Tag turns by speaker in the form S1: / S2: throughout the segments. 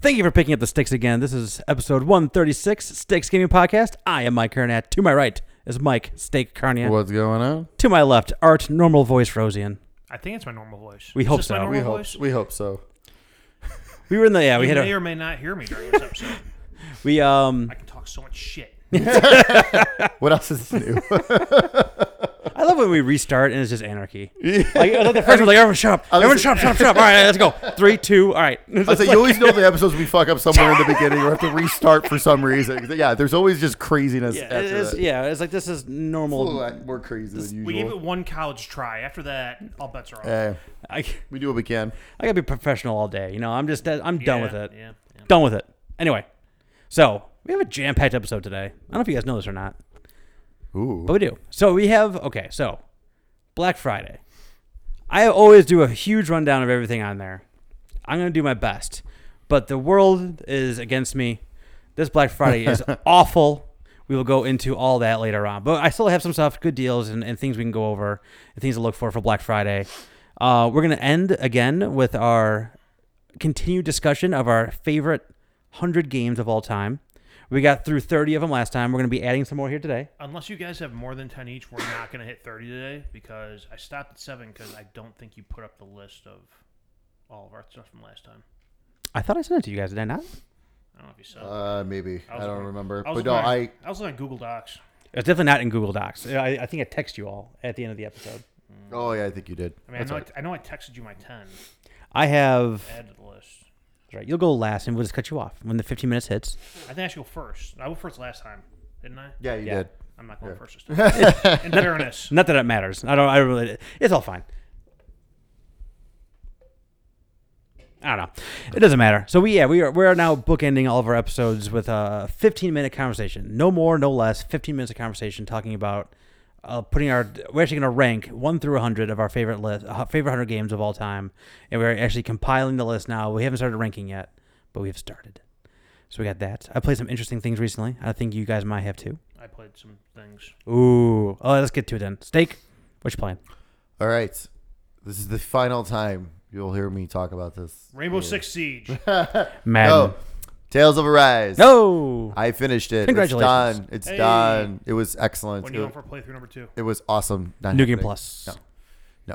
S1: Thank you for picking up the sticks again. This is episode 136, Stakes Gaming Podcast. I am Mike Carnat. To my right is Mike Steak Carnat.
S2: What's going on?
S1: To my left, Art Normal Voice Rosian.
S3: I think it's my normal voice.
S1: We
S3: Is
S1: hope
S3: this my
S1: so.
S3: normal
S2: We hope
S3: voice?
S2: we hope so.
S1: We were in the yeah. We
S3: you
S1: had
S3: may
S1: a
S3: or may not hear me during this episode.
S1: we um.
S3: I can talk so much shit.
S2: What else is new?
S1: I love when we restart and it's just anarchy. Like, I like the first one, like everyone shut up,
S2: was-
S1: everyone shut up, shut up, shut up. All right, let's go. Three, two, all right.
S2: I say you always know the episodes we fuck up somewhere in the beginning or have to restart for some reason. Yeah, there's always just craziness
S1: Yeah, it
S2: after
S1: is,
S2: that.
S1: yeah, it's like this is
S2: A
S1: normal.
S2: little uh, more crazy than
S3: We gave it
S2: usual.
S3: one college try. After that, all bets are off.
S1: Uh,
S2: Hey,
S1: I,
S2: we do what we can.
S1: I gotta be professional all day. You know, I'm just I'm done with
S3: Yeah,
S1: it.
S3: Yeah. yeah.
S1: Done with it. Anyway, so we have a jam-packed episode today. I don't know if you guys know this or not,
S2: Ooh.
S1: but we do. So we have okay. So Black Friday. I always do a huge rundown of everything on there. I'm gonna do my best, but the world is against me. This Black Friday is awful. We will go into all that later on, but I still have some stuff, good deals, and, and things we can go over, and things to look for for Black Friday. Uh, we're gonna end again with our continued discussion of our favorite hundred games of all time. We got through 30 of them last time. We're gonna be adding some more here today.
S3: Unless you guys have more than 10 each, we're not going to hit 30 today because I stopped at 7 because I don't think you put up the list of all of our stuff from last time.
S1: I thought I sent it to you guys. Did I not?
S3: I don't know if you saw it.
S2: Uh, maybe
S3: I
S2: I,
S3: was
S2: don't
S3: looking-
S2: remember.
S3: I was,
S2: But no,
S3: looking
S2: I
S3: at- I was looking at Google Docs.
S1: It's definitely not in Google Docs. I, I think I text you all at the end of the episode.
S2: oh yeah, I think you did.
S3: I mean, I
S2: That's
S3: know I,
S2: right.
S3: t- I know I texted you my 10.
S1: I have.
S3: Add to the list.
S1: That's right. You'll go last, and we'll just cut you off when the 15 minutes hits.
S3: I think I should go first. I went first last time, didn't I?
S2: Yeah, you
S1: Yeah.
S2: did.
S3: I'm not going
S2: Yeah.
S3: first this time. In fairness.
S1: Not that it matters. I don't. I don't really. It's all fine. I don't know. It doesn't matter. So we yeah we are we are now bookending all of our episodes with a 15 minute conversation. No more, no less. 15 minutes of conversation talking about uh, putting our we're actually going to rank one through 100 of our favorite list uh, favorite 100 games of all time, and we're actually compiling the list now. We haven't started ranking yet, but we have started. So we got that. I played some interesting things recently. I think you guys might have too.
S3: I played some things.
S1: Ooh. Oh, let's get to it then. Steak. Which plan?
S2: All right, this is the final time you'll hear me talk about this.
S3: Rainbow Six Siege.
S1: Madden.
S2: Oh, Tales of Arise.
S1: No.
S2: I finished it.
S1: Congratulations.
S2: It's done. It's
S3: Hey.
S2: done. It was excellent.
S3: when
S2: It
S3: you
S2: was-
S3: went for playthrough number two.
S2: It was awesome. Not
S1: New Game
S2: happening.
S1: Plus.
S2: No, no.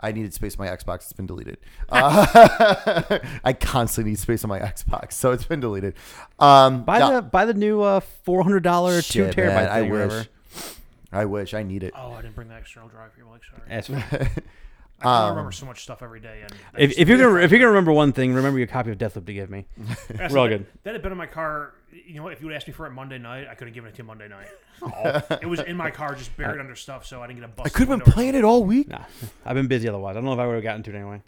S2: I needed space on my Xbox. It's been deleted. Uh, I constantly need space on my Xbox, so it's been deleted. Um,
S1: Buy
S2: no.
S1: the buy the new uh, four hundred dollar two
S2: Shit,
S1: terabyte
S2: man,
S1: thing.
S2: I
S1: or
S2: wish.
S1: whatever.
S2: I wish. I need it.
S3: Oh, I didn't bring the external drive here, Mike. Sorry.
S1: That's fine.
S3: I can
S2: Um,
S3: only remember so much stuff every day. And I
S1: if,
S3: just-
S1: if you're gonna if you're gonna remember one thing, remember your copy of Deathloop to give me.
S3: That's-
S1: we're all good.
S3: That had been in my car. You know, what? if you would asked me for it Monday night, I could have given it to you Monday night. it was in my car, just buried under stuff, so I didn't get a bus.
S2: I could have been playing it all week.
S1: Nah, I've been busy otherwise. I don't know if I would have gotten to it anyway.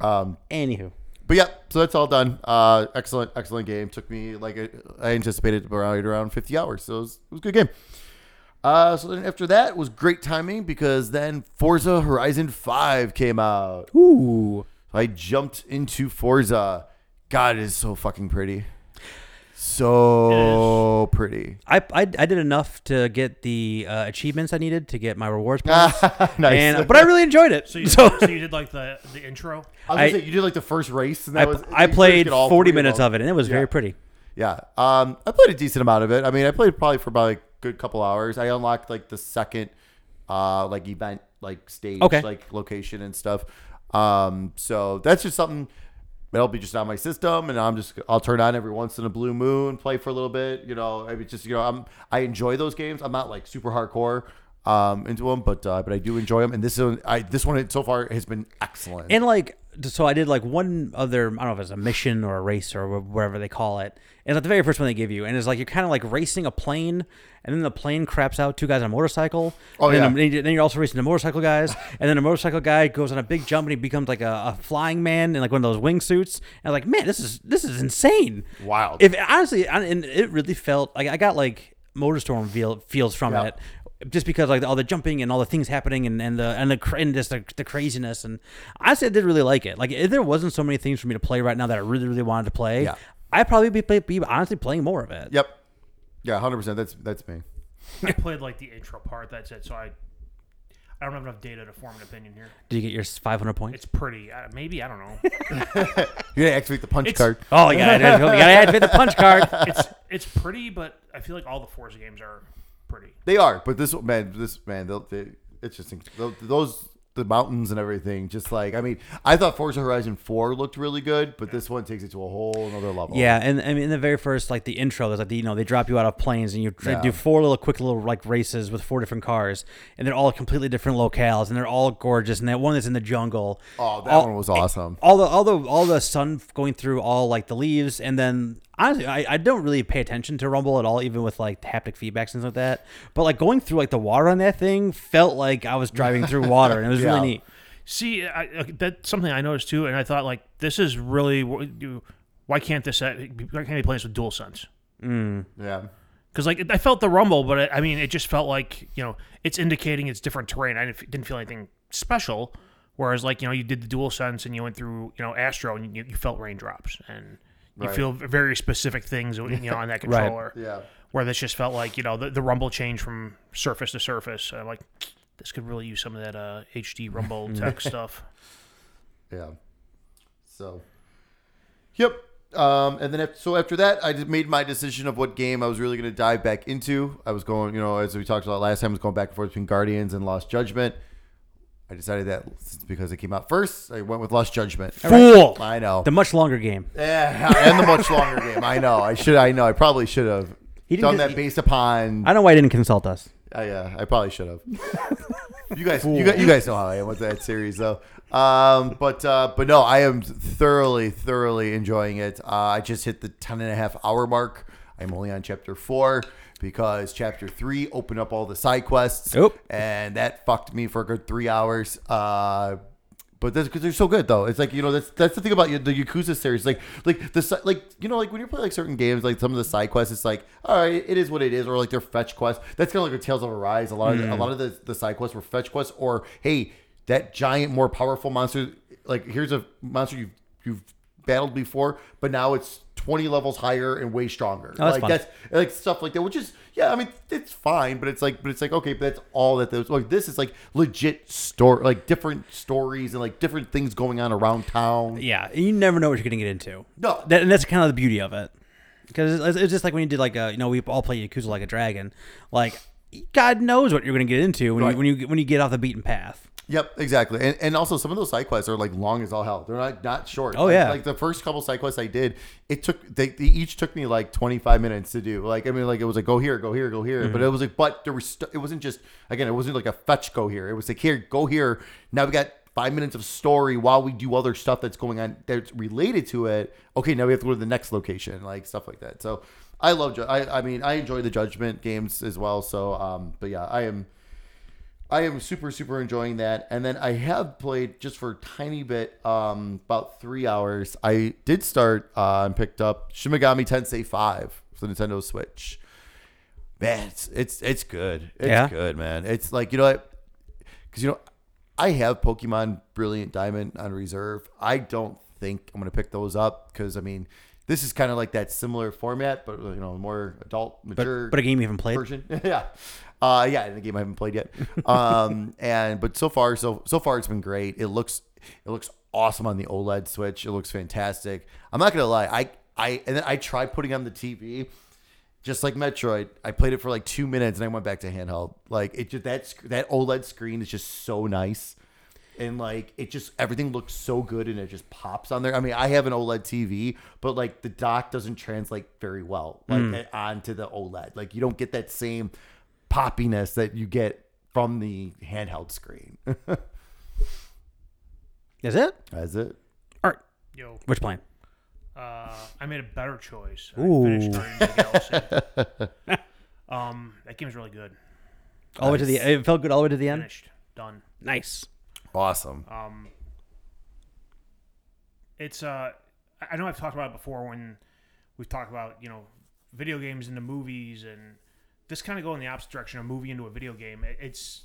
S2: Um,
S1: Anywho,
S2: but yeah, so that's all done. Uh, excellent, excellent game. Took me like I I anticipated right around 50 hours, so it was, it was a good game. Uh, so then after that was great timing because then Forza Horizon 5 came out.
S1: ooh,
S2: I jumped into Forza. God, it is so fucking pretty. So pretty.
S1: I, I I did enough to get the uh, achievements I needed to get my rewards points,
S2: nice.
S1: and but I really enjoyed it.
S3: So you,
S1: So
S3: so you did like the the intro.
S2: I was
S1: I-
S2: gonna say you did like the first race. And that
S1: I,
S2: was,
S1: I
S2: you
S1: played
S2: did all
S1: forty
S2: three
S1: minutes
S2: them.
S1: of it, and it was
S2: Yeah.
S1: very pretty.
S2: Yeah. Um, I played a decent amount of it. I mean, I played probably for about a good couple hours. I unlocked like the second, uh, like event, like stage,
S1: Okay.
S2: like location and stuff. Um, so that's just something that'll be just on my system, and I'm just I'll turn on every once in a blue moon, play for a little bit. You know, I mean, just you know, I'm I enjoy those games. I'm not like super hardcore. Um, into them, but uh, but I do enjoy them, and this one, I this one so far has been excellent.
S1: And like, so I did like one other, I don't know if it's a mission or a race or wh- whatever they call it. And it's like the very first one they give you. And it's like, you're kind of like racing a plane. And then the plane craps out two guys on a motorcycle.
S2: Oh,
S1: and then,
S2: yeah.
S1: and you- then you're also racing the motorcycle guys. and then a motorcycle guy goes on a big jump and he becomes like a, a flying man in like one of those wingsuits. And I'm like, man, this is, this is insane.
S2: Wild.
S1: If honestly, I, and it really felt like I got like Motorstorm feel, feels from
S2: Yeah.
S1: it just because like all the jumping and all the things happening and, and the and the cra- and just the, the craziness and honestly I did really like it. Like if there wasn't so many things for me to play right now that I really really wanted to play,
S2: Yeah.
S1: I'd probably be, play, be honestly playing more of it.
S2: yep, yeah, hundred percent. That's that's me.
S3: I played like the intro part. That's it. So I. I I don't have enough data to form an opinion here.
S1: Did you get your 500 points?
S3: It's pretty. Uh, maybe I don't know.
S2: You gotta activate the punch
S3: It's-
S2: card.
S1: Oh, you gotta, you gotta activate the punch card.
S3: It's it's pretty, but I feel like all the Forza games are pretty.
S2: They are, but this man, this man, they'll, they, it's just inc- tho- those the mountains and everything. Just like I mean, I thought Forza Horizon Four looked really good, but this one takes it to a whole another level.
S1: Yeah, and I mean, in the very first, like the intro, there's like the, you know they drop you out of planes and you tr- do four little quick little like races with four different cars, and they're all completely different locales, and they're all gorgeous. And that one that's in the jungle,
S2: Oh, that
S1: all-
S2: one was awesome.
S1: all the all the all the sun going through all like the leaves, and then honestly, I, I don't really pay attention to rumble at all, even with like haptic feedback and stuff like that. But like going through like the water on that thing felt like I was driving through water, and it was
S2: Yeah.
S1: really neat.
S3: See, I, I- that's something I noticed too, and I thought like this is really what you- why can't this uh, why can't they play this with DualSense?
S2: yeah.
S3: Because like I felt the rumble, but it, I mean it just felt like you know it's indicating it's different terrain. I didn't, didn't feel anything special. Whereas like you know you did the dual sense and you went through you know Astro and you, you felt raindrops and you
S2: Right.
S3: feel very specific things you know on that controller.
S2: Yeah.
S3: Where this just felt like you know the, the rumble changed from surface to surface. I'm like this could really use some of that uh, HD rumble tech stuff.
S2: Yeah. So. Yep. Um, and then after, so after that, I just made my decision of what game I was really going to dive back into. I was going, you know, as we talked about last time, I was going back and forth between Guardians and Lost Judgment. I decided that since because it came out first, I went with Lost Judgment.
S1: Fool,
S2: I know.
S1: the much longer game.
S2: Yeah, and the much longer game. I know. I should. I know. I probably should have
S1: He didn't
S2: done
S1: get-
S2: that based upon.
S1: I don't know why he didn't consult us.
S2: I, uh, I probably should have. you guys, you guys, you guys know how I am with that series, though. Um, but uh, but no, I am thoroughly, thoroughly enjoying it. Uh, I just hit the 10 and a half hour mark. I'm only on chapter four because chapter three opened up all the side quests,
S1: Oop.
S2: and that fucked me for a good three hours. Uh, but that's because they're so good, though. It's like you know that's that's the thing about the Yakuza series. Like like the si- like you know like when you play like certain games, like some of the side quests, it's like all right, it is what it is, or like they're fetch quests. That's kind of like a Tales of Arise. A lot of the-
S1: Mm.
S2: a lot of the, the side quests were fetch quests, or hey, that giant, more powerful monster. Like here's a monster you've you've battled before, but now it's 20 levels higher and way stronger.
S1: Oh, that's
S2: like
S1: fun.
S2: that's like stuff like that, which is yeah, I mean it's fine, but it's like but it's like okay, but that's all that there's like this is like legit story, like different stories and like different things going on around town.
S1: Yeah, you never know what you're gonna get into.
S2: No.
S1: that, and that's kind of the beauty of it, because it's, it's just like when you did like uh you know we all play Yakuza like a dragon, like God knows what you're gonna get into when
S2: Right.
S1: you when you when you get off the beaten path.
S2: Yep, exactly. And, and also some of those side quests are like long as all hell. They're not not short.
S1: Oh,
S2: Like-
S1: yeah.
S2: Like the first couple side quests I did, it took they, they each took me like 25 minutes to do. Like I mean like it was like go here, go here, go here,
S1: Mm-hmm.
S2: but it was like but there was st- it wasn't just again, it wasn't like a fetch go here. It was like here, go here. Now we got 5 minutes of story while we do other stuff that's going on that's related to it. Okay, now we have to go to the next location, like stuff like that. So I love Ju- I I mean, I enjoy the judgment games as well, so um but yeah, I am I am super, super enjoying that. And then I have played just for a tiny bit, um, about three hours. I did start uh, and picked up Shimigami Tensei 5 for the Nintendo Switch. Man, it's it's, it's good. It's
S1: Yeah?
S2: good, man. It's like, you know what? Because, you know, I have Pokemon Brilliant Diamond on reserve. I don't think I'm going to pick those up because, I mean, this is kind of like that similar format, but, you know, more adult, mature
S1: But a game you haven't played.
S2: version. yeah. Uh, yeah, in the game I haven't played yet. Um, and but so far, so so far it's been great. It looks it looks awesome on the OLED Switch. It looks fantastic. I'm not gonna lie. I I and then I tried putting on the TV, just like Metroid. I played it for like two minutes and I went back to handheld. Like it just that sc- that OLED screen is just so nice. And like it just everything looks so good and it just pops on there. I mean, I have an E OLED TV, but like the dock doesn't translate very well like onto the OLED. Like you don't get that same poppiness that you get from the handheld screen.
S1: Is it?
S2: That's it.
S1: All right.
S3: Yo,
S1: Which plan?
S3: Uh, I made a better choice. I
S1: Ooh.
S3: finished Guardians of the Galaxy. um, that game's really good.
S1: All the way to the it felt good all the way to the end.
S3: Finished, done.
S1: Nice.
S2: Awesome.
S3: Um, it's uh, I- I know I've talked about it before when we've talked about you know video games into movies and this kind of going the opposite direction, a movie into a video game. It, it's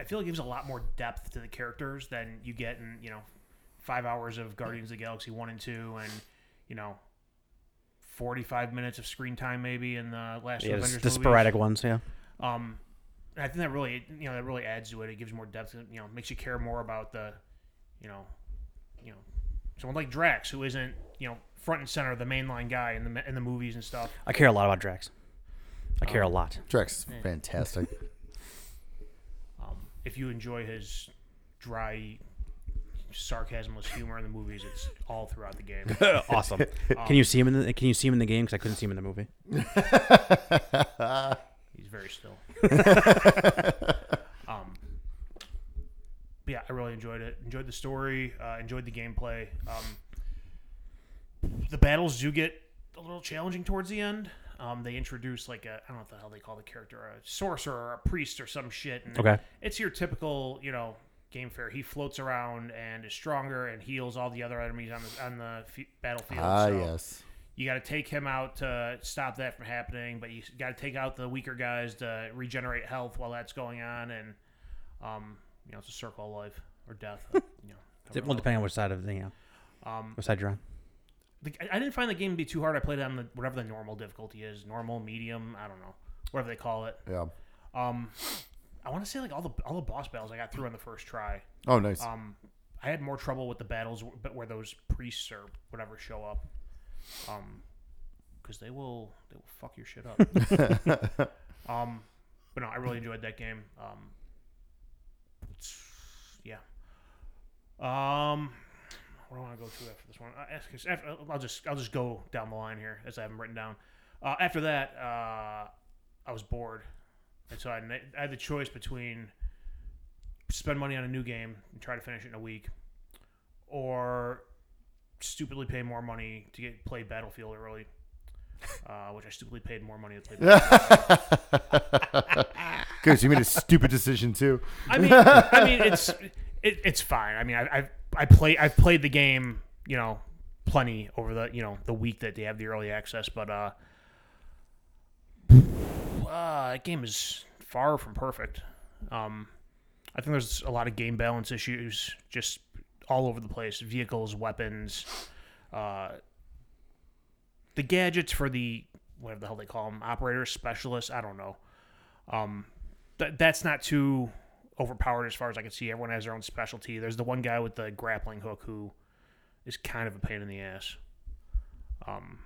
S3: I feel it gives a lot more depth to the characters than you get in you know five hours of Guardians of the Galaxy one and two and you know. 45 minutes of screen time maybe in the last two
S1: Yeah,
S3: Avengers
S1: just the
S3: movies.
S1: sporadic ones. Yeah.
S3: Um, And I think that really, you know, that really adds to it. It gives more depth. and, You know, makes you care more about the, you know, you know, someone like Drax who isn't, you know, front and center the mainline guy in the in the movies and stuff.
S1: I care a lot about Drax. I care a lot.
S2: Drex is fantastic.
S3: Um, if you enjoy his dry, sarcasmless humor in the movies, it's all throughout the game.
S1: Oh, awesome. Can you see him in the Can you see him in the game? Because I couldn't see him in the movie.
S2: Ah,
S3: He's very still. um, but yeah, I really enjoyed it. Enjoyed the story. Uh, enjoyed the gameplay. Um, the battles do get a little challenging towards the end. Um, they introduce like a I don't know what the hell they call the character a sorcerer or a priest or some shit. And
S1: Okay.
S3: It's your typical you know game fair. He floats around and is stronger and heals all the other enemies on the on the f- battlefield.
S2: ah,
S3: so-
S2: yes.
S3: you got to take him out to stop that from happening, but you got to take out the weaker guys to regenerate health while that's going on, and um, you know it's a circle of life or death. you know, however
S1: Well,
S3: it
S1: depending on which side of the you know,
S3: goes. um,
S1: which side you're on.
S3: the, I- I didn't find the game to be too hard. I played it on the, whatever the normal difficulty is, normal, medium, I don't know, whatever they call it.
S2: Yeah.
S3: Um, I want to say like all the all the boss battles I got through on the first try.
S2: Oh, nice.
S3: Um, I had more trouble with the battles, wh- but where those priests or whatever show up, um, because they will they will fuck your shit up. um, but no, I really enjoyed that game. Um, it's- yeah. Um, where do I want to go to after this one? Uh, af- 'cause after, I'll just I'll just go down the line here as I haven't written down. Uh, after that, uh, I was bored, and so I, na- I had the choice between spend money on a new game and try to finish it in a week, or stupidly pay more money to get play Battlefield early, uh, which I stupidly paid more money to play. Battlefield.
S2: Good. You made a stupid decision too.
S3: I mean, I mean, it's it, it's fine. I mean, I I've, I play I've played the game, you know, plenty over the you know the week that they have the early access, but uh, uh that game is far from perfect. Um, I think there's a lot of game balance issues just all over the place. Vehicles, weapons, uh, the gadgets for the whatever the hell they call them, operators, specialists. I don't know. Um, that that's not too overpowered as far as I can see. Everyone has their own specialty. There's the one guy with the grappling hook who is kind of a pain in the ass. Um,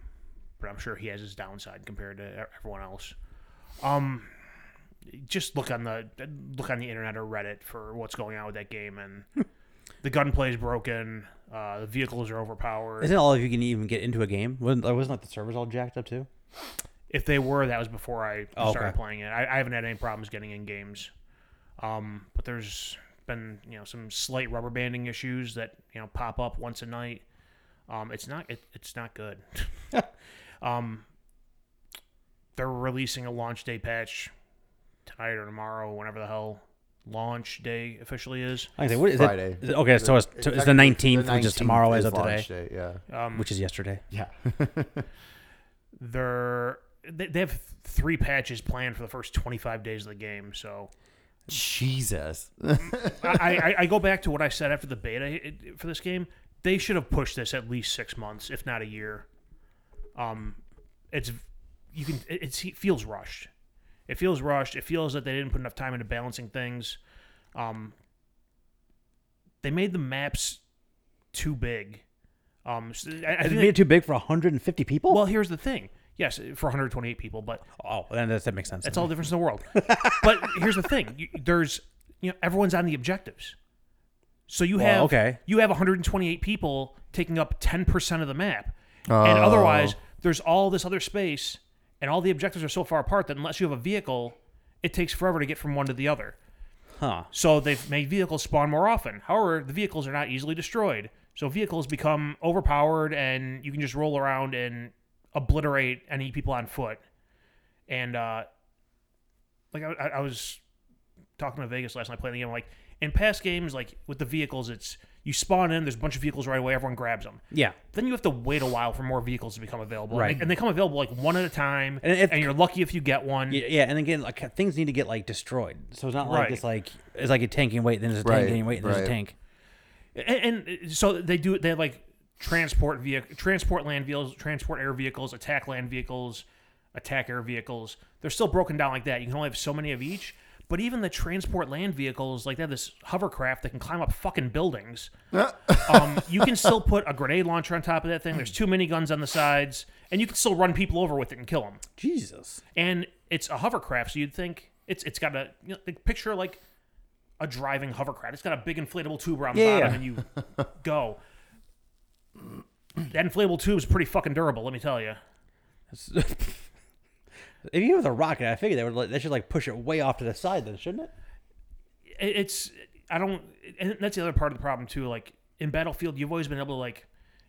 S3: but I'm sure he has his downside compared to e- everyone else. Um, just look on the look on the internet or Reddit for what's going on with that game, and the gunplay is broken. Uh, the vehicles are overpowered.
S1: Isn't all of you can even get into a game? Wasn't wasn't like the servers all jacked up too?
S3: If they were, that was before I
S1: Oh,
S3: started
S1: okay.
S3: playing it. I, I haven't had any problems getting in games. Um, but there's been you know some slight rubber banding issues that you know pop up once a night. Um, it's not it, it's not good. um, they're releasing a launch day patch tonight or tomorrow, whenever the hell launch day officially is.
S1: I can say, what is
S2: Friday.
S1: It, is it- okay, so it's, so it's the nineteenth, which is tomorrow as of today,
S2: Day, yeah.
S3: Um,
S1: which is yesterday.
S2: Yeah.
S3: they're they, they have three patches planned for the first 25 days of the game, so
S2: Jesus.
S3: I, I, I go back to what I said after the beta it- for this game. They should have pushed this at least six months, if not a year. Um, it's you can it, it's, it feels rushed. It feels rushed. It feels that they didn't put enough time into balancing things. Um, they made the maps too big. Um, so I, I
S1: Is it
S3: think
S1: made it too big for 150 people?
S3: well, here's the thing. Yes, for 128 people, but
S1: oh, then that, that makes sense.
S3: that's all the difference in the world. but here's the thing: you, there's you know everyone's on the objectives, so you
S1: Well,
S3: have
S1: okay.
S3: you have 128 people taking up 10 percent of the map, and otherwise there's all this other space, and all the objectives are so far apart that unless you have a vehicle, it takes forever to get from one to the other.
S1: huh?
S3: So they've made vehicles spawn more often. However, the vehicles are not easily destroyed. So vehicles become overpowered and you can just roll around and obliterate any people on foot. And uh like I, I I was talking to Vegas last night playing the game like in past games like with the vehicles it's you spawn in there's a bunch of vehicles right away everyone grabs them.
S1: Yeah.
S3: Then you have to wait a while for more vehicles to become available. And
S1: Right.
S3: they- And they come available like one at a time
S1: And
S3: and,
S1: if-
S3: you're lucky if you get one.
S1: Yeah, yeah, and again, like things need to get like destroyed. So it's not like
S3: Right.
S1: it's like it's like a tanking weight, then there's a tank
S2: Right,
S1: getting weight, then there's
S2: right.
S1: a tank.
S3: and, and so they do they like transport vehicle transport land vehicles transport air vehicles attack land vehicles attack air vehicles they're still broken down like that you can only have so many of each But even the transport land vehicles, like they have this hovercraft that can climb up fucking buildings. um, you can still put a grenade launcher on top of that thing. There's two miniguns on the sides, and you can still run people over with it and kill them.
S1: Jesus.
S3: And it's a hovercraft, so you'd think it's it's got a you know, like, picture like a driving hovercraft. It's got a big inflatable tube around the
S1: Yeah,
S3: bottom,
S1: yeah.
S3: and you go. That inflatable tube is pretty fucking durable, let me tell you.
S1: If you have a rocket, I figure they would like, they should like push it way off to the side then, shouldn't it?
S3: it- it's I don't and that's the other part of the problem too. Like in Battlefield, you've always been able to like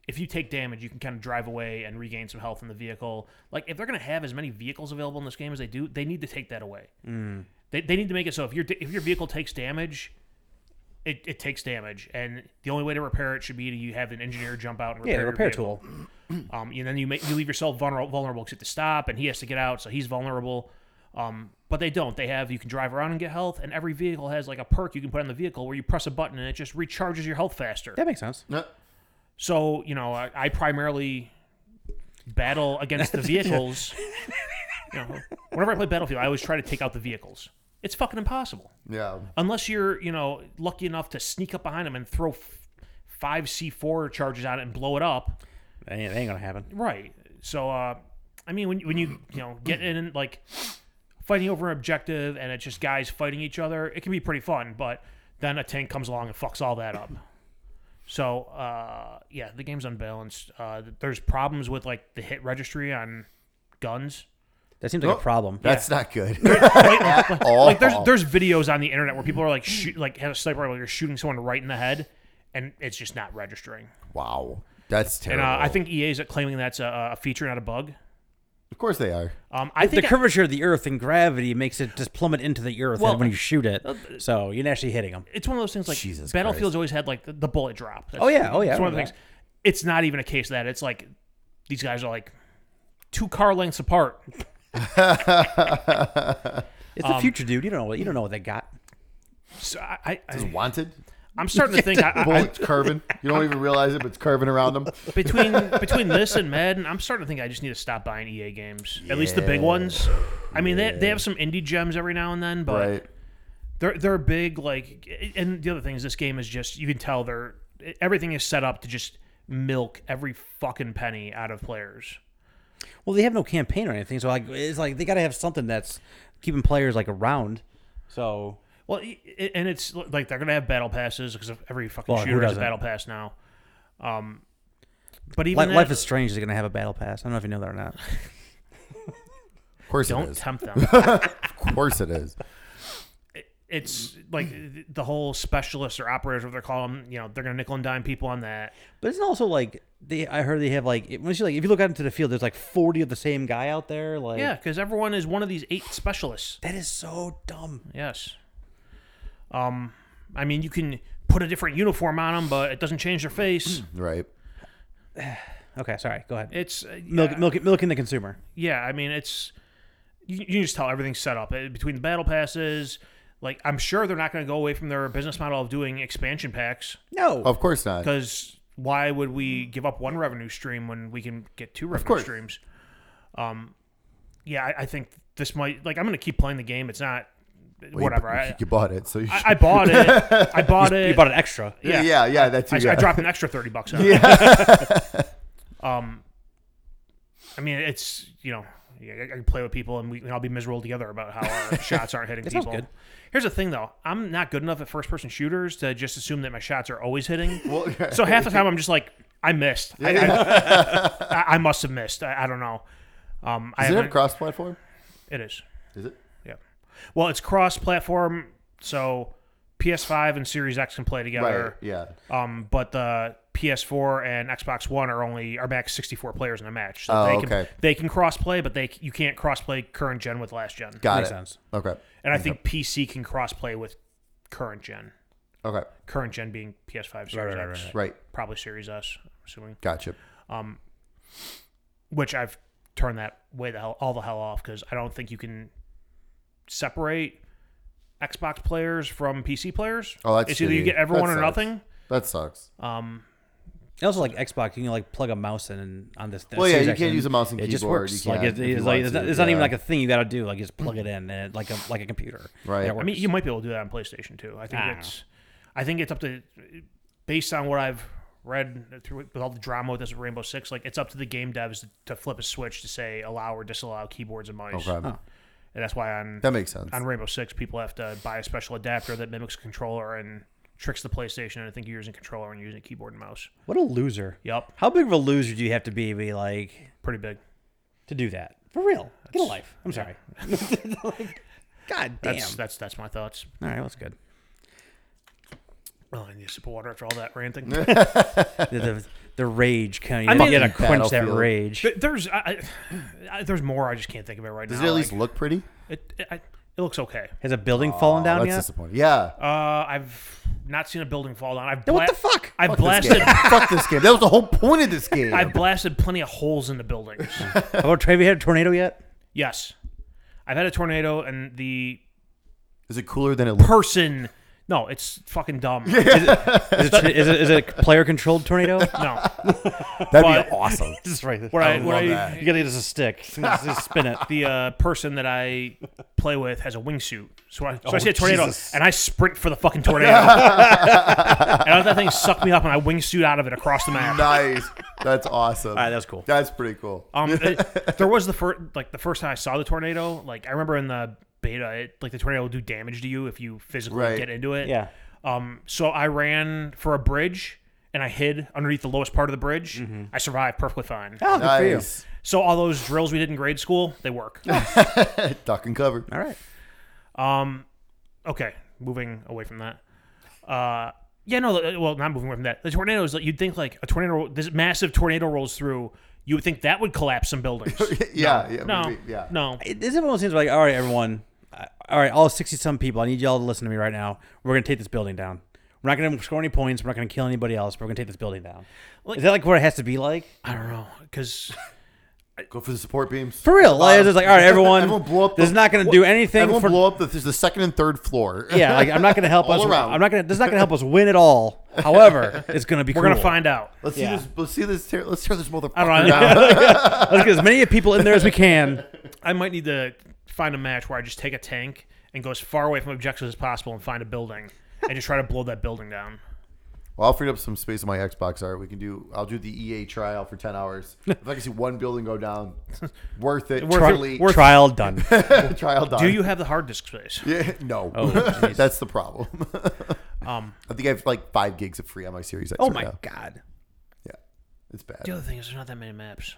S3: if you take damage, you can kind of drive away and regain some health in the vehicle. Like if they're gonna have as many vehicles available in this game as they do, they need to take that away.
S1: Mm.
S3: They, they need to make it so if your if your vehicle takes damage, it, it takes damage, and the only way to repair it should be to you have an engineer jump out and repair
S1: Yeah, the
S3: your
S1: repair
S3: vehicle.
S1: tool.
S3: Um, and then you make, you leave yourself vulnerable vulnerable because you have to stop, and he has to get out, so he's vulnerable. Um, but they don't. They have you can drive around and get health, and every vehicle has like a perk you can put on the vehicle where you press a button and it just recharges your health faster.
S1: That makes sense.
S2: No.
S3: So you know, I, I primarily battle against the vehicles. you know, whenever I play Battlefield, I always try to take out the vehicles. It's fucking impossible
S2: Yeah.
S3: unless you're you know lucky enough to sneak up behind them and throw f- five C4 charges on it and blow it up.
S1: That ain't, that ain't gonna happen.
S3: Right. So, uh, I mean, when when you you know get in and like fighting over an objective and it's just guys fighting each other, it can be pretty fun. But then a tank comes along and fucks all that up. So, uh, yeah, the game's unbalanced. Uh, there's problems with like the hit registry on guns.
S1: That seems like
S2: Oh,
S1: a problem.
S2: That's not good.
S3: Like, like-
S2: All.
S3: like, there's there's videos on the internet where people are like shoot like have a sniper rifle, you're shooting someone right in the head, and it's just not registering.
S2: wow. That's
S3: And
S2: terrible.
S3: uh, I think EA's claiming that's a, a feature, not a bug.
S2: of course they are.
S3: Um, I
S1: the
S3: think
S1: curvature of the Earth and gravity makes it just plummet into the Earth
S3: Well,
S1: when you shoot it. So you're actually hitting them.
S3: it's one of those things like
S2: Jesus
S3: Battlefield's always had like the, the bullet drop. That's-
S1: Oh, yeah. Oh, yeah.
S3: It's one of the
S1: I remember
S3: things. It's not even a case of that. It's like these guys are like two car lengths apart.
S1: It's the future, dude. You don't know what you don't know what they got.
S3: So I, I,
S2: Is
S3: I
S2: wanted?
S3: I'm starting to think I, I-
S2: Bullets curving. You don't even realize it, but it's curving around them.
S3: between between this and Madden, I'm starting to think I just need to stop buying EA games. At least the big
S2: Yeah.
S3: ones. I mean, they, they have some indie gems every now and then, but
S2: Right.
S3: they're they're big. Like, and the other thing is, this game is just you can tell they're everything is set up to just milk every fucking penny out of players.
S1: Well, they have no campaign or anything, so like it's like they gotta have something that's keeping players like around. So
S3: Well, i- i- and it's l- like they're gonna have battle passes because every fucking
S1: Well, who
S3: shooter has a
S1: doesn't?
S3: battle pass now. Um, but even
S1: Li-
S3: that,
S1: Life is Strange is gonna have a battle pass. I don't know if you know that or not.
S2: Of course it
S3: don't
S2: is.
S3: tempt them.
S2: Of course it is.
S3: it's like th- the whole specialists or operators, whatever they're calling. 'em, You know, they're gonna nickel and dime people on that.
S1: But it's also like they. I heard they have like it- once you like if you look out into the field, there's like 40 of the same guy out there. Like
S3: Yeah, because everyone is one of these eight specialists.
S1: that is so dumb.
S3: Yes. Um, I mean, you can put a different uniform on them, but it doesn't change their
S1: Mm.
S3: face.
S2: Right.
S1: Okay, sorry. Go ahead.
S3: It's uh,
S1: Milk,
S3: yeah.
S1: milk, milking the consumer.
S3: yeah, I mean, it's you, you can just tell everything's set up Uh, between the battle passes. Like, I'm sure they're not going to go away from their business model of doing expansion packs
S1: No.
S2: Of course not.
S3: because why would we give up one revenue stream when we can get two revenue
S2: course.
S3: streams? Um, yeah, I, I think this might like I'm going to keep playing the game. It's not
S2: Well, you-
S3: whatever.
S2: You,
S3: I,
S2: bought it, so you
S3: I,
S2: should.
S3: I bought it. I bought it.
S1: you bought an extra.
S3: yeah.
S2: yeah. yeah, That's
S3: I,
S2: you.
S3: I
S2: yeah.
S3: dropped an extra thirty bucks. On It. um, I mean, it's you know, yeah, I, I can play with people and we and I'll be miserable together about how our shots aren't hitting
S1: That sounds
S3: people.
S1: good.
S3: Here's the thing though, I'm not good enough at first person shooters to just assume that my shots are always hitting.
S2: Well,
S3: so half the time I'm just like, I missed. I, I, I, I must have missed. I, I don't know. Um, I
S2: Is it
S3: haven't-
S2: a cross-platform?
S3: it is.
S2: Is it?
S3: Yeah. Well, it's cross platform, so PS5 and Series X can play together.
S2: Right. Yeah.
S3: Um, but the PS4 and Xbox One are only are max 64 players in a match. So
S2: Oh,
S3: they can
S2: okay.
S3: they can cross play, but they c- you can't cross play current gen with last gen.
S2: Got
S1: Makes
S2: it.
S1: sense.
S2: Okay.
S3: and I think PC can cross play with current gen.
S2: Okay.
S3: Current gen being PS5, Series
S1: right,
S3: X,
S1: right, right.
S2: Right.
S3: probably Series S, I'm assuming.
S2: Gotcha.
S3: Um, which I've turned that way the hell all the hell off because I don't think you can separate Xbox players from PC players.
S2: Oh, that's
S3: it's either you
S2: shitty.
S3: get everyone
S2: That
S3: or
S2: sucks.
S3: nothing.
S2: That sucks.
S3: Um,
S1: And also, like Xbox, you can like plug a mouse in and on this.
S2: Well, yeah,
S1: Series
S2: you
S1: X
S2: can't use a mouse and
S1: it just
S2: keyboard.
S1: works.
S2: You
S1: like
S2: can
S1: it's,
S2: if you
S1: it's like
S2: want
S1: it's, not,
S2: to,
S1: it's not even
S2: yeah.
S1: like a thing you got to do. Like just plug it in and it, like a like a computer.
S2: Right.
S1: And it
S2: I
S3: I mean,
S1: works.
S3: you might be able to do that in PlayStation too. I think
S1: I don't
S3: it's, I think it's up to, based on what I've read through with all the drama with this Rainbow Six, like it's up to the game devs to flip a switch to say allow or disallow keyboards and mice.
S2: Okay.
S3: And that's why on
S2: That makes sense.
S3: on Rainbow Six, people have to buy a special adapter that mimics a controller and tricks the PlayStation. And I think you're using controller and you're using keyboard and mouse.
S1: what a loser!
S3: Yep,
S1: How big of a loser do you have to be to be like
S3: pretty big.
S1: to do that for real? Get a life. I'm sorry. Like, God damn.
S3: That's that's that's my thoughts.
S1: All right, well, that's good.
S3: Oh, I need a sip of water after all that ranting.
S1: The, the, the rage kind
S3: I
S1: of.
S3: mean-
S1: You gotta quench that
S2: Battlefield.
S1: rage.
S3: Th- there's I, I, I- there's more. I just can't think of it right
S2: Does
S3: now.
S2: it at least
S3: Like,
S2: look pretty?
S3: it, it, I, it looks okay.
S1: Has a building fallen
S2: Oh,
S1: down
S2: that's
S1: yet?
S2: disappointing. Yeah.
S3: Uh, I've not seen a building fall down. I've
S1: Then what
S3: bla-
S1: the fuck?
S3: I've
S2: Fuck this
S3: blasted.
S2: game. Fuck this game. That was the whole point of this game.
S3: I've blasted plenty of holes in the buildings.
S1: Have our oh, Trevi had a tornado yet?
S3: yes, I've had a tornado, and the
S2: Is it cooler than it looks?
S3: person. No, it's fucking dumb.
S1: Is it, is it, is it a player controlled tornado?
S3: No,
S2: That'd
S3: but-
S2: be awesome.
S1: Just right.
S3: where I,
S2: love
S3: where
S2: that.
S3: I
S1: You gotta get us a stick. Just, just spin it.
S3: the uh, person that I play with has a wingsuit. So I, so I see a tornado
S1: Oh, Jesus.
S3: and I sprint for the fucking tornado. and I let that thing suck me up and I wingsuit out of it across the map.
S2: nice. That's awesome.
S1: right, that's cool.
S2: That's pretty cool.
S3: Um, it- there was the first, like the first time I saw the tornado. Like I remember in the beta, it, like the tornado will do damage to you if you physically
S2: Right.
S3: get into it.
S1: Yeah.
S3: Um, so I ran for a bridge and I hid underneath the lowest part of the bridge.
S2: Mm-hmm.
S3: I survived perfectly fine.
S1: Oh, good for you.
S2: nice.
S3: So all those drills we did in grade school, they work.
S2: Duck and cover.
S1: All right.
S3: Um, okay, moving away from that. Uh, yeah, no, uh, well, not moving away from that. The tornadoes, like, you'd think like a tornado, this massive tornado rolls through. You would think that would collapse some buildings.
S2: yeah. yeah.
S3: no,
S2: maybe, yeah.
S3: no.
S1: It- This is one of those things where like, all right, everyone, uh, all right, all sixty some people, I need y'all to listen to me right now. We're gonna take this building down. We're not gonna score any points. We're not gonna kill anybody else. We're gonna take this building down.
S3: Like-
S1: is that like what it has to be like?
S3: I don't know, because
S2: Go for the support beams.
S1: For real, like, it's
S2: Um,
S1: just like all right, everyone,
S2: everyone blow up
S1: this
S2: the-
S1: is not gonna do anything
S2: Everyone
S1: for
S2: blow up the, there's the second and third floor.
S1: yeah. Like I'm not gonna help
S2: All
S1: us.
S2: around.
S1: I'm not gonna. This is not gonna help us win at all. However, it's gonna be.
S3: we're
S1: cool.
S3: gonna find out.
S2: Let's
S1: Yeah.
S2: see this. Let's see this. Tear, let's tear this motherfucker
S3: I don't know.
S2: down.
S1: Let's get as many people in there as we can.
S3: I might need to find a match where I just take a tank and go as far away from objectives as possible and find a building and just try to blow that building down.
S2: Well, I'll free up some space on my Xbox. All right, we can do. I'll do the EA trial for ten hours. if I can see one building go down, worth it.
S3: Worth it.
S2: Totally.
S3: Worth-
S1: Trial done.
S2: trial done.
S3: Do you have the hard disk space?
S2: Yeah, no.
S1: Oh, jeez.
S2: That's the problem.
S3: Um,
S2: I think I have like five gigs of free on my Series X.
S1: Oh
S2: right
S1: my
S2: now.
S1: god.
S2: Yeah, it's bad.
S3: the other thing is there's not that many maps.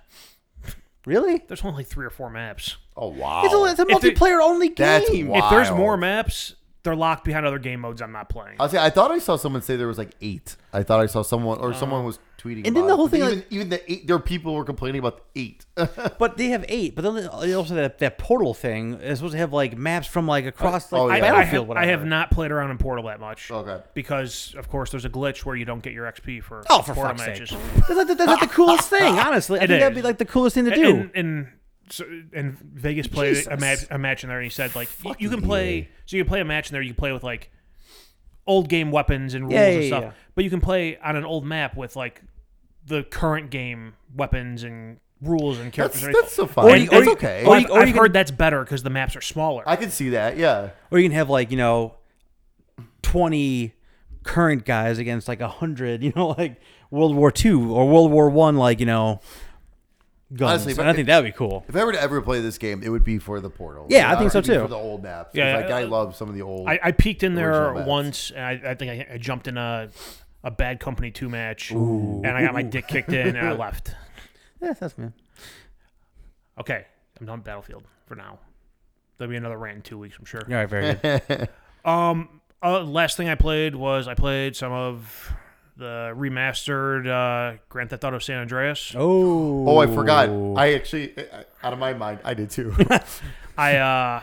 S1: Really?
S3: There's only like three or four maps.
S2: Oh wow.
S1: It's a, it's a
S3: If it-
S1: multiplayer only game.
S2: That's
S3: If there's
S2: Wild.
S3: more maps, they're locked behind other game modes I'm not playing.
S2: I'll say I thought I saw someone say there was like eight. I thought I saw someone or someone was tweeting.
S1: Uh, and then
S2: about
S1: the
S2: it.
S1: whole
S2: But then
S1: thing,
S2: even, even the eight, there were people who were complaining about the eight.
S1: But they have eight. But then they also that that portal thing is supposed to have like maps from like across like
S2: oh, yeah.
S3: I, I
S1: battlefield.
S3: have, I have
S1: whatever.
S3: not played around in Portal that much.
S2: Okay.
S3: Because of course there's a glitch where you don't get your XP for
S1: Oh, for
S3: Portal
S1: fuck's sake!
S3: matches.
S1: That's, not the- that's not the coolest thing, honestly. I
S3: It
S1: think that'd be
S3: is.
S1: like the coolest thing to do.
S3: And, and, so, and Vegas played a,
S1: Jesus.
S3: match, a match in there, and he said like y- you
S2: Fucking
S3: can play.
S2: EA.
S3: So you can play a match in there. You can play with like old game weapons and rules
S1: Yeah,
S3: and
S1: yeah,
S3: stuff.
S1: yeah.
S3: But you can play on an old map with like the current game weapons and rules and
S2: That's
S3: characters. and
S2: that's
S3: everything.
S2: so fine.
S1: Or you- or
S2: that's
S1: you-
S2: okay.
S1: or
S3: I've,
S1: you- or
S3: I've
S1: can-
S3: heard that's better because the maps are smaller.
S2: I can see that. Yeah.
S1: or you can have like you know, twenty current guys against like hundred. You know, like World War Two or World War One. Like you know, guns.
S2: Honestly, if
S1: and I
S2: I-
S1: think that'd be cool.
S2: If I were to ever play this game, it would be for the portal.
S1: Yeah, I
S2: It
S1: think so
S2: would be
S1: too.
S2: For the old maps.
S3: Yeah,
S2: Yeah, like,
S3: yeah,
S2: I
S3: uh,
S2: love some of the old.
S3: I, I peeked in there
S2: Original maps.
S3: once, and I, I think I, I jumped in a a bad company two match, and I got my dick kicked in, and I left.
S1: Yeah, that's man.
S3: Okay, I'm done with Battlefield for now. There'll be another rant in two weeks, I'm sure.
S1: All right, very good.
S3: Um, uh, last thing I played was I played some of the remastered uh, Grand Theft Auto San Andreas.
S1: Oh,
S2: oh, I forgot. I actually, I- I- out of my mind, I did too.
S3: I uh,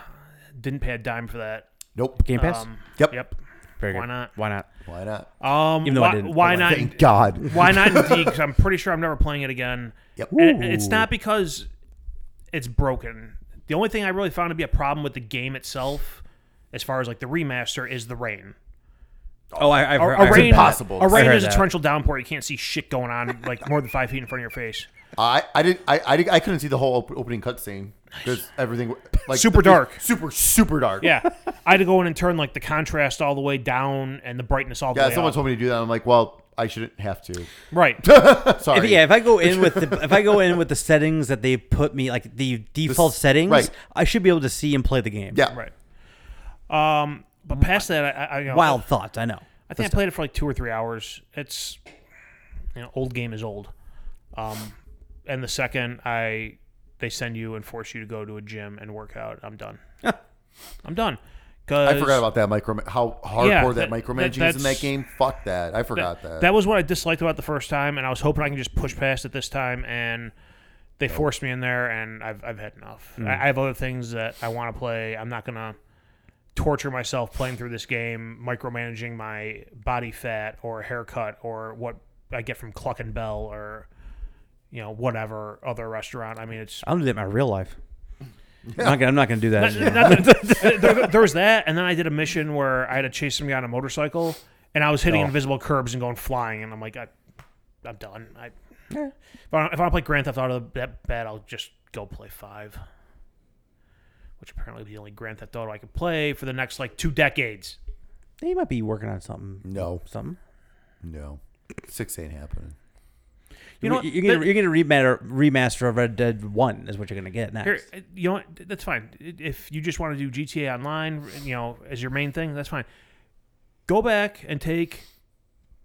S3: didn't pay a dime for that.
S2: nope.
S1: Game Pass.
S3: Um,
S2: Yep.
S3: Yep.
S1: very good.
S3: why not?
S1: Why not?
S2: Why not?
S3: Um,
S1: Even though I
S3: why,
S1: didn't.
S3: why
S1: Oh,
S3: not?
S2: Thank God.
S3: Why not indeed? Because I'm pretty sure I'm never playing it again.
S2: Yep.
S3: And it- it's not because it's broken. The only thing I really found to be a problem with the game itself, as far as like the remaster, is the rain.
S1: Oh, I, I've heard,
S3: A, a
S1: I've
S3: rain,
S1: heard that.
S2: impossible.
S3: A
S1: I
S3: rain
S1: heard
S3: is a
S1: that.
S3: torrential downpour. You can't see shit going on like more than five feet in front of your face.
S2: I, I didn't I, I, didn't- I couldn't see the whole op- opening cutscene because everything like
S3: Super
S2: it was
S3: dark.
S2: super super dark.
S3: Yeah, I had to go in and turn like the contrast all the way down and the brightness all the
S2: yeah.
S3: way
S2: Someone
S3: up.
S2: told me to do that. I'm like, well, I shouldn't have to.
S3: Right.
S2: Sorry.
S1: If, yeah, if I go in with the, if I go in with the settings that they put me like the default settings,
S2: right.
S1: I should be able to see and play the game.
S2: yeah.
S3: Right. Um, but past that, I, I, you know,
S1: Wild thoughts, I know.
S3: I think I played it for like two or three hours. It's you know, old game is old. Um, and the second I they send you and force you to go to a gym and work out, I'm done. I'm done. Cause
S2: I forgot about that micro. How hardcore
S3: that-
S2: that, micromanaging
S3: that-
S2: is in that
S3: that's-
S2: game. Fuck that. I forgot that.
S3: That was what I disliked about the first time, and I was hoping I can just push past it this time. And they forced me in there, and I've, I've had enough. I, I have other things that I want to play. I'm not gonna torture myself playing through this game, micromanaging my body fat or haircut or what I get from Cluck and Bell or you know whatever other restaurant. I mean, it's
S1: I don't do that in my real life. I'm, not gonna, I'm not gonna do that. anymore.
S3: not that- there, there was that, and then I did a mission where I had to chase some guy on a motorcycle, and I was hitting
S1: Oh.
S3: invisible curbs and going flying, and I'm like, I, I'm done. I, if I, if I play Grand Theft Auto that bad, I'll just go play five, which apparently is the only Grand Theft Auto I could play for the next like two decades.
S1: They might be working on something.
S2: no,
S1: Something.
S2: no, six ain't happening.
S3: You know, what?
S1: you're gonna,
S3: That-
S1: you're gonna remaster, remaster of Red Dead One is what you're gonna get next.
S3: Here, uh, you know, what? that's fine. I- If you just want to do GTA Online, you know, as your main thing, that's fine. Go back and take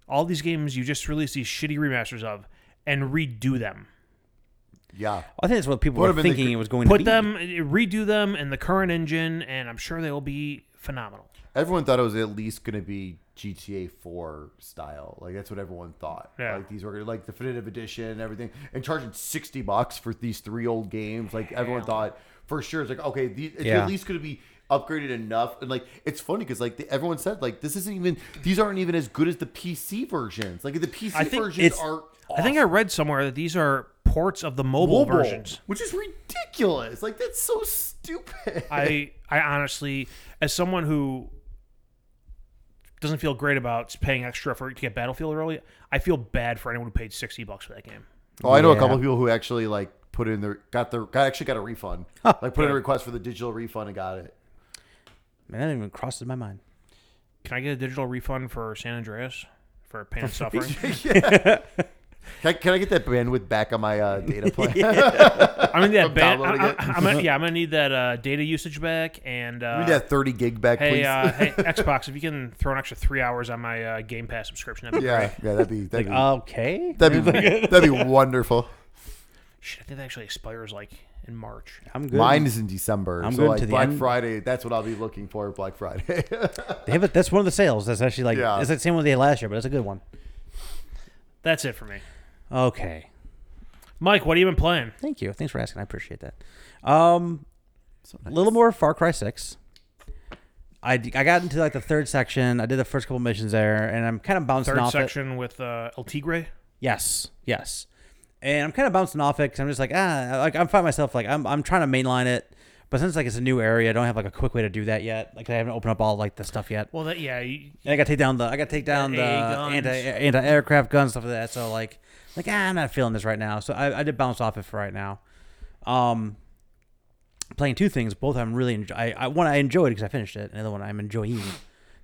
S3: all these games you just released these shitty remasters of and redo them.
S2: Yeah,
S1: I think that's what people
S2: What have
S1: were
S2: been the
S1: thinking
S2: cr-
S1: it was going to
S3: Put
S1: be.
S3: them, uh, redo them in the current engine, and I'm sure they will be phenomenal.
S2: everyone thought it was at least going to be GTA Four style. Like that's what everyone thought.
S3: Yeah.
S2: Like these were like definitive edition and everything, and charging sixty bucks for these three old games. Like everyone thought for sure. It's like okay, the, it's
S1: Yeah.
S2: at least going to be upgraded enough. And like it's funny because like the, everyone said like this isn't even these aren't even as good as the PC versions. Like the PC
S3: I think
S2: versions
S1: it's-
S2: are.
S3: I think I read somewhere that these are ports of the mobile,
S2: mobile,
S3: versions.
S2: which is ridiculous. Like that's so stupid.
S3: I, I honestly, as someone who doesn't feel great about paying extra for to get Battlefield early, I feel bad for anyone who paid sixty bucks for that game.
S2: oh, I know a
S1: Yeah.
S2: couple of people who actually like put in their got their got actually got a refund.
S1: Oh,
S2: like put in a request for the digital refund and got it.
S1: Man, that didn't even crosses my mind.
S3: Can I get a digital refund for San Andreas for pain and suffering?
S2: Can I, can I get that bandwidth back on my uh, data plan?
S3: I'm gonna need that. Ban- I,
S2: downloading
S3: I,
S2: it.
S3: I'm gonna, yeah, I'm gonna need that uh, data usage back. And uh,
S2: Give me that thirty gig back,
S3: hey,
S2: please.
S3: uh, hey, Xbox, if you can throw an extra three hours on my uh, Game Pass subscription, that'd be
S2: yeah,
S3: great.
S2: yeah, that'd be that'd be
S1: um, Okay.
S2: that'd be, that'd be wonderful.
S3: Shit, I think that actually expires like in March.
S1: I'm good.
S2: Mine is in December,
S1: I'm
S2: so
S1: good
S2: like
S1: to the
S2: Black
S1: end.
S2: Friday. That's what I'll be looking for at Black Friday.
S1: They have it. That's one of the sales. That's actually like
S2: Yeah.
S1: it's the same one they had last year, but it's a good one.
S3: That's it for me.
S1: Okay.
S3: Mike, what have you been playing?
S1: Thank you. Thanks for asking. I appreciate that. Um, a little more Far Cry Six. I, d- I got into like the third section. I did the first couple missions there, and I'm kind of bouncing
S3: Third
S1: off it.
S3: section with uh, El Tigre.
S1: Yes, yes. And I'm kind of bouncing off it because I'm just like, ah, like I'm finding myself like I'm, I'm trying to mainline it, but since like it's a new area, I don't have like a quick way to do that yet. Like I haven't opened up all like the stuff yet.
S3: Well, that yeah, you,
S1: And I got to take down the I got to take down
S3: The
S1: the
S3: AA guns.
S1: anti anti aircraft guns stuff like that. So like like ah, I'm not feeling this right now. So I, I did bounce off it for right now. Um, playing two things, both I'm really enjoy. I, I one I enjoyed because I finished it. and the other one I'm enjoying. the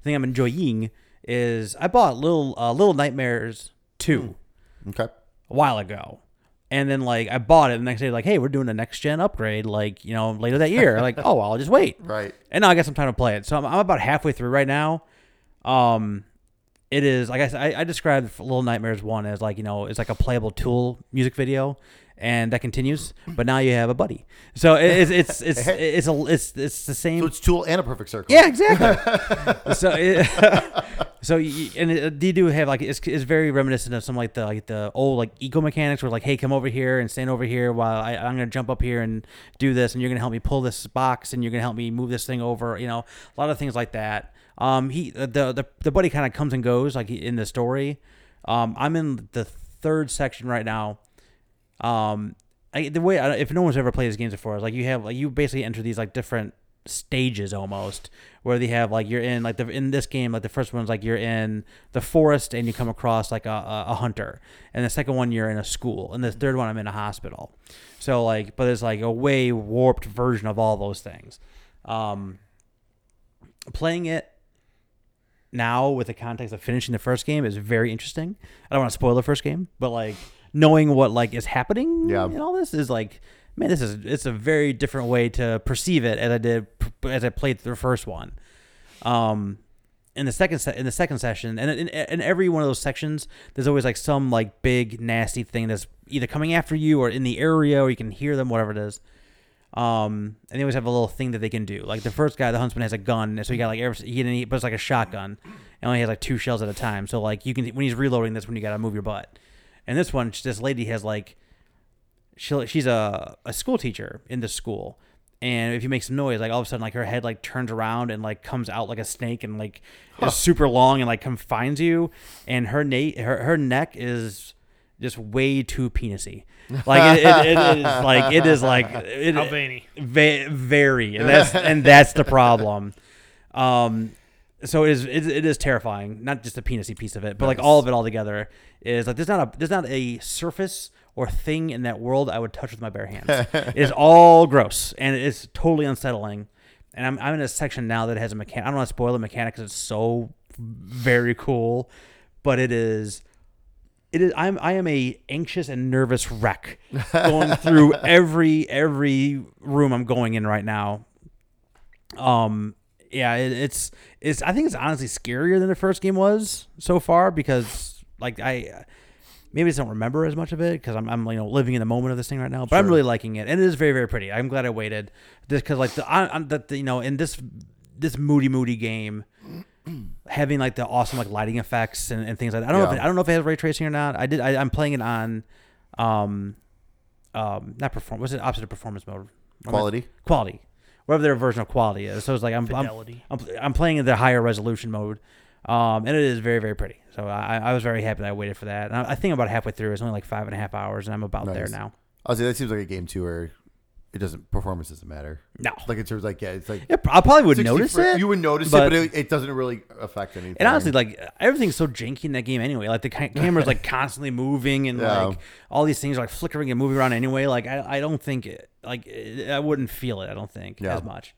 S1: thing I'm enjoying is I bought little uh, Little Nightmares two
S2: okay,
S1: a while ago. And then like I bought it the next day, like, hey, we're doing a next gen upgrade, like, you know, later that year. like, oh, I'll just wait.
S2: right.
S1: And now I got some time to play it. So I'm, I'm about halfway through right now. Um, it is like I said, I, I described Little Nightmares one as like you know it's like a playable tool music video, and that continues. But now you have a buddy, so it, it's it's it's it's a, it's it's the same.
S2: So it's Tool and a Perfect Circle.
S1: Yeah, exactly. so, it, so you, and it, you do have like it's, it's very reminiscent of some like the like the old like eco mechanics where like hey come over here and stand over here while I, I'm gonna jump up here and do this and you're gonna help me pull this box and you're gonna help me move this thing over you know a lot of things like that. Um, he the the, the buddy kind of comes and goes like in the story. Um, I'm in the third section right now. Um, I, the way I, if no one's ever played these games before, is like you have like you basically enter these like different stages almost where they have like you're in like the in this game like the first one's like you're in the forest and you come across like a, a, a hunter and the second one you're in a school and the third one i'm in a hospital so like but it's like a way warped version of all those things um playing it now with the context of finishing the first game is very interesting. I don't want to spoil the first game, but like knowing what like is happening
S2: Yeah.
S1: and all this is like man, this is it's a very different way to perceive it as I did as I played the first one. Um in the second se- in the second session and in, in every one of those sections there's always like some like big nasty thing that's either coming after you or in the area or you can hear them whatever it is um, and they always have a little thing that they can do. Like the first guy, the huntsman has a gun, and so he got like every, he didn't, but it's like a shotgun, and only has like two shells at a time. So like you can when he's reloading, that's when you gotta move your butt. And this one, this lady has like, she she's a a school teacher in this school, and if you make some noise, like all of a sudden, like her head like turns around and like comes out like a snake and like is super long and like confines you, and her na- her her neck is. Just way too penisy, like it, it, it is like it is like it,
S3: How veiny.
S1: Va- very, and that's and that's the problem. Um, so it is it, it is terrifying. Not just the penisy piece of it, but like all of it all together is like there's not a there's not a surface or thing in that world I would touch with my bare hands. it is all gross and it's totally unsettling. And I'm, I'm in a section now that has a mechanic. I don't want to spoil the mechanic because it's so very cool, but it is it is I'm I am a anxious and nervous wreck going through every every room I'm going in right now. Um yeah, it, it's it's I think it's honestly scarier than the first game was so far because like I maybe I just don't remember as much of it because I'm, I'm you know living in the moment of this thing right now. But I'm really liking it, and it is very very pretty. I'm glad I waited just because like the I, I'm, that the, you know in this this moody moody game having like the awesome like lighting effects and, and things like that. I don't know if
S2: Yeah.
S1: it, I don't know if it has ray tracing or not. I did I, I'm playing it on um um not perform what's it opposite of performance mode What am I-
S2: Quality.
S1: quality whatever their version of quality is. So it's like I'm I'm-
S3: Fidelity.
S1: I'm, I'm playing in the higher resolution mode, um, and it is very very pretty. So I, I was very happy that I waited for that. And I, I think I'm about halfway through. It's only like five and a half hours, and I'm about there
S2: Nice.
S1: now.
S2: I'll say that seems like a game too where it doesn't performance doesn't matter.
S1: No,
S2: Like in terms like yeah, it's like
S1: yeah, I probably would
S2: 60
S1: notice
S2: fr-
S1: it.
S2: You would notice
S1: but-
S2: it, but it, it doesn't really affect anything.
S1: And honestly, like everything's so janky in that game anyway. Like the ca- camera's like constantly moving, and
S2: Yeah.
S1: like all these things are like flickering and moving around anyway. Like I, I don't think it, like it, I wouldn't feel it. I don't think
S2: Yeah.
S1: as much.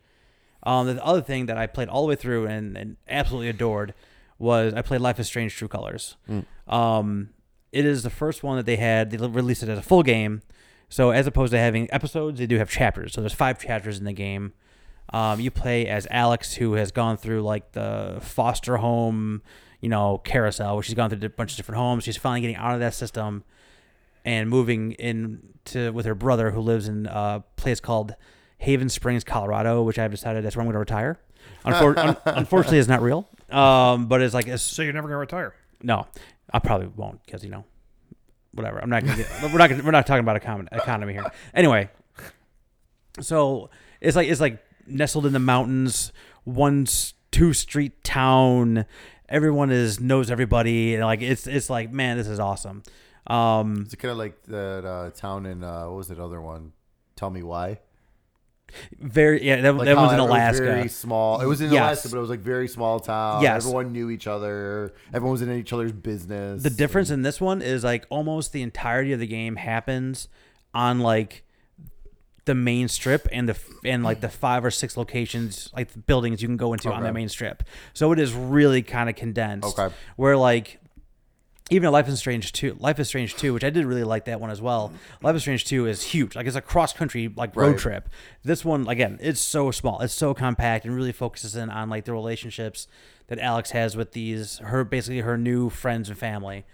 S1: Um, the other thing that I played all the way through and, and absolutely adored was I played Life is Strange: True Colors.
S2: Mm.
S1: Um, it is the first one that they had. They released it as a full game, so as opposed to having episodes, they do have chapters. So there's five chapters in the game. Um, you play as Alex, who has gone through like the foster home, you know, carousel, where she's gone through a bunch of different homes. She's finally getting out of that system and moving in to with her brother, who lives in a place called Haven Springs, Colorado, which I've decided that's where I'm going to retire. Unfor- un- unfortunately, it's not real, um, but it's like it's
S3: So you're never gonna retire.
S1: no, I probably won't because you know, whatever. I'm not gonna get. we're not. Gonna, we're not talking about econ- economy here. Anyway, so it's like it's like nestled in the mountains, one s- two street town. Everyone is knows everybody, and like it's it's like man, this is awesome. Um,
S2: it's kind of like that uh, town in uh, what was that other one? Tell me why.
S1: very yeah, that,
S2: Like
S1: that
S2: how
S1: one's in
S2: it was
S1: Alaska.
S2: Very small. It was in
S1: Yes.
S2: Alaska, but it was like very small town.
S1: Yes.
S2: Everyone knew each other. Everyone was in each other's business.
S1: The difference in this one is like almost the entirety of the game happens on like the main strip and the and like the five or six locations like the buildings you can go into on
S2: Okay.
S1: that main strip. So it is really kind of condensed.
S2: Okay.
S1: Where like even Life is Strange two, Life is Strange two, which I did really like that one as well. Life is Strange two is huge, like it's a cross country like road
S2: Right.
S1: trip. This one again, it's so small, it's so compact, and really focuses in on like the relationships that Alex has with these her basically her new friends and family.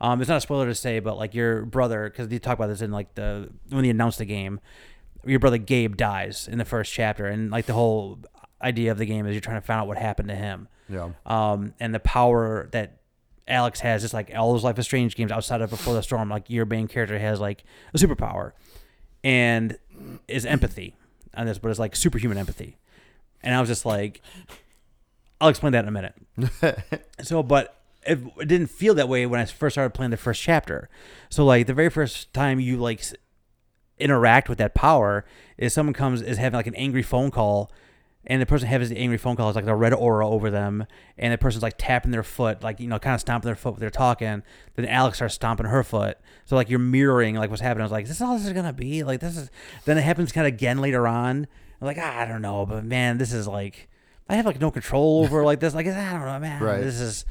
S1: Um, it's not a spoiler to say, but like your brother, because they talk about this in like the when they announced the game, your brother Gabe dies in the first chapter, and like the whole idea of the game is you're trying to find out what happened to him
S2: Yeah.
S1: um, and the power that Alex has, just like all those Life is Strange games outside of Before the Storm, like your main character has like a superpower, and is empathy on this, but it's like superhuman empathy. And I was just like, I'll explain that in a minute. so, but it, it didn't feel that way when I first started playing the first chapter. So, like the very first time you like s- interact with that power is someone comes is having like an angry phone call and the person having the angry phone call is like the red aura over them, and the person's like tapping their foot, like you know, kind of stomping their foot when they're talking. Then Alex starts stomping her foot, so like you're mirroring like what's happening. I was like, this is all this is gonna be like this is. Then it happens kind of again later on. I'm like, ah, I don't know, but man, this is like I have like no control over like this. Like I don't know, man,
S2: Right.
S1: this is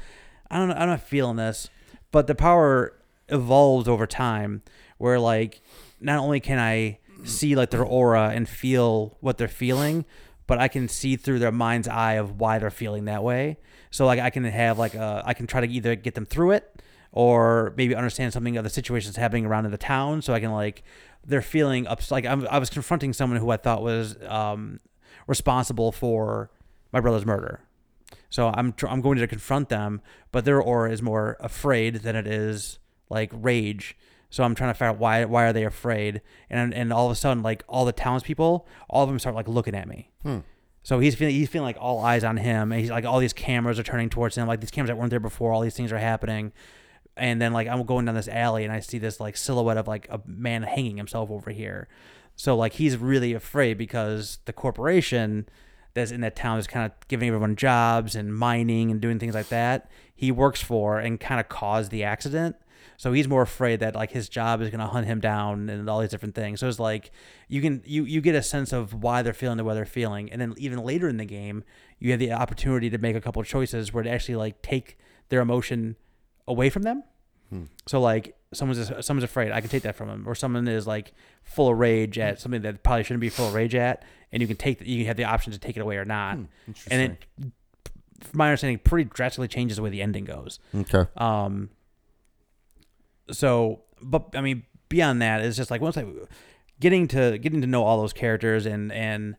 S1: I don't know, I'm not feeling this. But the power evolves over time, where like not only can I see like their aura and feel what they're feeling, but I can see through their mind's eye of why they're feeling that way. So like I can have like uh, I can try to either get them through it or maybe understand something of the situations happening around in the town, so I can like they're feeling ups. Like I'm, I was confronting someone who I thought was um, responsible for my brother's murder. So I'm tr- I'm going to confront them, but their aura is more afraid than it is like rage. So I'm trying to figure out why why are they afraid? And and all of a sudden, like all the townspeople, all of them start like looking at me. So he's feeling he's feeling like all eyes on him, and he's like all these cameras are turning towards him, like these cameras that weren't there before. All these things are happening, and then like I'm going down this alley, and I see this like silhouette of like a man hanging himself over here. So like he's really afraid because the corporation that's in that town is kind of giving everyone jobs and mining and doing things like that. He works for and kind of caused the accident. So he's more afraid that like his job is gonna hunt him down and all these different things. So it's like you can you you get a sense of why they're feeling the way they're feeling, and then even later in the game, you have the opportunity to make a couple choices where to actually like take their emotion away from them. So like someone's someone's afraid, I can take that from them, or someone is like full of rage at something that probably shouldn't be full of rage at, and you can take you have the option to take it away or not. and it, from my understanding, pretty drastically changes the way the ending goes.
S2: Okay.
S1: Um. So, but I mean, beyond that, it's just like once I getting to getting to know all those characters and and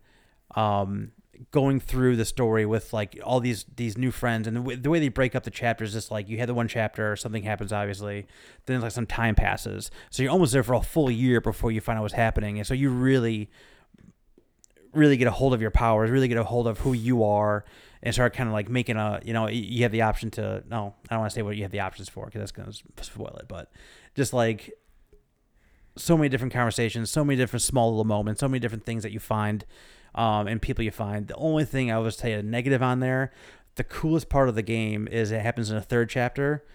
S1: um going through the story with like all these these new friends and the, w- the way they break up the chapters is like you had the one chapter something happens obviously then it's like some time passes so you're almost there for a full year before you find out what's happening and so you really really get a hold of your powers, really get a hold of who you are, and start kind of like making a you know y- you have the option to no I don't want to say what you have the options for because that's gonna s- spoil it, but just like so many different conversations, so many different small little moments, so many different things that you find, um, and people you find. The only thing I was tell you a negative on there, the coolest part of the game is it happens in the third chapter.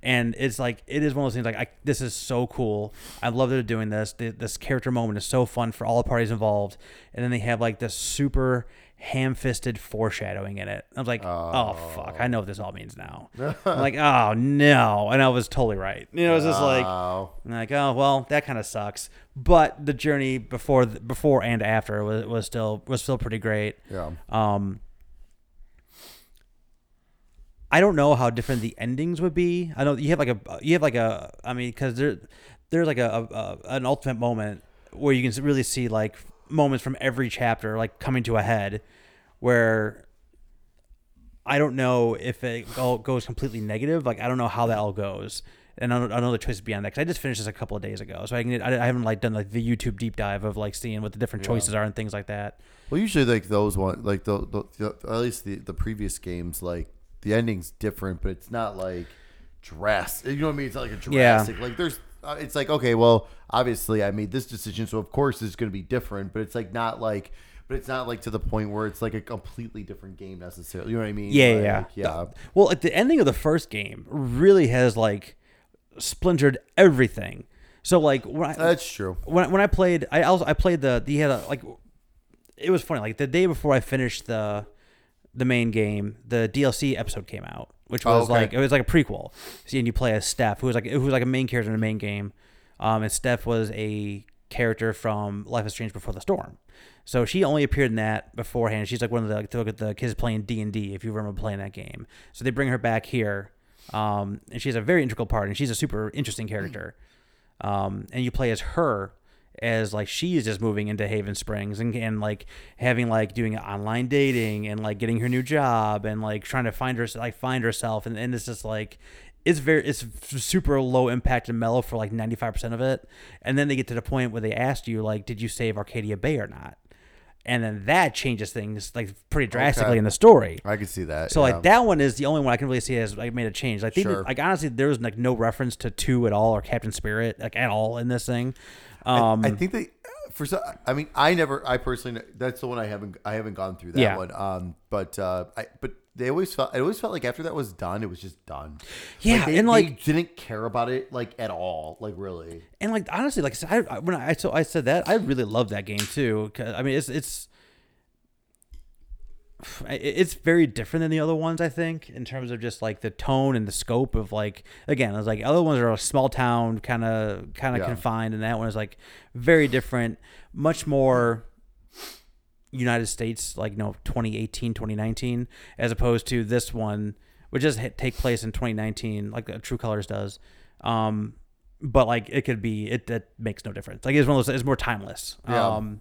S1: And it's like it is one of those things like I, this is so cool. I love that they're doing this. Th- This character moment is so fun for all the parties involved. And then they have like this super ham-fisted foreshadowing in it. I was like, oh, fuck, I know what this all means now. I'm like, oh no, and I was totally right. You know, it's just like
S2: Wow.
S1: and like, oh well, that kind of sucks. But the journey before, before and after was, was still was still pretty great.
S2: yeah.
S1: Um, I don't know how different the endings would be. I know you have like a you have like a I mean because there there's like a, a, a an ultimate moment where you can really see like moments from every chapter like coming to a head where I don't know if it all goes completely negative. Like I don't know how that all goes, and I don't, I don't know the choices beyond that. Because I just finished this a couple of days ago, so I can I, I haven't like done like the YouTube deep dive of like seeing what the different choices are and things like that.
S2: Well, usually like those one, like the, the, the at least the, the previous games, like the ending's different, but it's not like drastic. You know what I mean? It's not like a
S1: Yeah.
S2: drastic. Like there's, uh, it's like okay, well, obviously I made this decision, so of course it's going to be different. But it's like not like, but it's not like to the point where it's like a completely different game necessarily. You know what I mean?
S1: Yeah,
S2: Like,
S1: yeah,
S2: yeah.
S1: The- well, at the ending of the first game, really has like splintered everything. So like when I,
S2: That's true.
S1: when when I played, I also I played the the had a, like it was funny. Like the day before I finished the the main game, the DLC episode came out, which
S2: Oh,
S1: was
S2: okay.
S1: like it was like a prequel. See, and you play as Steph, who was like who was like a main character in the main game, um, and Steph was a character from Life is Strange Before the Storm. So she only appeared in that beforehand. She's like one of the like, the, the kids playing D and D. If you remember playing that game, so they bring her back here, um, and she's a very integral part, and she's a super interesting character um, and you play as her as like she is just moving into Haven Springs and, and like having like doing online dating and like getting her new job and like trying to find her like find herself and, and it's just like it's very it's super low impact and mellow for like 95% of it and then they get to the point where they asked you like did you save Arcadia Bay or not and then that changes things like pretty drastically
S2: Okay.
S1: in the story
S2: I could see that.
S1: so
S2: yeah.
S1: like that one is the only one I can really see as like made a change. Like they did-
S2: Sure.
S1: like honestly, there was like no reference to two at all or Captain Spirit like at all in this thing.
S2: I-
S1: Um,
S2: I think they, for so I mean I never I personally that's the one I haven't I haven't gone through that
S1: Yeah.
S2: one um but uh I but they always felt it always felt like after that was done it was just done
S1: Yeah,
S2: they,
S1: and,
S2: they
S1: like-
S2: didn't care about it like at all like really
S1: And like honestly, like I said, I, I- when I so I said that, I really love that game too. 'cause, I mean, it's it's it- it's very different than the other ones. I think in terms of just like the tone and the scope of like again, I was like other ones are a small town kind of kind of
S2: Yeah.
S1: confined, and that one is like very different, much more United States, like no 2018, 2019, as opposed to this one, which does hit, take place in 2019, like uh, True Colors does. Um, but like it could be, it that makes no difference. Like it's one of those, it's more timeless.
S2: Yeah.
S1: Um,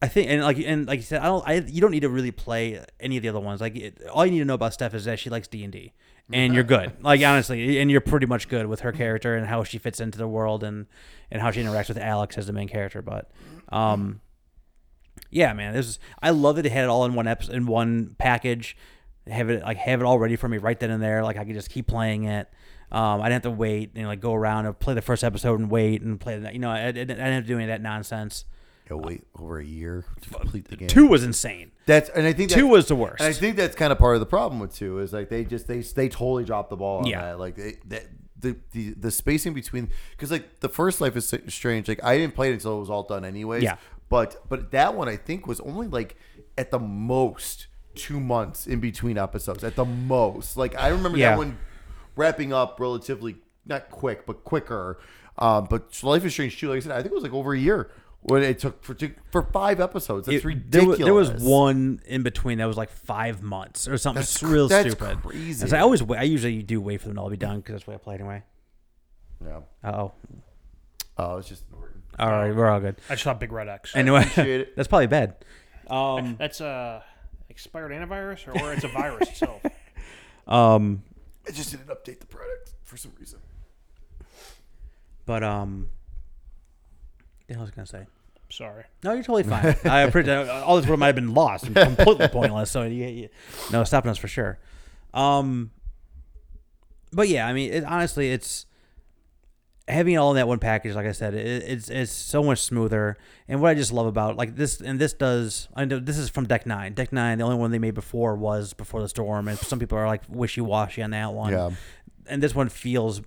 S1: I think, and like, and like you said, I don't, I, you don't need to really play any of the other ones. Like, it, all you need to know about Steph is that she likes D and D, and you're good. Like, honestly, and you're pretty much good with her character and how she fits into the world and and how she interacts with Alex as the main character. But, um, yeah, man, this is, I love that it had it all in one episode, in one package. Have it like have it all ready for me right then and there. Like I could just keep playing it. Um, I didn't have to wait and like go around and play the first episode and wait and play the You know, I, I didn't I didn't have to do any of that nonsense.
S2: yeah wait over a year to complete the game
S1: Two was insane.
S2: that's and I think
S1: Two
S2: that's-
S1: was the worst.
S2: And I think that's kind of part of the problem with two is like they just they they totally dropped the ball on
S1: Yeah.
S2: that. Like they, that the the the spacing between because like the first life is strange. Like I didn't play it until it was all done anyways.
S1: Yeah.
S2: But but that one I think was only like at the most two months in between episodes at the most. Like I remember
S1: Yeah.
S2: that one wrapping up relatively not quick but quicker. Um, but Life is Strange two, like I said, I think it was like over a year when it took for two, for five episodes. That's
S1: It- there wa-
S2: ridiculous.
S1: There was, one in between that was like five months or something.
S2: That's
S1: That's,
S2: cr-
S1: real
S2: that's
S1: stupid.
S2: crazy.
S1: As I always, wait, I usually do wait for them to all be done because that's the way I play anyway.
S2: Yeah.
S1: Uh oh.
S2: Oh, it's just Norton.
S1: All right, we're all good.
S3: I just saw Big Red X.
S2: appreciate
S1: Anyway,
S2: it.
S1: that's probably bad. Um,
S3: That's uh, expired antivirus, or, or it's a virus itself.
S1: um,
S2: I just didn't update the product for some reason.
S1: but um, what the hell was I gonna say?
S3: Sorry.
S1: No, you're totally fine. I appreciate all this would might have been lost and completely pointless. So you, you, no stopping us for sure. Um, but yeah, I mean, it, honestly, it's having it all in that one package. Like I said, it, it's it's so much smoother. And what I just love about like this and this does I know this is from Deck Nine. Deck Nine, the only one they made before was Before the Storm, and some people are like wishy washy on that one
S2: Yeah.
S1: and this one feels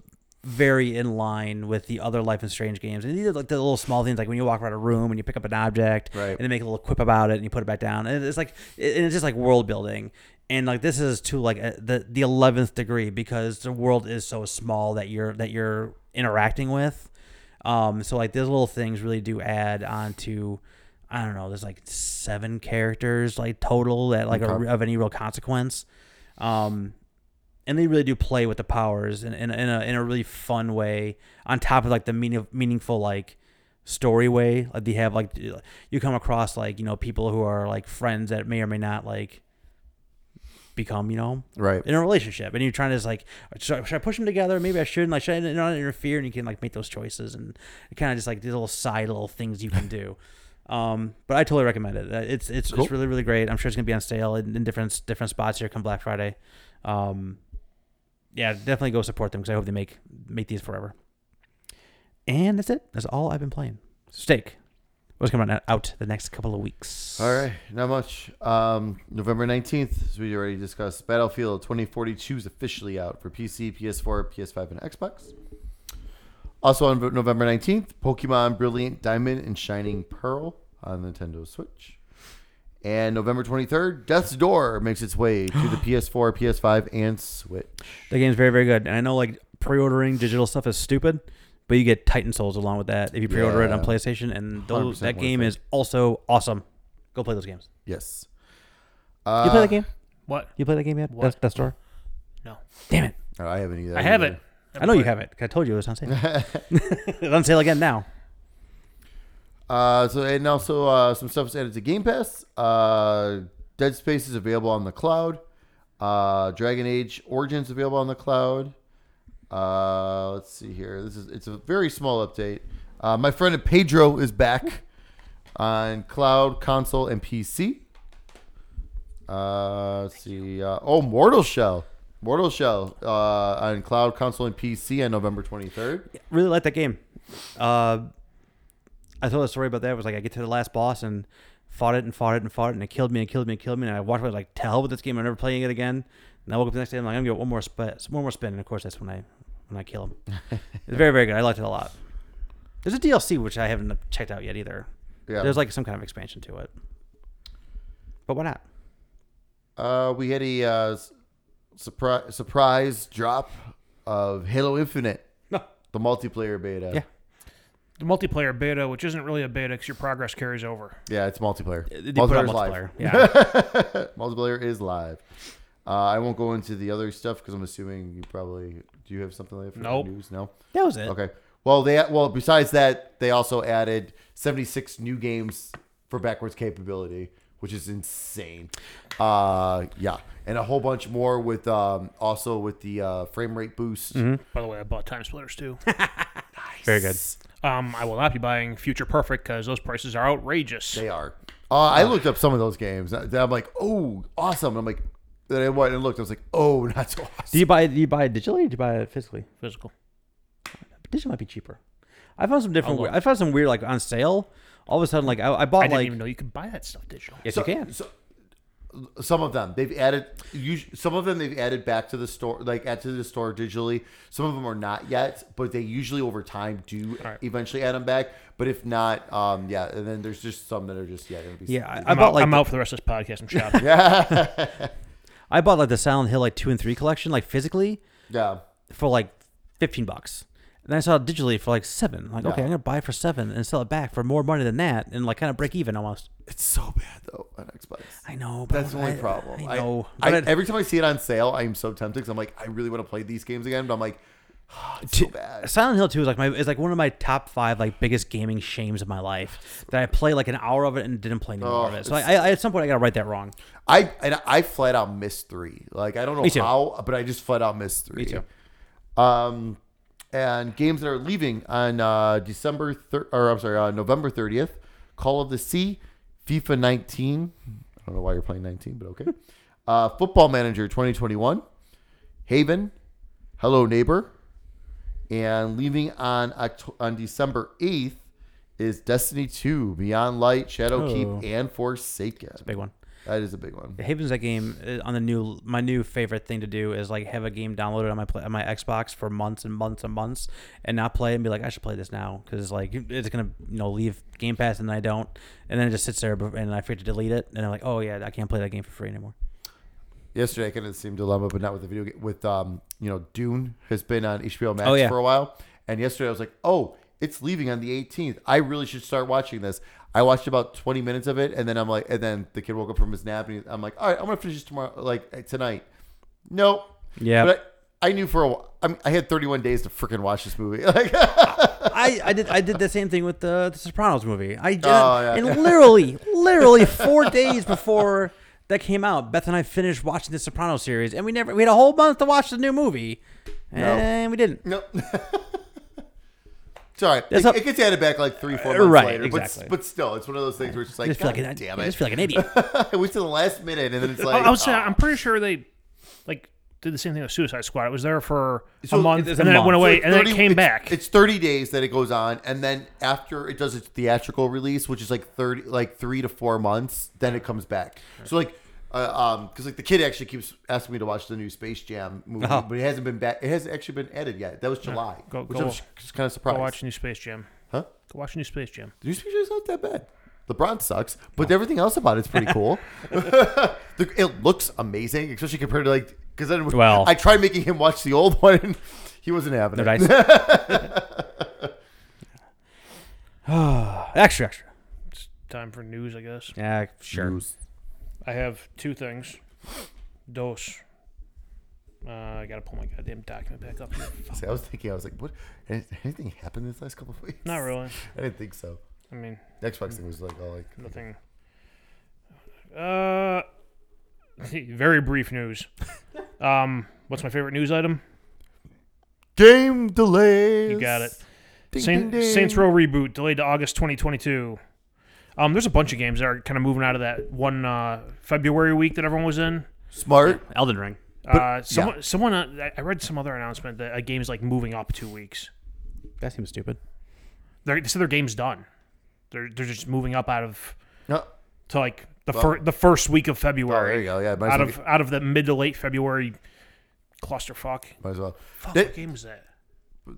S1: very in line with the other Life is Strange games. And these are like the little small things, like when you walk around a room and you pick up an object,
S2: Right.
S1: and then make a little quip about it, and you put it back down. And it's like, and it's just like world building. And like this is to like a, the the eleventh degree because the world is so small that you're that you're interacting with. Um, so like those little things really do add on to, I don't know, there's like seven characters like total that like are
S2: Okay.
S1: of any real consequence. Um, and they really do play with the powers in, in, in, a, in a really fun way on top of like the meaning, meaningful like story way like they have like you come across like you know people who are like friends that may or may not like become you know
S2: Right.
S1: in a relationship and you're trying to just like should I, should I push them together maybe I shouldn't like should I not interfere and you can like make those choices and kind of just like these little side little things you can do um but I totally recommend it Uh, it's it's,
S2: Cool.
S1: it's really really great I'm sure it's gonna be on sale in, in different different spots here come Black Friday um yeah definitely go support them because I hope they make make these forever and that's it that's all I've been playing steak what's coming out the next couple of weeks
S2: All right. Not much. Um, November 19th, as we already discussed, Battlefield 2042 is officially out for PC, PS4, PS5, and Xbox. Also on November 19th, Pokemon Brilliant Diamond and Shining Pearl on Nintendo Switch. And November 23rd, Death's Door makes its way to the PS4, PS5, and Switch.
S1: The game's very, very good. And I know like pre-ordering digital stuff is stupid, but you get Titan Souls along with that if you pre-order it on
S2: Yeah.
S1: PlayStation, and those,
S2: 100%
S1: that
S2: worth
S1: game
S2: it.
S1: is also awesome. Go play those games.
S2: Yes.
S1: You
S2: Uh,
S1: play that game?
S3: What?
S1: You play that game yet?
S3: what?
S1: Death, Death Star.
S3: No.
S1: Damn it!
S2: Uh, I haven't either.
S3: I have
S2: either.
S3: it.
S1: I know you have it. 'cause I told you it was on sale. it's on sale again now.
S2: Uh, so and also uh, some stuff is added to Game Pass. Uh, Dead Space is available on the cloud. Uh, Dragon Age Origins available on the cloud. Uh, let's see here. This is it's a very small update. Uh, my friend Pedro is back on cloud, console, and PC. Uh, let's see. Uh, oh, Mortal Shell. Mortal Shell uh, on cloud, console, and PC on November 23rd.
S1: Really like that game. Uh, I told a story about that. It was like I get to the last boss and fought it and fought it and fought it and it killed me and killed me and killed me and I walked away like to hell with this game. I'm never playing it again. And I woke up the next day and I'm like I'm gonna get one more spin, one more spin. And of course that's when I when I kill him. it's very very good. I liked it a lot. There's a DLC which I haven't checked out yet either.
S2: Yeah.
S1: There's like some kind of expansion to it. But why not?
S2: Uh, we had a uh, surprise surprise drop of Halo Infinite,
S1: No.
S2: the multiplayer beta.
S1: Yeah.
S3: The multiplayer beta, which isn't really a beta because your progress carries over.
S2: Yeah, it's multiplayer.
S1: They put out
S2: is
S1: multiplayer.
S2: live.
S1: Yeah.
S2: Multiplayer is live. Uh, I won't go into the other stuff because I'm assuming you probably do. You have something like that for the
S3: Nope.
S2: news? No.
S1: that was it.
S2: Okay. Well, they well besides that, they also added 76 new games for backwards capability, which is insane. Uh, yeah, and a whole bunch more with um, also with the uh, frame rate boost.
S3: By the way, I bought Time Splitters too.
S1: Very good.
S3: um, I will not be buying Future Perfect because those prices are outrageous.
S2: They are. Uh, I looked up some of those games. I- I'm like, oh, awesome. I'm like, then I went and looked. I was like, oh, not so awesome.
S1: Do you buy do you buy it digitally or do you buy it physically?
S3: Physical.
S1: Digital might be cheaper. I found some different.
S3: I'll
S1: Weird,
S3: look.
S1: I found some weird like on sale. All of a sudden, like I, I bought
S3: I didn't
S1: like
S3: even know you could buy that stuff digital.
S1: yes,
S2: So-
S1: you can.
S2: So, some of them they've added. usu- Some of them they've added back to the store, like add to the store digitally. Some of them are not yet, but they usually over time do
S3: All right.
S2: eventually add them back. But if not, um, yeah. And then there's just some that are just yeah. it'll be-
S1: Yeah, I, I
S3: I'm,
S1: bought
S3: out,
S1: like
S3: I'm
S1: the,
S3: out for the rest of this podcast. I'm shopping.
S1: I bought like the Silent Hill like two and three collection like physically
S2: yeah.
S1: for like fifteen bucks. And then I saw it digitally for like seven. Like, okay,
S2: Yeah.
S1: I'm gonna buy it for seven and sell it back for more money than that, and like kind of break even almost.
S2: It's so bad though on Xbox.
S1: I know. But
S2: That's the only
S1: I-
S2: problem.
S1: I know.
S2: I,
S1: but I-
S2: every time I see it on sale, I'm so tempted because I'm like, I really want to play these games again, but I'm like, it's so
S1: Two-
S2: bad.
S1: Silent Hill 2 is like my is like one of my top five like biggest gaming shames of my life that I play like an hour of it and didn't play any more of
S2: Oh,
S1: it. So I, I at some point I gotta write that wrong.
S2: I and I flat out missed three. Like I don't
S1: Me too.
S2: know how, but I just flat out missed three. Um, and games that are leaving on uh, December thir- or I'm sorry, uh, November 30th, Call of the Sea, FIFA 19. I don't know why you're playing 19, but okay. uh, Football Manager 2021, Haven, Hello Neighbor, and leaving on Oct- on December 8th is Destiny 2, Beyond Light, Shadowkeep,
S1: Oh.
S2: and Forsaken.
S1: Big one.
S2: That is a big one.
S1: Haven's that game uh, on the new my new favorite thing to do is like have a game downloaded on my play, on my Xbox for months and months and months and not play it and be like I should play this now because like it's gonna you know leave Game Pass and then I don't and then it just sits there bef- and I forget to delete it and I'm like oh yeah I can't play that game for free anymore.
S2: yesterday I kind of the same dilemma, but not with the video game. With um, you know, Dune has been on HBO Max
S1: Oh, yeah.
S2: for a while, and yesterday I was like, oh, it's leaving on the 18th. I really should start watching this. I watched about 20 minutes of it, and then I'm like, and then the kid woke up from his nap, and he- I'm like, all right, I'm gonna finish this tomorrow, like eh, tonight. Nope.
S1: Yeah.
S2: But I, I knew for a while. I, mean, I had 31 days to freaking watch this movie. Like,
S1: I, I did I did the same thing with the, the Sopranos movie. I did
S2: Oh, yeah.
S1: and literally literally four days before that came out, Beth and I finished watching the Sopranos series and we never we had a whole month to watch the new movie and we didn't.
S2: Nope. It's all right.
S1: That's
S2: It,
S1: up-
S2: it gets added back like three, four
S1: Uh,
S2: months
S1: right,
S2: later.
S1: exactly.
S2: But, but still, it's one of those things where it's just
S1: I
S2: like,
S1: just feel like
S2: God
S1: an,
S2: damn
S1: I
S2: it.
S1: just feel like an idiot.
S2: I wait till the last minute, and then it's like,
S3: I was saying,
S2: oh.
S3: I'm pretty sure they like did the same thing with Suicide Squad. It was there for
S1: So
S3: a month,
S1: it's
S3: and
S1: a
S3: then it
S1: month.
S3: went away,
S2: it's
S3: and then it
S2: 30
S3: came
S2: it's-
S3: back.
S2: It's 30 days that it goes on, and then after it does its theatrical release, which is like 30, like three to four months, then it comes back. So like, uh, um, because like the kid actually keeps asking me to watch the new Space Jam movie,
S1: Oh.
S2: but it hasn't been back. It hasn't actually been edited yet. That was July,
S3: Go-
S2: which
S3: go-
S2: I was just kind of
S3: Go
S2: surprised.
S3: watch New Space Jam.
S2: Huh?
S3: Go watch New Space Jam.
S2: The new Space Jam's not that bad. LeBron sucks, but everything else about it's pretty cool. The- it looks amazing, especially compared to like because then
S1: Well-
S2: I tried making him watch the old one. and He wasn't having it.
S1: They're nice. extra, extra.
S3: It's time for news, I guess.
S1: Yeah, sure.
S2: News.
S3: I have two things. Dos. Uh, I gotta pull my goddamn document back up. Here.
S2: See, I was thinking, I was like, what? any- Anything happened this last couple of weeks?
S3: Not really.
S2: I didn't think so.
S3: I mean,
S2: The Xbox thing was like all like.
S3: nothing. Uh, very brief news. Um, what's my favorite news item?
S2: Game delays.
S3: You got it.
S2: Ding,
S3: Saint,
S2: ding, ding.
S3: Saints Row reboot delayed to August 2022. Um, there's a bunch of games that are kind of moving out of that one uh, February week that everyone was in.
S2: Smart.
S1: Elden Ring.
S3: uh, someone, someone uh, I- I read some other announcement that a game's like moving up two weeks.
S1: That seems stupid.
S3: They're, they said their game's done. They're they're just moving up out of
S2: No.
S3: to like the
S2: Well-
S3: fir- the first week of
S2: Oh, there
S3: February
S2: you go. Yeah, might as
S3: out
S2: well,
S3: of out of the mid to late February clusterfuck.
S2: get- might as well.
S3: Fuck,
S2: That-
S3: what game was that?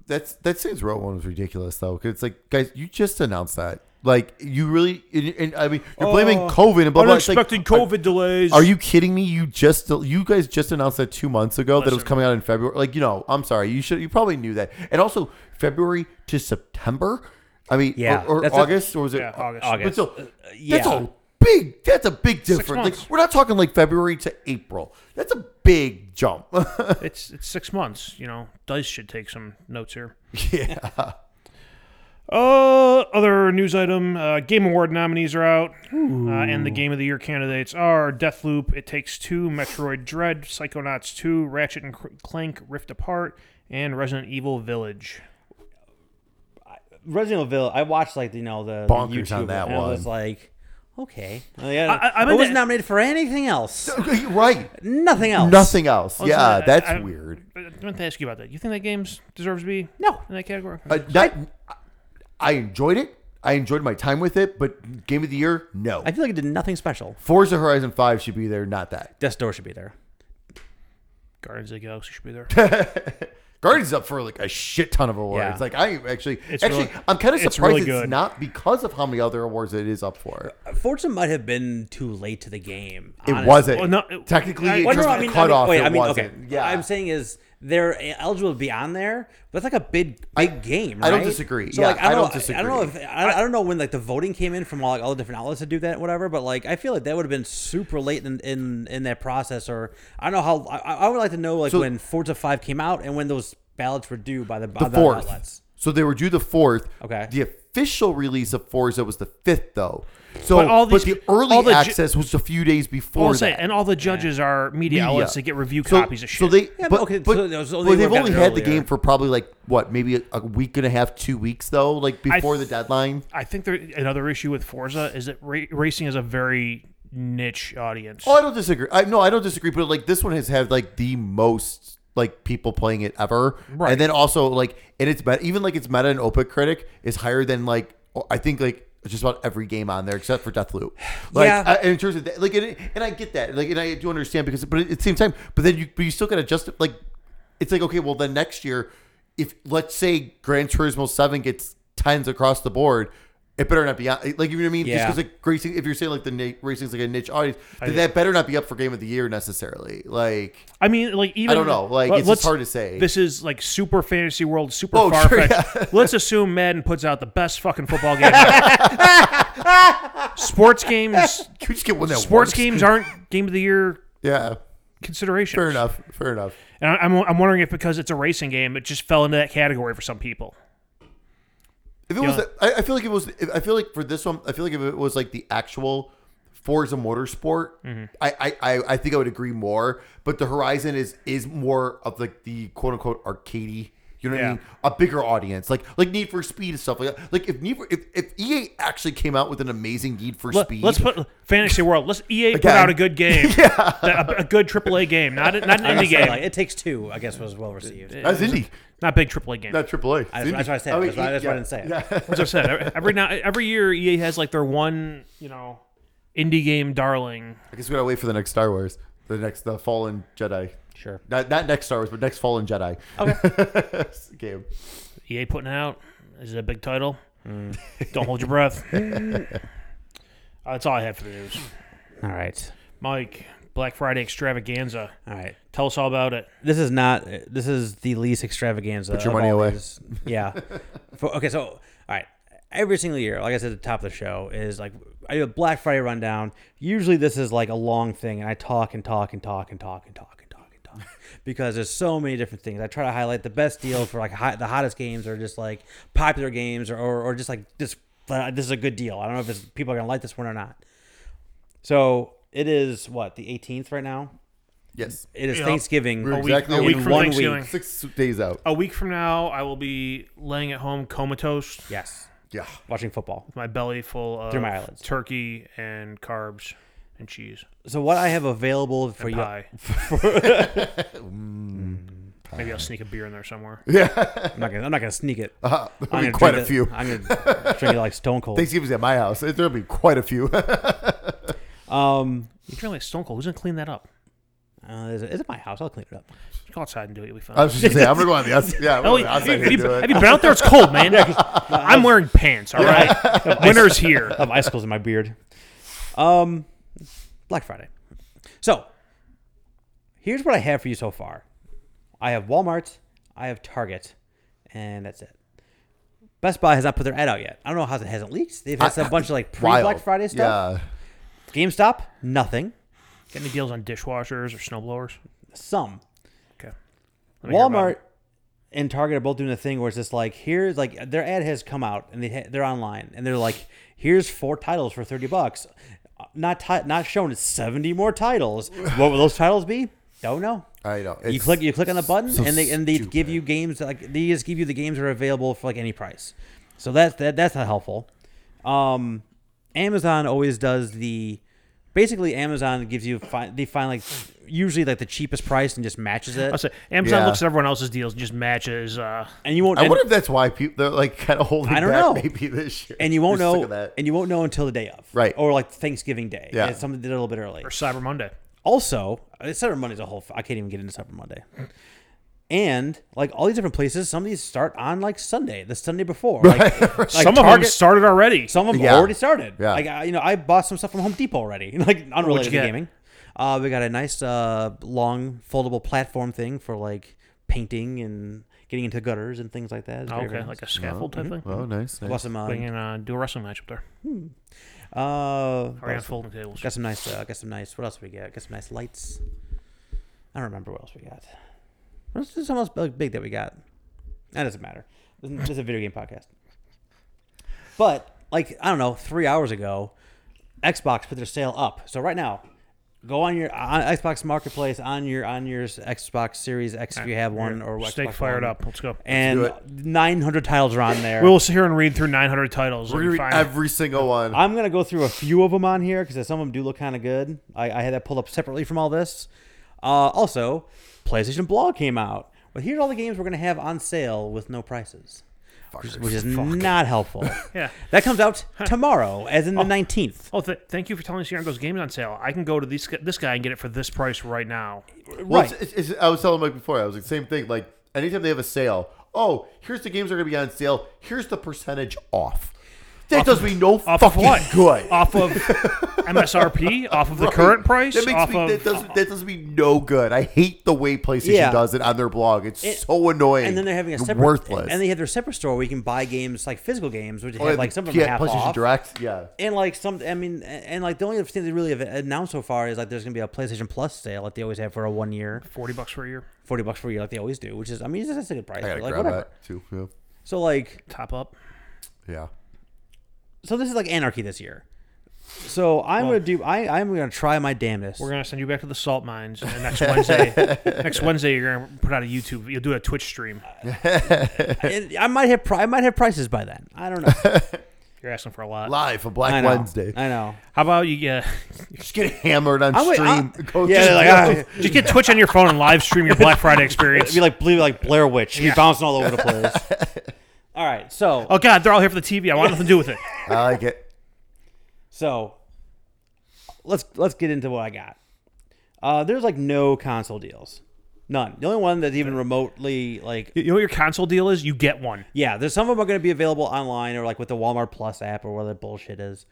S2: That's that Saints Row one was ridiculous though. 'cause it's like, guys, you just announced that. Like, you really, and, and, I mean, you're blaming
S3: Oh,
S2: COVID and blah blah. It's like,
S3: Unexpected COVID delays.
S2: Are you kidding me? You just you guys just announced that two months ago that it was
S3: Listen.
S2: coming out in February. Like you know, I'm sorry. You should you probably knew that. And also February to September. I mean,
S1: Yeah,
S2: or, or
S1: that's a-
S2: August or was it
S3: Yeah, August.
S2: But
S1: August. Uh,
S2: still,
S1: yeah.
S2: that's a big. That's a big difference.
S3: months.
S2: Like, we're not talking like February to April. That's a big jump.
S3: It's it's six months. You know, Dice should take some notes here.
S2: yeah.
S3: Uh, other news item: uh, Game Award nominees are out, uh, and the Game of the Year candidates are Deathloop, It Takes Two, Metroid Dread, Psychonauts Two, Ratchet and Clank Rift Apart, and Resident Evil Village.
S1: Resident Evil. I watched like you know the, the
S2: Bonkers
S1: YouTube
S2: on that
S1: and I was like, okay, Like, I,
S3: I- I'm
S1: it
S3: in
S1: wasn't
S3: the-
S1: nominated for anything else.
S2: right.
S1: Nothing else.
S2: Nothing else. yeah,
S3: I-
S2: that's
S3: I-
S2: weird.
S3: I meant to Uh, ask you about that. You think that game deserves to be
S1: No.
S3: in that category?
S2: Uh, that, I, I enjoyed it. I enjoyed my time with it, but game of the year, no.
S1: I feel like it did nothing special.
S2: Forza Horizon Five should be there, not that.
S1: Death's Door should be there.
S3: Guardians of the Galaxy should be there.
S2: Guardians is up for like a shit ton of awards.
S1: Yeah.
S2: Like I actually,
S3: It's
S2: actually,
S3: really-
S2: I'm kind of
S3: it's
S2: surprised it's,
S3: really good.
S2: not because of how many other awards it is up for.
S1: Forza might have been too late to the game.
S2: It
S1: honestly.
S2: wasn't
S3: Well, no, it-
S2: technically.
S3: I-
S2: in
S1: Well, no,
S2: terms
S1: I
S2: of
S1: mean,
S2: the
S1: I mean,
S2: cutoff,
S1: wait,
S2: it
S1: I mean, okay.
S2: wasn't. Yeah,
S1: What I'm saying is they're eligible to be on there, but that's like a big, big game.
S2: I don't
S1: right?
S2: disagree.
S1: So
S2: Yeah,
S1: like, I
S2: I
S1: don't,
S2: don't
S1: I don't know if
S2: disagree.
S1: I, I don't know when like the voting came in from all, like, all the different outlets to do that, whatever. But like, I feel like that would have been super late in, in in that process. Or I don't know how. I, I would like to know like
S2: So-
S1: when Forza Five came out and when those ballots were due by the, by
S2: the
S1: the
S2: fourth.
S1: outlets.
S2: So they were due the fourth.
S1: Okay.
S2: The official release of Forza was the fifth, though. So,
S3: But
S2: but,
S3: all these-
S2: the early
S3: all the ju-
S2: access was a few days before
S3: I'll say,
S2: that.
S3: and all the judges are media,
S2: Yeah.
S3: outlets that get review
S2: So-
S3: copies of shit.
S2: So they,
S1: Yeah, but
S2: but,
S1: okay,
S2: but,
S1: so that was only
S2: but they've
S1: worked out
S2: only had the
S1: earlier.
S2: game for probably like what, maybe a, a week and a half, two weeks though, like before the deadline.
S3: I think there, another issue with Forza is that ra- racing is a very niche audience.
S2: Oh, I don't disagree. I no, I don't disagree. But like this one has had like the most like people playing it ever,
S3: Right.
S2: and then also like and it's meta, even like its meta and Open Critic is higher than like oh, I think like just about every game on there except for Deathloop. Like
S1: Yeah.
S2: I- in terms of that, like and, and I get that, like and I do understand because but at the same time, but then you but you still gotta just like it's like okay, well then next year if let's say Gran Turismo Seven gets tens across the board. It better not be on, like you know what I mean. Just
S1: Yeah.
S2: 'cause, like, racing if you're saying like the na- racing's like a niche audience then that better not be up for game of the year necessarily like
S3: I mean, like even
S2: don't know, like,
S3: let-
S2: it's just
S3: let's-
S2: hard to say.
S3: This is like super fantasy world, super
S2: Oh,
S3: far
S2: sure,
S3: fetched. Let's assume Madden puts out the best fucking football game. sports games,
S2: can we just get one that
S3: sports
S2: works?
S3: games aren't game of the year
S2: yeah
S3: consideration.
S2: fair enough fair enough
S3: And I- I'm, I'm wondering if because it's a racing game, it just fell into that category for some people.
S2: if it
S3: Yeah.
S2: was I, I feel like it was if- i feel like for this one i feel like if it was like the actual forza motorsport
S1: Mm-hmm.
S2: I, I i i think i would agree more but the horizon is is more of like the quote-unquote arcadey you know what
S3: Yeah.
S2: I mean? A bigger audience, like like Need for Speed and stuff like that. Like if Need for, if, if EA actually came out with an amazing Need for
S3: Let,
S2: Speed,
S3: us put fantasy world. Let's EA put
S2: Again.
S3: out a good game, yeah. a, a good AAA game, not a- not an indie
S1: So,
S3: game,
S1: like, it takes two, I guess, was well received.
S2: that's indie,
S3: not big AAA game.
S2: not AAA.
S1: That's- that's what I said.
S2: mean,
S1: That's why- that's why I
S2: yeah.
S1: didn't say it.
S2: Yeah.
S3: As I said, e-, every now every year EA has like their one, you know, indie game darling.
S2: I guess we gotta wait for the next Star Wars, the next the Fallen Jedi.
S1: Sure.
S2: Not, not next Star Wars, but next Fallen Jedi. Okay. Game.
S3: EA E putting it out This is it a big title.
S1: Mm.
S3: Don't hold your breath. Uh, that's all I had for the news.
S1: All right.
S3: Mike, Black Friday extravaganza.
S1: All right.
S3: Tell us all about it.
S1: this is not this is the least extravaganza put
S2: your money away.
S1: yeah For- okay so all right every single year like i said at the top of the show is like i do a black friday rundown usually this is like a long thing and i talk and talk and talk and talk and talk and talk and talk because there's so many different things i try to highlight the best deals for like hot, the hottest games or just like popular games or, or, or just like this this is a good deal i don't know if it's, people are gonna like this one or not so it is what the 18th right now
S2: Yes.
S1: it is
S3: Yeah.
S1: Thanksgiving.
S2: We're exactly a
S1: in
S2: week
S3: from
S1: one
S3: Thanksgiving.
S1: week.
S2: Six days out.
S3: A week from now, I will be laying at home comatose,
S1: Yes,
S2: Yeah.
S1: watching football.
S3: my belly full of
S1: Through my eyelids.
S3: turkey and carbs and cheese.
S1: So what I have available for you
S3: Pie. Maybe I'll sneak a beer in there somewhere.
S1: I'm not gonna. I'm not gonna sneak it.
S2: Uh,
S1: I'm
S2: there'll be
S1: gonna
S2: quite a
S1: drink
S2: few.
S1: It, I'm gonna drink it like Stone Cold.
S2: Thanksgiving's at my house. There'll be quite a few.
S1: Um,
S3: You drink like Stone Cold. Who's gonna clean that up?
S1: uh, is, it, is it my house? I'll clean it up.
S3: Just go outside and do it. You'll be fine.
S2: I was just gonna say I'm gonna go on the outside. Yeah, I'm
S3: Oh,
S2: gonna go
S3: wait,
S2: outside
S3: have,
S2: and
S3: you,
S2: do it.
S3: have you been out there? It's cold, man. I'm wearing pants. All right, winter's here.
S1: I have icicles in my beard. Um, Black Friday. So, here's what I have for you so far. I have Walmart, I have Target, and that's it. Best Buy has not put their ad out yet. I don't know how it hasn't leaked. They've had a bunch of like pre Black
S2: Wild.
S1: Friday stuff.
S2: Yeah.
S1: GameStop, nothing.
S3: Got any deals on dishwashers or snowblowers?
S1: Some.
S3: Okay. Let me hear about
S1: Walmart
S3: it.
S1: and Target are both doing a thing where it's just like here's like their ad has come out and they ha- they're online and they're like here's four titles for thirty bucks, Uh, not ti- not shown it's seventy more titles. what will those titles be? Don't know.
S2: I know.
S1: you
S2: It's-
S1: click you click on the button
S2: so
S1: and they and they give
S2: stupid.
S1: you games that, like they just give you the games that are available for like any price. So that's that that's not helpful. Um, Amazon always does the basically Amazon gives you fi- they find like usually like the cheapest price and just matches it
S3: I'll say Amazon
S2: Yeah.
S3: looks at everyone else's deals and just matches. Uh,
S1: and you won't
S2: I
S1: and-
S2: wonder if that's why people they're like kind of holding
S1: I don't
S2: back
S1: know.
S2: maybe this year.
S1: and you won't
S2: They're sick
S1: know
S2: of that.
S1: and you won't know until the day of
S2: Right.
S1: or like thanksgiving day
S2: Yeah.
S1: it's something that did a little bit early
S3: or Cyber Monday.
S1: also uh, cyber monday's a whole f- i can't even get into cyber monday and like all these different places some of these start on like sunday the sunday before like, like
S3: Some of them
S1: Target-
S3: started already.
S1: some of them
S2: Yeah.
S1: already started
S2: Yeah.
S1: like I, you know i bought some stuff from home depot already like unrelated to
S3: get?
S1: gaming uh, we got a nice uh, long foldable platform thing for like painting and getting into gutters and things like that It's
S3: Oh,
S1: very,
S3: okay,
S1: very
S3: like a
S1: nice.
S3: scaffold type thing.
S2: oh, nice. nice.
S1: Bought some, um,
S3: Bring in, uh, do a wrestling match up there.
S1: uh,
S3: Or on folding tables.
S1: Got some nice. Uh, got some nice. What else we got? Got some nice lights. I don't remember what else we got. What's something else big- big that we got? That doesn't matter. This is this is a video game podcast. But like I don't know, three hours ago, Xbox put their sale up. So right now, go on your on Xbox Marketplace on your on your Xbox Series X if you have one or
S3: Steak
S1: Xbox
S3: fired
S1: One,
S3: up. Let's go.
S1: And
S2: Let's
S1: 900 titles are on there.
S3: We will sit here and read through 900 titles.
S2: We're
S3: and
S2: gonna
S3: find-
S2: read every single one.
S1: I'm gonna go through a few of them on here because some of them do look kind of good. I, I had that pulled up separately from all this. Uh, also, PlayStation Blog came out. But here's all the games we're gonna have on sale with no prices, which, which is not helpful.
S3: Yeah.
S1: that comes out tomorrow, as in the 19th.
S3: Oh, th- thank you for telling us Yango's game's on sale. I can go to this this guy and get it for this price right now.
S2: Well,
S1: right.
S2: It's, it's, it's, I was telling Mike before. I was like, same thing. Like anytime they have a sale, oh, here's the games that are gonna be on sale. Here's the percentage off. That does me no
S3: Off
S2: fucking
S3: of what?
S2: good.
S3: Off of MSRP? off of the
S2: Right.
S3: current price?
S2: That makes
S3: off
S2: me.
S3: of
S2: that doesn't. That does me no good. I hate the way PlayStation
S1: Yeah.
S2: does it on their blog. It's
S1: It-
S2: so annoying.
S1: And then they're having a
S2: You're
S1: separate
S2: worthless.
S1: And they have their separate store where you can buy games like physical games, which
S2: Oh,
S1: have like some of them are
S2: yeah,
S1: half
S2: PlayStation
S1: off.
S2: Direct. Yeah.
S1: And like some, I mean, a- and like the only thing they really have announced so far is like there's gonna be a PlayStation Plus sale like they always have for a one year.
S3: 40 bucks for a year.
S1: forty bucks for a year, like they always do, which is I mean that's a good price.
S2: I gotta
S1: but, like
S2: grab
S1: whatever.
S2: that too. Yeah.
S1: So like
S3: Top up.
S2: Yeah.
S1: so this is like anarchy this year. So I'm
S2: Oh.
S1: gonna do I I'm gonna try my damnedest.
S3: We're going to send you back to the salt mines. And next Wednesday, next Wednesday, you're going to put out a YouTube. You'll do a Twitch stream.
S1: And I might have pri- I might have prices by then. I don't know.
S3: You're asking for a lot.
S2: Live for
S1: I
S2: Black
S1: know.
S2: Wednesday.
S1: I know.
S3: How about you get,
S2: Just get hammered on
S1: I'm like,
S2: stream.
S1: I-
S2: Go
S1: yeah,
S2: just-
S1: like, I-
S3: just get Twitch on your phone and live stream your Black Friday experience?
S1: It'd be like believe it, like Blair Witch. You're bouncing all over the place. all right. So
S3: oh, God, they're all here for the TV. I want nothing to do with it.
S1: "Ah."
S2: I like it.
S1: so let's let's get into what I got. Uh, there's like no console deals. None. The only one that's even remotely like
S3: You know what your console deal is? You get one.
S1: Yeah, there's some of them are going to be available online or like with the Walmart Plus app or whatever that bullshit is.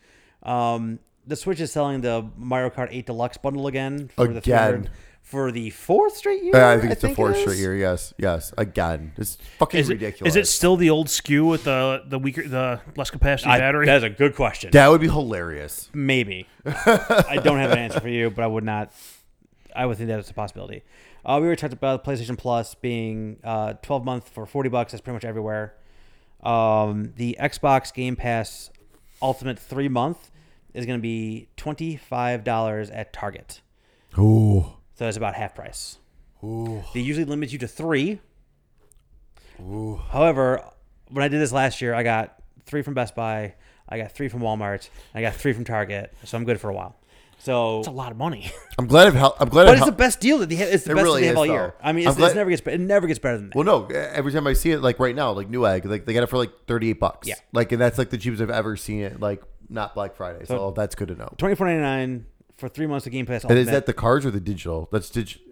S1: Um, the Switch is selling the Mario Kart 8 Deluxe bundle again for the
S2: Again.
S1: third, for the fourth straight year.
S2: Yeah, I think it's the fourth
S1: it
S2: straight
S1: is.
S2: year. Yes, yes. Again, it's fucking
S3: Is it,
S2: ridiculous.
S3: is it still the old skew with the the weaker the less capacity
S1: I-
S3: battery?
S1: That's a good question.
S2: that would be hilarious.
S1: Maybe. I don't have an answer for you, but I would not. I would think that it's a possibility. Uh, we already talked about PlayStation Plus being uh, 12 month for 40 bucks. That's pretty much everywhere. Um, the Xbox Game Pass Ultimate three month is going to be $25 at Target.
S2: Ooh,
S1: So that's about half price.
S2: ooh.
S1: They usually limit you to three. However, when I did this last year, I got three from Best Buy, I got three from Walmart, I got three from Target, so I'm good for a while. So,
S3: It's a lot of money.
S2: I'm glad I've helped. I'm glad
S1: but
S2: I've
S1: it's the
S2: helped.
S1: best deal that they have. It's the
S2: It
S1: best that
S2: really
S1: they have
S2: is,
S1: all
S2: though.
S1: year. I mean,
S2: I'm
S1: it's,
S2: glad-
S1: it's never gets it never gets better than that.
S2: Well, no. e-, Every time I see it, like right now, like Newegg, like they got it for like 38 bucks.
S1: Yeah.
S2: Like, and that's like the cheapest I've ever seen it. Like, not Black Friday. So, that's good to know.
S1: Twenty four ninety nine for three months of Game Pass.
S2: And is
S1: Ultimate.
S2: that the cards or the digital? That's digital.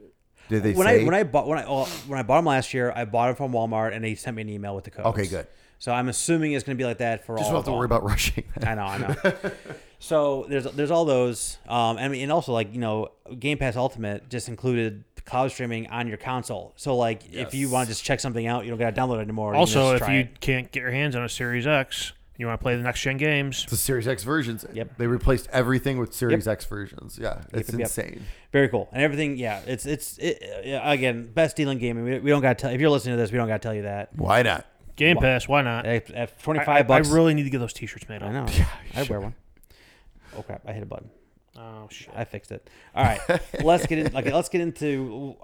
S2: Did they
S1: when
S2: say?
S1: I when I bought when I oh, when I bought them last year, I bought it from Walmart and they sent me an email with the code.
S2: Okay, good.
S1: So I'm assuming it's going to be like that for
S2: just
S1: all.
S2: don't
S1: of
S2: have to
S1: them.
S2: worry about rushing. that.
S1: I know, I know. so there's there's all those. Um, I mean, and also like you know, Game Pass Ultimate just included cloud streaming on your console. So like, if you want to just check something out, you don't got to download it anymore. can
S3: also,
S1: just
S3: if
S1: try
S3: you
S1: it.
S3: can't get your hands on a Series X, you want to play the next gen games.
S2: The Series X versions.
S1: Yep.
S2: They replaced everything with Series X versions. Yeah. It's
S1: yep, yep.
S2: insane.
S1: very cool and everything, yeah, it's it's it, yeah, again best deal in gaming. We, we don't got to tell if you're listening to this, we don't got to tell you that.
S2: Why not?
S3: Game Pass, why not?
S1: At, at twenty
S3: I-
S1: five
S3: I, I
S1: bucks,
S3: really need to get those T-shirts made. Up.
S1: I know. I wear one. Oh crap! I hit a button.
S3: Oh shit.
S1: I fixed it. All right, let's get in. Okay, let's get into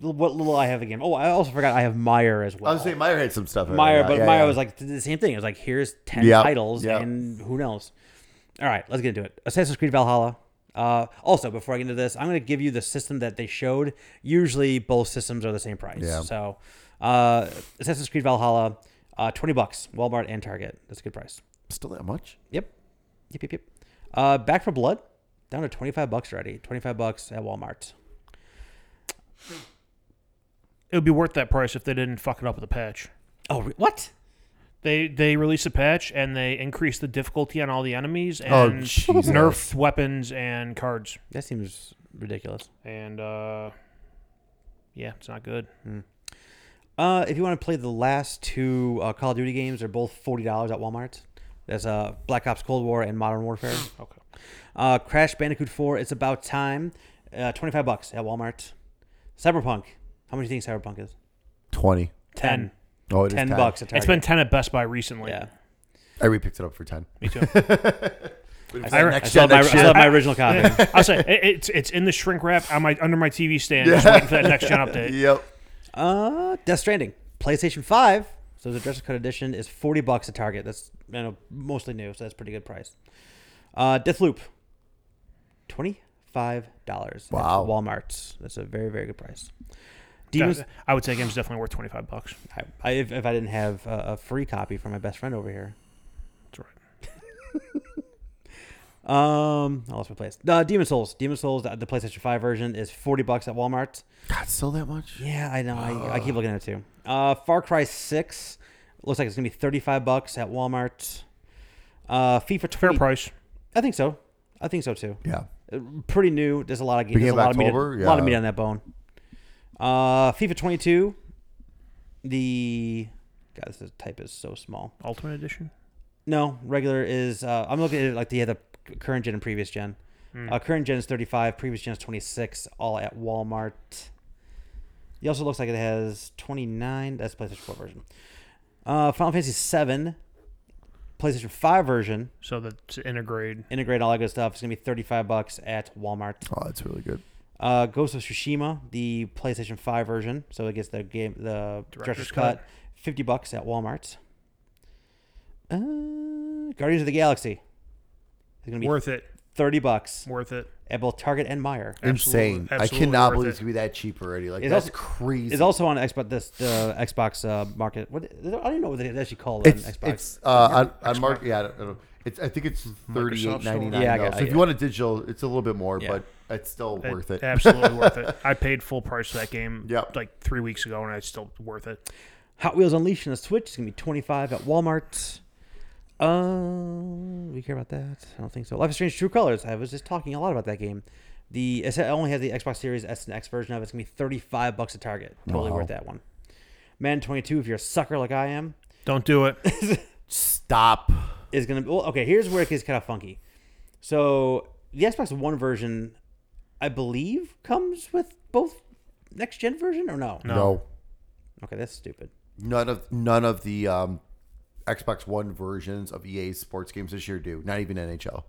S1: what little I have again. Oh, I also forgot I have Meyer as well.
S2: I was saying Meyer had some stuff. in it.
S1: Meyer,
S2: Yeah,
S1: but
S2: uh, yeah,
S1: Meyer
S2: yeah.
S1: was like did the same thing. It was like here's ten
S2: Yep,
S1: titles
S2: yep.
S1: and who knows. All right, let's get into it. Assassin's Creed Valhalla. Uh, also, before I get into this, I'm going to give you the system that they showed. Usually, both systems are the same price.
S2: Yeah.
S1: So, uh, Assassin's Creed Valhalla, uh, twenty bucks, Walmart and Target. That's a good price.
S2: still that much?
S1: Yep, yep, yep, yep. Uh, Back for Blood, down to twenty five bucks already. Twenty five bucks at Walmart.
S3: It would be worth that price if they didn't fuck it up with a patch.
S1: Oh, re- what?
S3: They they released a patch and they increased the difficulty on all the enemies and
S2: Oh, Jesus.
S3: nerfed weapons and cards.
S1: That seems ridiculous.
S3: And uh, yeah, it's not good.
S1: Uh, if you want to play the last two uh, Call of Duty games, they're both forty dollars at Walmart. That's uh, Black Ops Cold War and Modern Warfare.
S3: Okay.
S1: Uh, Crash Bandicoot Four, It's About Time, uh, twenty five bucks at Walmart. Cyberpunk, how much do you think Cyberpunk is?
S2: 20.
S3: Ten.
S2: Oh, it is
S1: Ten bucks at Target.
S3: It's been ten at Best Buy recently.
S1: yeah.
S2: I re picked it up for 10.
S3: Me too.
S2: Next
S1: I,
S2: gen,
S1: I
S2: next
S1: still have
S2: gen,
S1: my, I still
S2: next gen.
S1: have my original copy.
S3: I'll say it, it's it's in the shrink wrap on my under my TV stand, just waiting for that next gen update.
S2: Yep.
S1: Uh, Death Stranding, PlayStation Five. So the dress code edition is forty bucks at Target. That's you know mostly new, so that's a pretty good price. Uh, Deathloop, twenty five dollars.
S2: Wow.
S1: Walmart. That's a very very good price.
S3: Yeah,
S1: Demons.
S3: I would say game's definitely worth twenty five bucks.
S1: I, I, if, if I didn't have a, a free copy from my best friend over here.
S3: That's right.
S1: Um, I lost my place. Uh, Demon Souls. Demon Souls. The the PlayStation Five version is forty bucks at Walmart.
S2: God, still that much?
S1: Yeah, I know. I, I keep looking at it too. Uh, Far Cry Six looks like it's gonna be thirty-five bucks at Walmart. Uh, FIFA
S3: Fair
S1: 20,
S3: price.
S1: I think so. I think so too.
S2: Yeah.
S1: Uh, Pretty new. There's a lot of games. There's a
S2: Beginning
S1: lot
S2: of
S1: of
S2: October?
S1: meat. A lot of
S2: Yeah.
S1: meat on that bone. Uh, FIFA 22. The God, this is- type is so small.
S3: Ultimate edition.
S1: No, regular is. Uh, I'm looking at it like the other current gen and previous gen. Uh, current gen is 35, previous gen is 26, all at Walmart. It also looks like it has 29. That's PlayStation 4 version. Uh, Final Fantasy 7, PlayStation 5 version,
S3: So that's integrade.
S1: integrate all that good stuff. It's gonna be 35 bucks at Walmart.
S2: Oh, that's really good.
S1: Uh, Ghost of Tsushima, the PlayStation 5 version, so it gets the game, the director's, cut.
S3: cut.
S1: 50 bucks at Walmart. Uh, Guardians of the Galaxy. It's gonna be
S3: Worth it.
S1: 30 bucks
S3: Worth it.
S1: at both Target and Meyer.
S3: Absolutely-
S2: Insane. I
S3: absolutely
S2: cannot
S3: worth
S2: believe
S3: it.
S2: it's going to be that cheap already. Like,
S1: It's
S2: that's
S1: also-
S2: crazy.
S1: It's also on Xbox this the Xbox uh, market. What I don't even know what they actually call it on
S2: it's,
S1: Xbox.
S2: it's uh, on, on mark. Yeah, I don't, I don't- It's, I think it's thirty eight ninety nine.
S1: Yeah,
S2: Yeah,
S1: I got-
S2: so if
S1: yeah.
S2: you want a digital, it's a little bit more,
S1: Yeah.
S2: but it's still worth it.
S3: Absolutely worth it. I paid full price for that game
S2: Yep.
S3: like three weeks ago, and it's still worth it.
S1: Hot Wheels Unleashed on the Switch is gonna be 25 at Walmart. Um, we care about that? I don't think so. Life is Strange: True Colors. I was just talking a lot about that game. The it only has the Xbox Series S and X version of it. It's gonna be 35 bucks at Target. Totally
S2: Wow.
S1: worth that one. Man 22, if you're a sucker like I am,
S3: Don't do it.
S2: Stop.
S1: is gonna. Well, okay, here's where it gets kind of funky. So the Xbox One version, I believe, comes with both next gen version or no?
S2: No.
S1: Okay, that's stupid.
S2: none of none of the um, Xbox One versions of EA's sports games this year do. Not even NHL.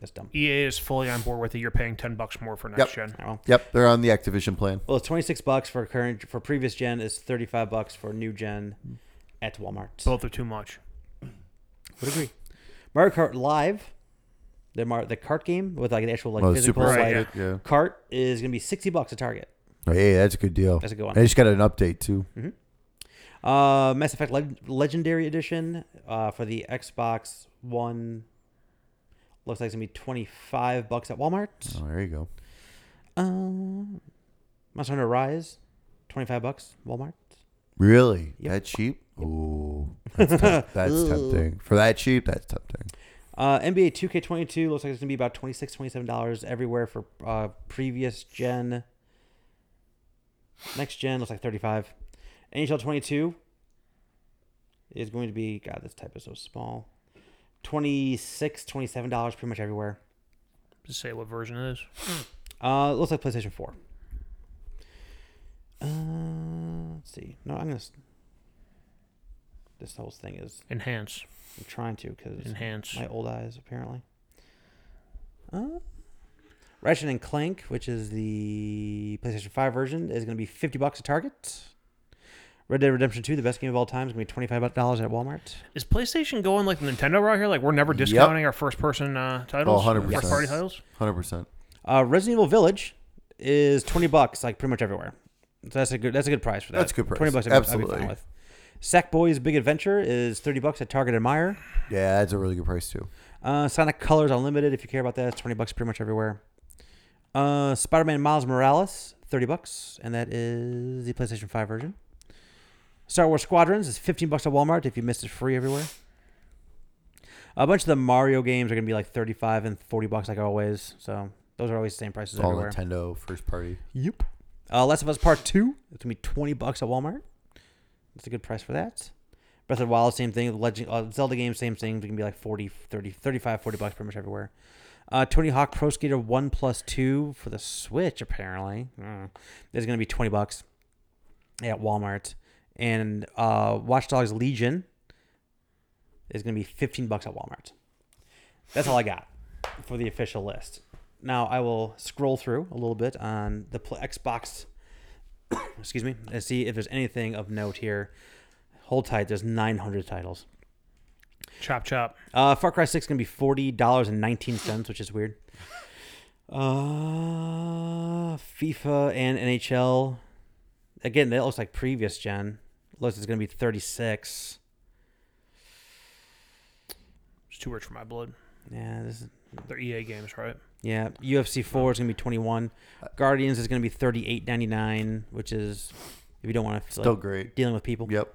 S1: That's dumb.
S3: EA E is fully on board with it. You're paying ten bucks more for next gen.
S1: I don't know.
S2: Yep, they're on the Activision plan.
S1: Well, it's 26 bucks for current for previous gen is 35 bucks for new gen at Walmart.
S3: Both are too much.
S1: Would agree. Mario Kart Live The mar- the cart game with like an actual like
S2: Oh, the
S1: physical
S2: Super
S1: like,
S3: Right,
S2: yeah. yeah.
S1: cart is gonna be sixty bucks at Target.
S2: Oh, hey, that's a good deal.
S1: That's a good one. Mm.
S2: I just got an update too.
S1: Uh, Mass Effect Leg- Legendary Edition uh, for the Xbox One looks like it's gonna be twenty five bucks at Walmart.
S2: Oh, there you go.
S1: Um, Monster Hunter Rise, twenty five bucks Walmart.
S2: Really?
S1: Yep.
S2: That cheap? Ooh, that's, temp- that's tempting. For that cheap, that's tempting.
S1: Uh, NBA 2K22 looks like it's gonna be about 26 dollars everywhere for uh, previous gen. Next gen looks like thirty five. NHL 22 is going to be God. This type is so small. 26 dollars pretty much everywhere.
S3: Just say what version it is.
S1: Uh, it looks like PlayStation 4. Uh, let's see. No, I'm gonna. s- This whole thing is.
S3: Enhance.
S1: I'm trying to because
S3: Enhance.
S1: my old eyes apparently. Uh, Ratchet and Clank, which is the PlayStation 5 version, is going to be 50 bucks at Target. Red Dead Redemption 2, the best game of all time, is going to be $25 at Walmart.
S3: Is PlayStation going like the Nintendo route here? Like we're never discounting our first person uh, titles?
S2: Oh, 100%.
S3: First party titles?
S2: Hundred percent.
S1: Uh, Resident Evil Village is 20 bucks, like pretty much everywhere. So that's a good that's a good price for that.
S2: That's a good price.
S1: 20 bucks I'd be- I'd be fine
S2: Absolutely.
S1: with. Sackboy's Big Adventure is 30 bucks at Target and Meijer.
S2: Yeah, that's a really good price too.
S1: Uh, Sonic Colors Unlimited, if you care about that, it's 20 bucks pretty much everywhere. Uh, Spider-Man Miles Morales, 30 bucks, and that is the PlayStation 5 version. Star Wars Squadrons is 15 bucks at Walmart if you missed it free everywhere. A bunch of the Mario games are going to be like 35 and 40 bucks like always. So those are always the same prices
S2: All
S1: everywhere.
S2: Nintendo first party.
S1: Yep. Uh, Last of Us Part Two. It's gonna be twenty bucks at Walmart. That's a good price for that. Breath of the Wild, same thing. Legend, uh, Zelda games, same thing. It can be like 40, 30, 35, 40 bucks pretty much everywhere. Uh, Tony Hawk Pro Skater 1 plus 2 for the Switch, apparently. Mm. Is going to be 20 bucks at Walmart. And uh, Watch Dogs Legion is going to be 15 bucks at Walmart. That's all I got for the official list. Now I will scroll through a little bit on the pl- Xbox. excuse me, and see if there's anything of note here. Hold tight. There's 900 titles.
S3: Chop chop.
S1: Uh, Far Cry 6 is gonna be forty dollars and nineteen cents, which is weird. Uh, FIFA and NHL. Again, that looks like previous gen. Looks it's gonna be thirty six.
S3: It's too rich for my blood.
S1: Yeah, this is
S3: They're EA games, right?
S1: Yeah, UFC four is gonna be twenty one. Guardians is gonna be thirty eight ninety nine, which is if you don't want to
S2: Still
S1: like,
S2: great.
S1: dealing with people.
S2: Yep.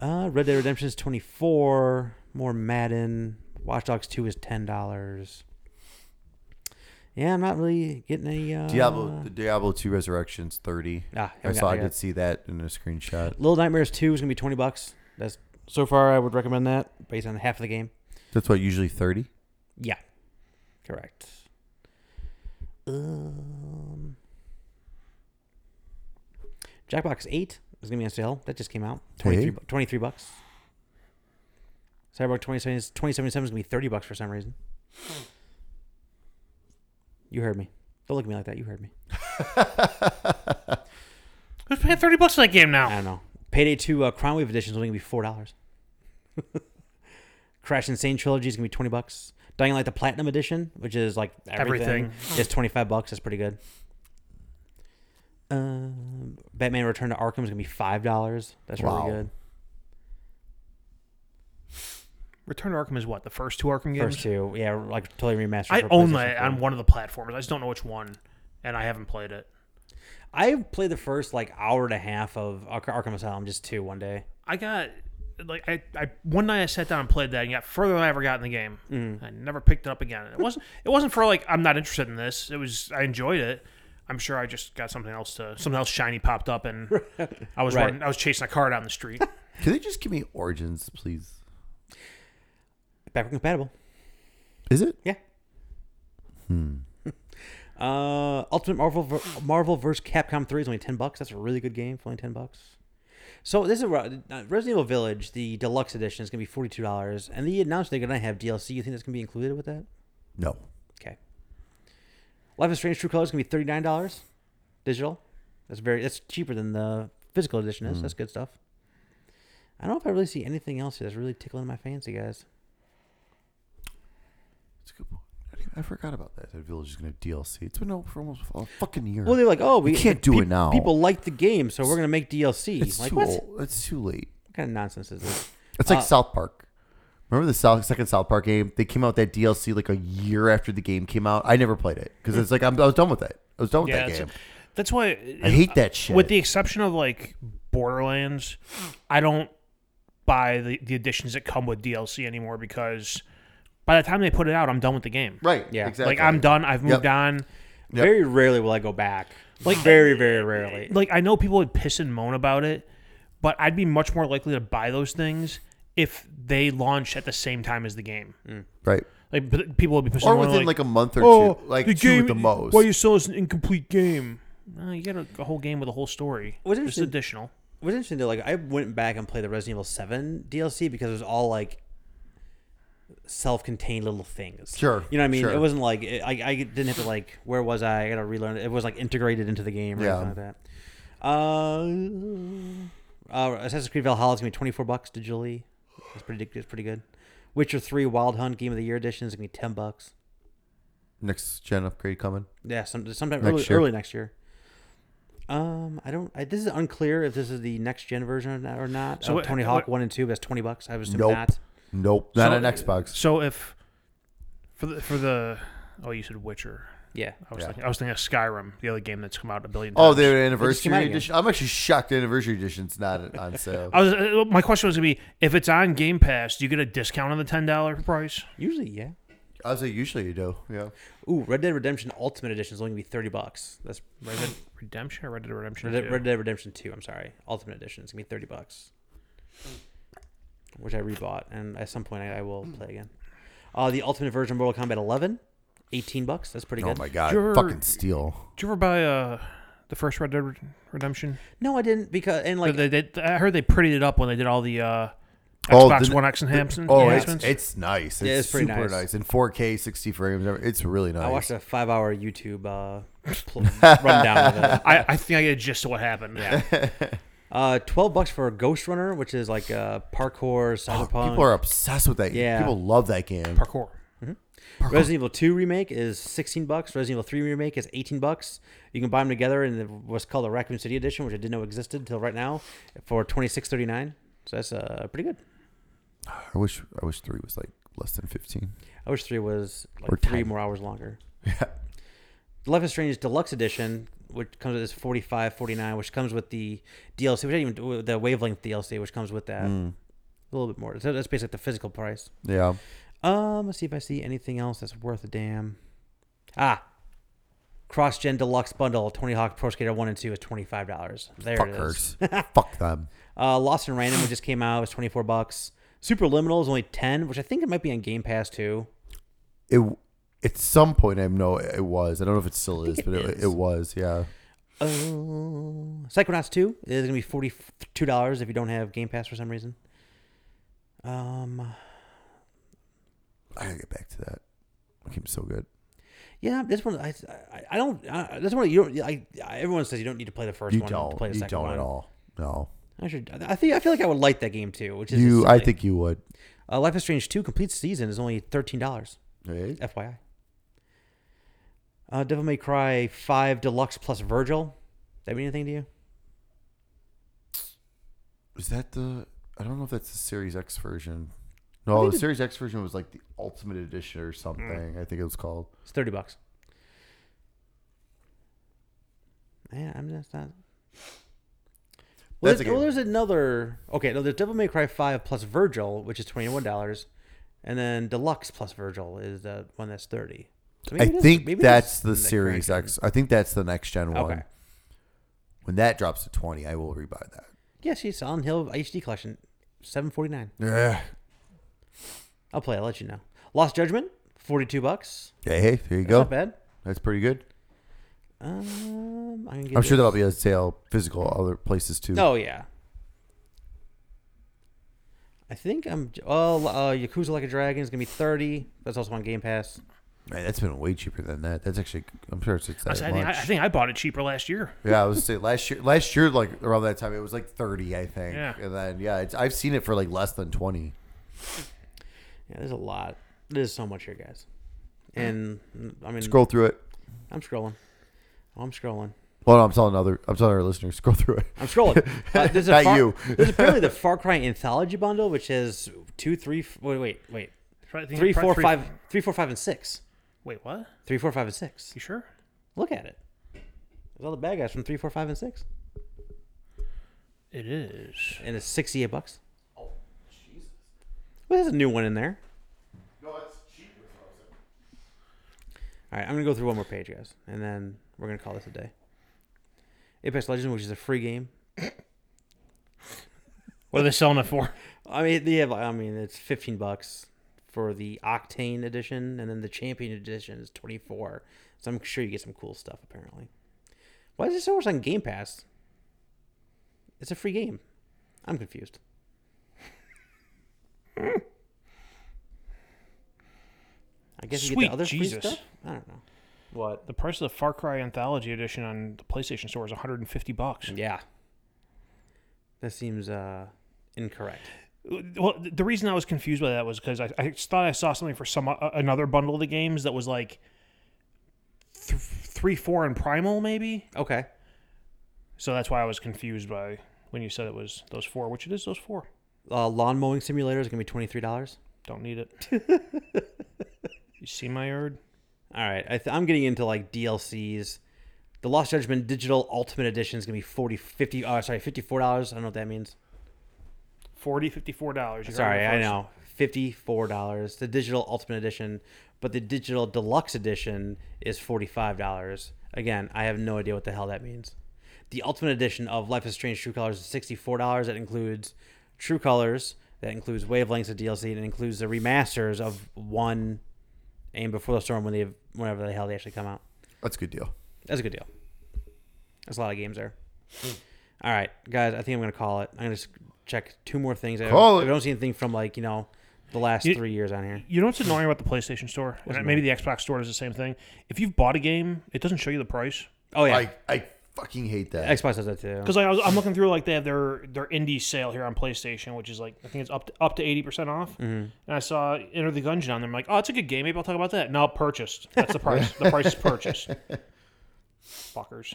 S1: Uh, Red Dead Redemption is twenty four. More Madden. Watch Dogs two is ten dollars. Yeah, I'm not really getting any. Uh,
S2: Diablo, the Diablo Two Resurrections thirty.
S1: Ah,
S2: I
S1: haven't
S2: saw. I
S1: gotten there yet.
S2: did see that in a screenshot.
S1: Little Nightmares two is gonna be twenty bucks. That's so far I would recommend that based on half of the game.
S2: That's what usually thirty.
S1: Yeah, correct. Um, Jackbox Eight is gonna be on sale. That just came out. 23,
S2: Hey.
S1: bu- 23 bucks. Cyberpunk 2077 is 2077 is gonna be thirty bucks for some reason. You heard me. Don't look at me like that. You heard me.
S3: Who's paying thirty bucks for that game
S1: I
S3: now?
S1: don't know. Payday Two uh, Crown Wave Edition is only gonna be four dollars. Crash Insane Trilogy is gonna be twenty bucks. Dying Light the Platinum Edition, which is like everything, is twenty five bucks. That's pretty good. Um, Batman Return to Arkham is gonna be five dollars. That's
S2: Wow.
S1: really good.
S3: Return to Arkham is what the first two Arkham games.
S1: First two, yeah, like totally remastered.
S3: I
S1: for
S3: own
S1: PlayStation
S3: that on
S1: 4.
S3: one of the platforms. I just don't know which one, and I haven't played it.
S1: I played the first like hour and a half of Ar- Arkham Asylum, just two one day.
S3: I got like I, I one night I sat down and played that and got further than I ever got in the game. I never picked it up again. It wasn't it wasn't for like I'm not interested in this. It was I enjoyed it. I'm sure I just got something else to something else shiny popped up and I was
S1: Right.
S3: running, I was chasing a car down the street.
S2: Can they just give me Origins, please?
S1: Backward compatible.
S2: Is it?
S1: Yeah. Hmm. uh, Ultimate Marvel ver- Marvel vs. Capcom Three is only ten bucks. That's a really good game for only ten bucks. So this is where- uh, Resident Evil Village, the deluxe edition, is going to be forty two dollars, and they announced they're going to have DLC. You think that's going to be included with that?
S2: No.
S1: Okay. Life is Strange True Colors is going to be thirty nine dollars, digital. That's very that's cheaper than the physical edition
S2: Mm.
S1: is. That's good stuff. I don't know if I really see anything else here that's really tickling my fancy, guys.
S2: It's a good point. I forgot about that. That Village is going to DLC. It's been out for almost a fucking year.
S1: Well, they're like, oh, we
S2: can't do it now.
S1: People like the game, so we're gonna make DLC.
S2: it's
S1: like
S2: too
S1: what?
S2: old. It's too late.
S1: What kind of nonsense is this?
S2: It's like South Park. Remember the South, second South Park game? They came out with that DLC like a year after the game came out. I never played it because it's like I'm, I was done with it. I was done with
S3: Yeah,
S2: that
S3: that's,
S2: game.
S3: that's why
S2: I hate that shit.
S3: With the exception of like Borderlands, I don't buy the, the additions that come with DLC anymore because by the time they put it out, I'm done with the game.
S2: right?
S1: Yeah.
S2: Yeah, exactly.
S3: Like I'm done. I've moved
S2: Yep.
S3: on.
S2: Yep.
S1: Very rarely will I go back. Like very, very rarely.
S3: Like I know people would piss and moan about it, but I'd be much more likely to buy those things if they launched at the same time as the game.
S2: Right.
S3: Like but people would be pissing
S2: Or
S3: and moaning,
S2: within like, a month or
S3: oh,
S2: two, like
S3: the
S2: two
S3: game,
S2: at the most.
S3: Why you sell us an incomplete game? No, you got a, a whole game with a whole story.
S1: What's
S3: Just
S1: interesting-
S3: additional.
S1: What's interesting though, like I went back and played the Resident Evil Seven DLC because it was all like self-contained little things.
S2: Sure,
S1: You know what I mean?
S2: sure.
S1: It wasn't like it, I, I didn't have to like where was I? I gotta relearn. It It was like integrated into the game or
S2: Yeah.
S1: anything like that. Uh, uh, Assassin's Creed Valhalla is gonna be twenty-four bucks digitally. That's pretty. That's pretty good. Witcher Three Wild Hunt Game of the Year Edition is gonna be ten bucks.
S2: Next gen upgrade coming.
S1: Yeah, some, sometime
S2: Next
S1: early,
S2: year.
S1: early next year. Um, I don't. I, this is unclear if this is the next gen version or not. Or not.
S3: So
S1: So
S3: what-
S1: Tony Hawk
S3: what-
S1: one and two. That's twenty bucks. I was
S2: Nope.
S1: not.
S2: Nope, not
S3: So- uh,
S2: on Xbox.
S3: So if for the for the oh you said Witcher.
S1: Yeah,
S3: I was
S2: Yeah.
S3: thinking I was thinking of Skyrim, the other game that's come out a billion times.
S2: Oh, the
S1: out
S2: anniversary
S1: again.
S2: edition. I'm actually shocked. The anniversary edition's not on sale.
S3: I was uh, my question was gonna be if it's on Game Pass, do you get a discount on the ten dollar price?
S1: usually yeah.
S2: I was like, usually you do. Yeah.
S1: Ooh, Red Dead Redemption Ultimate Edition is only gonna be thirty bucks. That's
S3: Red Dead Redemption or Red Dead Redemption?
S1: Red Dead,
S3: 2?
S1: Red Dead Redemption two. I'm sorry, Ultimate Edition is gonna be thirty bucks, which I rebought, and at some point I, I will play again. Uh, the Ultimate version of Mortal Kombat 11, 18 bucks. That's pretty
S2: Oh
S1: good.
S2: my god,
S3: Sure.
S2: fucking steal.
S3: Did you ever buy uh the first Red Dead Red- Redemption?
S1: No, I didn't because and like
S3: they, they, I heard they prettied it up when they did all the uh,
S2: Oh,
S3: Xbox
S2: the-
S3: One X enhancements.
S2: Oh,
S3: enhancements.
S2: it's, it's nice. It's,
S1: Yeah, it's pretty
S2: super
S1: nice.
S2: nice. In 4K, 60 frames. It's really nice.
S1: I watched a five-hour YouTube uh, pl- rundown of it.
S3: I, I think I get a gist of what happened. Yeah.
S1: Uh, twelve bucks for Ghost Runner, which is like uh, parkour,
S2: Oh,
S1: cyberpunk.
S2: people are obsessed with that.
S1: Yeah.
S2: Yeah. People love that game.
S3: Parkour.
S1: Resident Evil Two remake is sixteen bucks. Resident Evil Three remake is eighteen bucks. You can buy them together in the, what's called the Raccoon City edition, which I didn't know existed until right now, for twenty six thirty nine. So that's uh, pretty good.
S2: I wish I wish 3 was like less than 15.
S1: I wish three was
S2: Or
S1: like three
S2: 10.
S1: more hours longer.
S2: Yeah.
S1: Life is Strange Deluxe Edition, which comes with this 45 49 which comes with the DLC, which I didn't even the wavelength DLC, which comes with that a little bit more. So that's basically the physical price.
S2: Mm. Yeah.
S1: Um, let's see if I see anything else that's worth a damn. Ah, Cross Gen Deluxe Bundle, Tony Hawk Pro Skater One and Two is twenty five dollars. There it is.
S2: Fuckers. Fuck them.
S1: Uh, Lost and Random, which just came out, was twenty four bucks. Superliminal is only ten, which I think it might be on Game Pass too.
S2: It at some point I know it was. I don't know if it still is,
S1: think
S2: but
S1: it
S2: it,
S1: is.
S2: it was. Yeah.
S1: Oh, Uh, Psychonauts Two is gonna be forty two dollars if you don't have Game Pass for some reason. Um,
S2: I gotta get back to that. That game's so good.
S1: yeah, this one I I, I don't. I, this one you don't. I, everyone says you don't need to play the first
S2: You
S1: one to
S2: don't.
S1: play the
S2: You
S1: second
S2: don't
S1: one.
S2: at all. No.
S1: I should. I think I feel like I would like that game too. Which is just
S2: You. I
S1: silly.
S2: think you would.
S1: Uh, Life is Strange 2 complete season is only $13,
S2: Right?
S1: FYI. Uh, Devil May Cry 5 Deluxe plus Virgil. That mean anything to you?
S2: Is that the? I don't know if that's the Series X version.
S1: I
S2: No,
S1: think
S2: the
S1: it-
S2: Series X version was like the Ultimate Edition or something. I think it was called.
S1: It's 30 bucks. Yeah, I'm just not. Well,
S2: That's a
S1: there's, well,
S2: game.
S1: there's another. Okay, no, there's Devil May Cry 5 plus Virgil, which is $21. And then Deluxe plus Virgil is the one that's 30 So maybe
S2: I
S1: it is-
S2: think
S1: maybe it is
S2: that's the
S1: next
S2: Series
S1: generation.
S2: X. I think that's the next gen
S1: Okay.
S2: one. When that drops to twenty, I will rebuy that.
S1: Yeah, see, Silent Hill HD Collection, 749
S2: Yeah.
S1: I'll play. I'll let you know. Lost Judgment, forty-two bucks.
S2: Hey, there you
S1: That's
S2: go.
S1: Not bad.
S2: That's pretty good.
S1: Um, I'm, gonna give
S2: I'm sure
S1: this-
S2: that'll be on sale physical other places too.
S1: Oh yeah. I think I'm. Oh, uh, Yakuza Like a Dragon is gonna be thirty. That's also on Game Pass.
S2: Man, that's been way cheaper than that. That's actually, I'm sure it's it's
S3: I,
S2: that
S3: said, I, think, I, I
S2: much.
S3: think I bought it cheaper last year.
S2: Yeah, I was saying last year, last year like around that time, it was like 30, I think.
S3: Yeah.
S2: And then yeah, it's, I've seen it for like less than 20.
S1: Yeah, there's a lot. There's so much here, guys. and I mean,
S2: Scroll through it.
S1: I'm scrolling. Oh, I'm scrolling.
S2: Well, no, I'm telling other. I'm telling our listeners. Scroll through it.
S1: I'm scrolling. Uh, there's a
S2: Not
S1: Far-
S2: you.
S1: there's apparently the Far Cry Anthology bundle, which has two, three, f- wait, wait, wait,
S3: Probably think-
S1: three,
S3: probably
S1: four, five, three, four, five, and six.
S3: Wait, what?
S1: Three, four, five, and six.
S3: You sure?
S1: Look at it. There's all the bad guys from three, four, five, and six,
S3: It is.
S1: and it's sixty-eight bucks. Well, there's a new one in there. All right, I'm gonna go through one more page, guys, and then we're gonna call this a day. Apex Legends, which is a free game.
S3: What are they selling it for?
S1: I mean, they have. I mean, it's fifteen bucks for the Octane edition, and then the Champion edition is twenty four. So I'm sure you get some cool stuff. Apparently, why is it so much on Game Pass? It's a free game. I'm confused. I guess you get
S3: Sweet
S1: the other
S3: Jesus.
S1: free stuff. I don't know. What?
S3: The price of the Far Cry Anthology Edition on the PlayStation Store is 150 bucks.
S1: Yeah. That seems uh incorrect.
S3: Well, th- the reason I was confused by that was because I, I thought I saw something for some uh, another bundle of the games that was like th- three, four, and Primal maybe.
S1: Okay.
S3: So that's why I was confused by when you said it was those four, which it is those four.
S1: Uh, lawn mowing simulator is gonna be twenty three dollars.
S3: Don't need it. you see my yard?
S1: All right, I th- I'm getting into like DLCs. The Lost Judgment Digital Ultimate Edition is gonna be 40, 50, uh, sorry, fifty four dollars. I don't know what that means.
S3: 40 dollars.
S1: Sorry, I know fifty four dollars. The Digital Ultimate Edition, but the Digital Deluxe Edition is forty five dollars. Again, I have no idea what the hell that means. The Ultimate Edition of Life is Strange True Colors is sixty four dollars. That includes True Colors. That includes Wavelengths of DLC. And it includes the remasters of one and Before the Storm when they whenever the hell they actually come out.
S2: That's a good deal.
S1: That's a good deal. That's a lot of games there.
S2: Hmm.
S1: All right, guys, I think I'm gonna call it. I'm gonna just check two more things. I,
S2: Call
S1: I
S2: it.
S1: don't see anything from like you know the last
S3: You-
S1: three years on here.
S3: You know what's annoying about the PlayStation Store? And maybe the Xbox Store does the same thing. If you've bought a game, it doesn't show you the price.
S1: Oh yeah,
S2: I I fucking hate that.
S1: Xbox does that too.
S3: Because I'm looking through like they have their their indie sale here on PlayStation, which is like I think it's up to, up to eighty percent off.
S1: Mm-hmm.
S3: And I saw Enter the Gungeon on there. I'm like, oh, it's a good game. Maybe I'll talk about that. No, purchased. That's the price. the price is purchased. Fuckers.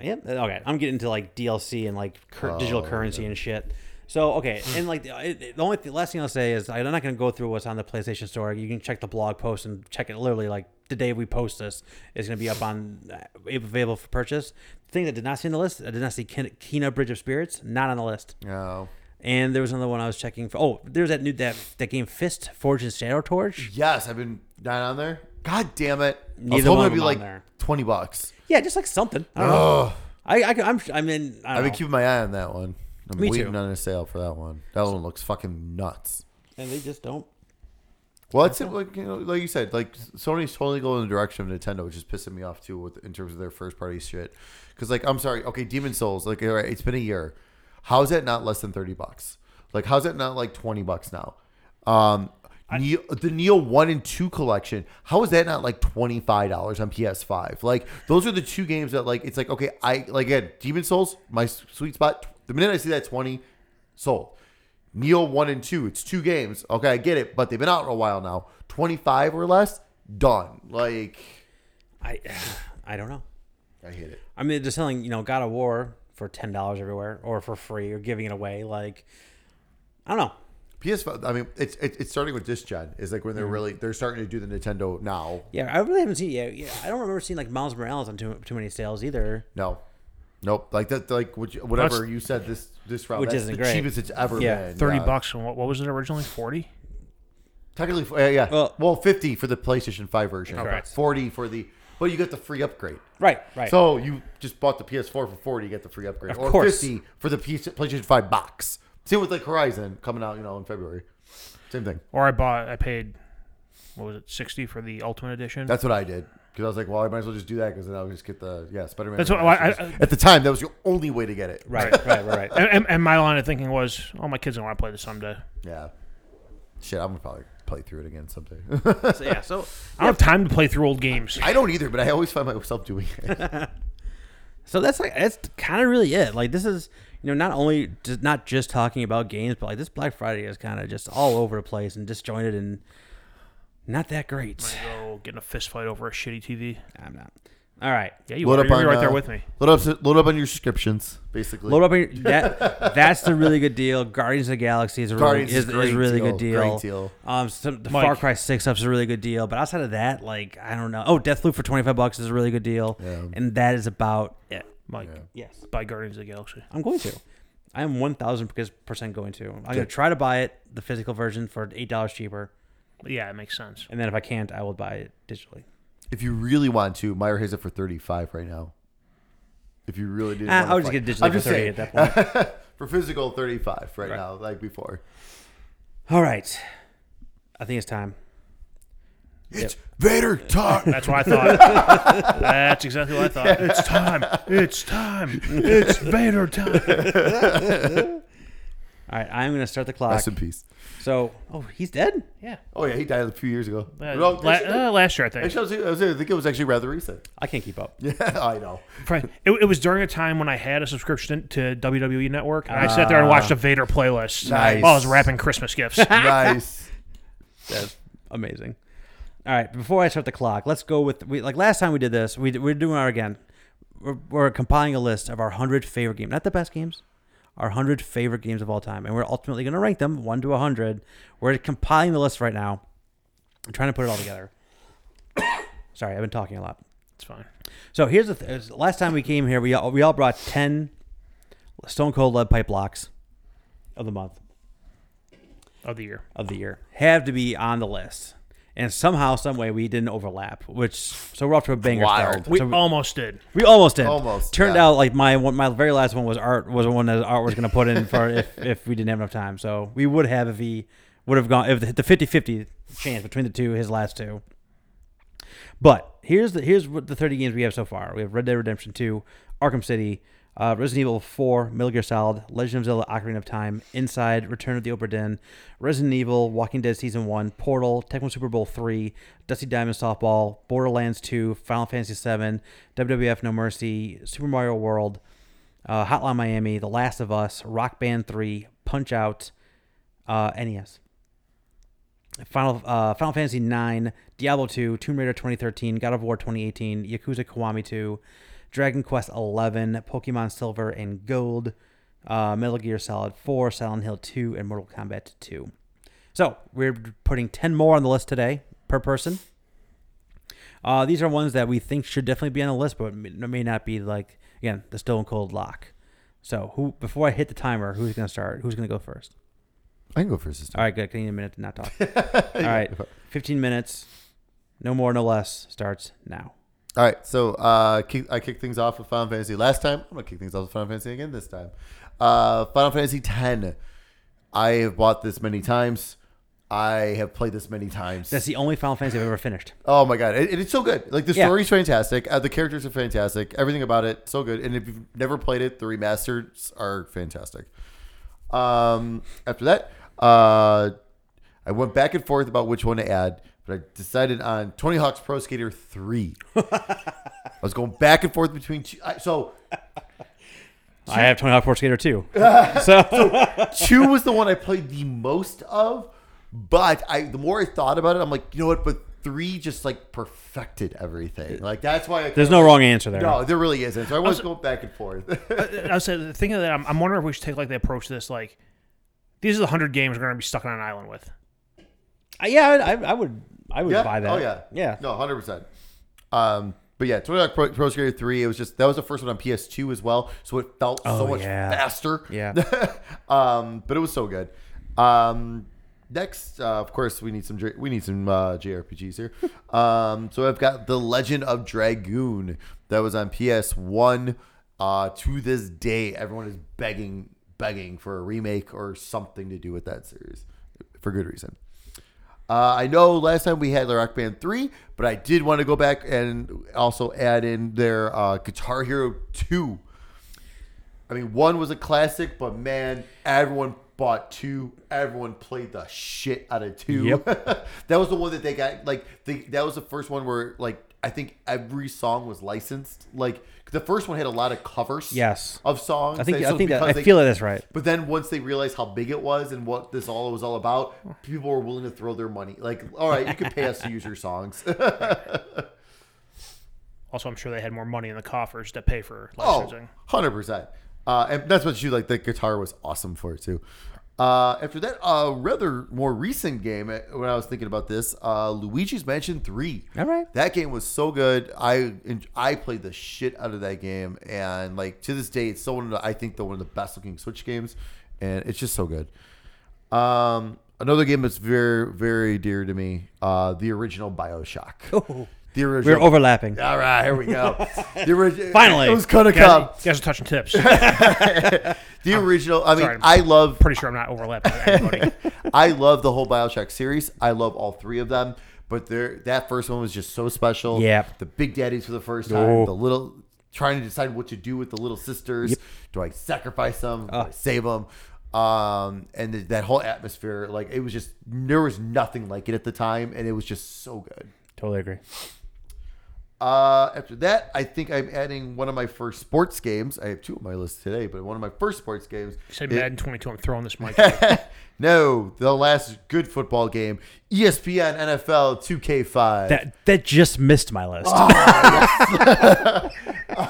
S1: Yep. Okay. I'm getting into like DLC and like cur- digital currency and shit. So okay, and like the, it- it- the only th- last thing I'll say is I'm not gonna go through what's on the PlayStation Store. You can check the blog post and check it. Literally, like the day we post this is gonna be up on uh, available for purchase. The thing that did not see on the list, I did not see Ken- Kena Bridge of Spirits, not on the list.
S2: No.
S1: And there was another one I was checking for. Oh, there's that new that that game Fist Forge and Shadow Torch.
S2: Yes, I've been not on there. God damn it! I was
S1: Neither
S2: hoping
S1: one of
S2: it'd be
S1: them on
S2: like
S1: there.
S2: twenty bucks.
S1: Yeah, just like something. I don't know.
S2: Oh,
S1: I, I am I mean I
S2: I've
S1: don't
S2: been
S1: know.
S2: keeping my eye on that one. I'm
S1: Me
S2: waiting
S1: too.
S2: on a sale for that one. That one looks fucking nuts.
S1: and they just don't.
S2: Well, it's like you know, like you said, like Sony's totally going in the direction of Nintendo, which is pissing me off too, with in terms of their first party shit. Because like, I'm sorry, okay, Demon Souls, like, all right, it's been a year. How's that not less than thirty bucks? Like, how's that not like twenty bucks now? Um, Neo, the Neo One and Two collection, how is that not like twenty five dollars on PS Five? Like, those are the two games that like it's like okay, I like again, Demon Souls, my s- sweet spot. The minute I see that twenty, sold. Neo one and two. It's two games. Okay, I get it, but they've been out for a while now. Twenty five or less, done. Like
S1: I I don't know.
S2: I hate it.
S1: I mean, they're selling you know God of War for ten dollars everywhere or for free or giving it away. Like I don't know.
S2: PS I mean, it's it's it's starting with this gen. Is like when they're really they're starting to do the Nintendo now.
S1: Yeah, I really haven't seen. Yeah, yeah. I don't remember seeing like Miles Morales on too, too many sales either.
S2: No, nope. Like that. Like which, whatever you said this this round,
S1: Which
S2: that's
S1: isn't
S2: the
S1: great.
S2: cheapest it's ever
S1: Yeah,
S2: been.
S3: Thirty
S2: yeah.
S3: bucks. And what, what was it originally? Forty.
S2: Technically, yeah, yeah.
S1: Well-
S2: Well, fifty for the PlayStation Five version.
S1: Correct.
S2: Forty for the. But you get the free upgrade.
S1: Right. Right.
S2: So you just bought the PS4 for 40, you get the free upgrade.
S1: Of
S2: or
S1: course.
S2: 50 for the PS- PlayStation 5 box. Same with like Horizon coming out, you know, in February. Same thing.
S3: Or I bought. I paid. What was it? Sixty for the Ultimate Edition.
S2: That's what I did. Because I was like, well, I might as well just do that because then I'll just get the, yeah, Spider Man.
S3: That's what- well, I- I-
S2: At the time, that was the only way to get it.
S1: right. Right. Right. Right.
S3: and, and- and my line of thinking was, oh, my kids gonna want to play this someday.
S2: Yeah. Shit, I'm going to probably play through it again someday.
S1: So, yeah. So
S3: I don't have time to play through old games.
S2: I don't either, but I always find myself doing it.
S1: So that's like that's kind of really it. Like this is you know not only just not just talking about games, but like this Black Friday is kind of just all over the place and disjointed and not that great.
S3: I'm gonna go get in a fist fight over a shitty TV.
S1: I'm not. All right.
S3: Yeah, you
S2: Load
S3: are.
S2: up
S3: You're
S2: on,
S3: right there
S2: uh,
S3: with me.
S2: Load up, load up on your subscriptions, basically.
S1: Load up on your, that. that's the really good deal. Guardians of the Galaxy is a really,
S2: Guardians
S1: is,
S2: is
S1: is,
S2: great
S1: a really
S2: deal,
S1: good deal.
S2: great deal.
S1: Um, some, the
S3: Mike.
S1: Far Cry Six up's a really good deal. But outside of that, like I don't know. Oh, Deathloop for twenty five bucks is a really good deal.
S2: Yeah.
S1: And that is about it.
S3: Mike,
S1: Yes,
S3: buy Guardians of the Galaxy.
S1: I'm going to. I am one thousand percent going to. I'm going to
S2: Good.
S1: try to buy it, the physical version, for eight dollars cheaper.
S3: Yeah, it makes sense.
S1: And then if I can't, I will buy it digitally.
S2: If you really want to, Meyer has it for 35 right now. If you really did,
S1: Ah, I would just get it digitally for thirty at that point.
S2: for physical 35 right,
S1: Right.
S2: now, like before.
S1: All right. I think it's time.
S2: It's Vader time.
S3: That's what I thought. That's exactly what I thought. It's time. It's time. It's Vader time.
S1: All right, I'm going to start the clock.
S2: Rest in peace.
S1: So, oh, he's dead?
S3: Yeah.
S2: Oh yeah, he died a few years ago.
S3: Uh,
S2: No,
S3: la-
S2: actually,
S3: uh, last year, I think.
S2: actually, I, was, I, was, I think it was actually rather recent.
S1: I can't keep up.
S2: Yeah, I know.
S3: Probably- It, it was during a time when I had a subscription to WWE Network, and I sat there and watched a Vader playlist
S2: Ah. Nice.
S3: while I was wrapping Christmas gifts.
S2: nice.
S1: That's amazing. All right, before I start the clock, let's go with we like last time we did this. We we're doing our again. We're, we're compiling a list of our hundred favorite games, not the best games, our hundred favorite games of all time, and we're ultimately going to rank them one to hundred. We're compiling the list right now. I'm trying to put it all together. Sorry, I've been talking a lot.
S3: it's fine.
S1: So here's the th- is- last time we came here, we all, we all brought ten Stone Cold Lead Pipe locks of the month
S3: Of the year.
S1: of the year have to be on the list. And somehow, some way, we didn't overlap, which so we're off to a banger
S2: Wild.
S1: start.
S3: We
S1: so we,
S3: almost did.
S1: we almost did.
S2: Almost,
S1: turned
S2: yeah.
S1: out like my one, my very last one was art was the one that art was going to put in for if, if we didn't have enough time. So we would have if he would have gone if the- the 50-50 chance between the two his last two. But here's the here's what the thirty games we have so far. We have Red Dead Redemption Two, Arkham City, uh, Resident Evil Four, Metal Gear Solid, Legend of Zelda: Ocarina of Time, Inside, Return of the Obra Dinn, Resident Evil, Walking Dead Season One, Portal, Tecmo Super Bowl Three, Dusty Diamond Softball, Borderlands Two, Final Fantasy Seven, WWF No Mercy, Super Mario World, uh, Hotline Miami, The Last of Us, Rock Band Three, Punch Out, uh, NES. Final uh, Final Fantasy IX, Diablo II, Tomb Raider 2013, God of War 2018, Yakuza Kiwami 2, Dragon Quest 11, Pokemon Silver and Gold, uh, Metal Gear Solid 4, Silent Hill 2, and Mortal Kombat 2. So we're putting 10 more on the list today per person. Uh, these are ones that we think should definitely be on the list, but may- may not be like again the Stone Cold Lock. So who before I hit the timer, who's gonna start? Who's gonna go first?
S2: I can go first this time.
S1: All right, good. I need a minute to not talk. All right, 15 minutes, no more, no less, starts now.
S2: All right, so uh, kick, I kicked things off with Final Fantasy last time. I'm gonna kick things off with Final Fantasy again this time. Uh, Final Fantasy X. I have bought this many times. I have played this many times.
S1: That's the only Final Fantasy I've ever finished.
S2: oh my god, it, it's so good. Like the
S1: Yeah.
S2: story's fantastic. Uh, the characters are fantastic. Everything about it so good. And if you've never played it, the remasters are fantastic. Um, after that, uh, I went back and forth about which one to add, but I decided on Tony Hawk's Pro Skater Three. I was going back and forth between two. I, so
S1: I have Tony Hawk Pro Skater too. so
S2: two was the one I played the most of, but I the more I thought about it, I'm like, you know what? But three just like perfected everything. Like that's why I
S1: there's no wrong answer there.
S2: no, there really isn't. So I was going back and forth.
S3: I was saying- thinking of that. I'm, I'm wondering if we should take like the approach to this. Like, these are the hundred games we're gonna be stuck on an island with.
S1: Uh, yeah, I, I- I would, I would
S2: yeah.
S1: buy that.
S2: Oh yeah.
S1: yeah.
S2: No, hundred percent. Um, but yeah, Tony Hawk Pro, Pro Skater Three. It was just that was the first one on PS2 as well, so it felt so
S1: Oh,
S2: much
S1: yeah.
S2: faster.
S1: Yeah.
S2: um, but it was so good. Um, next, uh, of course, we need some J- we need some uh, JRPGs here. um, so I've got The Legend of Dragoon that was on PS1. Uh, to this day, everyone is begging begging for a remake or something to do with that series for good reason. Uh, I know last time we had the Rock Band 3, but I did want to go back and also add in their uh, Guitar Hero 2. I mean, one was a classic, but man, everyone bought two. Everyone played the shit out of two. that was the one that they got like. They, that was the first one where like I think every song was licensed. Like the first one had a lot of covers.
S1: Yes.
S2: Of songs.
S1: I think
S2: They-
S1: I
S2: so
S1: think that,
S2: because
S1: I
S2: they-
S1: feel that's right.
S2: But then once they realized how big it was and what this all was all about, people were willing to throw their money. Like, all right, you can pay us to use your songs.
S3: Also, I'm sure they had more money in the coffers to pay for
S2: Oh,
S3: licensing.
S2: 100%. Uh, and that's what you like. The guitar was awesome for it, too. Uh, after that, a rather more recent game, uh, when I was thinking about this, uh, Luigi's Mansion 3.
S1: All right.
S2: That game was so good. I I played the shit out of that game, and like to this day, it's still one of the, I think the one of the best looking Switch games, and it's just so good. Um, another game that's very very dear to me, uh, the original Bioshock. The
S1: Oh. We're
S2: original.
S1: overlapping.
S2: All right, here we go. The origi-
S1: Finally.
S2: it was gonna come.
S3: Guys, guys are touching tips.
S2: The original. I mean,
S3: sorry.
S2: I love
S3: Pretty sure I'm not overlapping with anybody.
S2: I love the whole Bioshock series. I love all three of them, but there that first one was just so special.
S1: Yep.
S2: the Big Daddies for the first time.
S1: Oh.
S2: The little trying to decide what to do with the little sisters. Do I sacrifice them? Do I save them? Um, and th- that whole atmosphere, like it was just there was nothing like it at the time, and it was just so good.
S1: Totally agree.
S2: Uh, after that, I think I'm adding one of my first sports games. I have two on my list today, but one of my first sports games.
S3: Say
S2: is-
S3: Madden 22. I'm throwing this mic. Out.
S2: no, the last good football game, E ESPN NFL 2K5.
S1: That that just missed my list.
S2: Ah.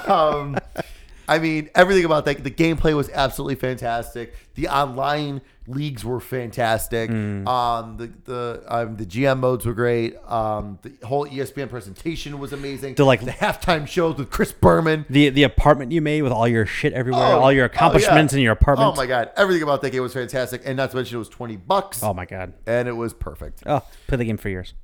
S2: I mean, everything about that. The gameplay was absolutely fantastic. The online leagues were fantastic.
S1: Mm.
S2: Um, the the um, the GM modes were great. Um, the whole ESPN presentation was amazing.
S1: The, like-
S2: the halftime shows with Chris Berman.
S1: The the apartment you made with all your shit everywhere,
S2: Oh,
S1: all your
S2: oh, yeah.
S1: accomplishments in your apartment.
S2: Oh my god, everything about that game was fantastic. And not to mention, it was twenty bucks,
S1: Oh my god.
S2: and it was perfect.
S1: Oh, play the game for years.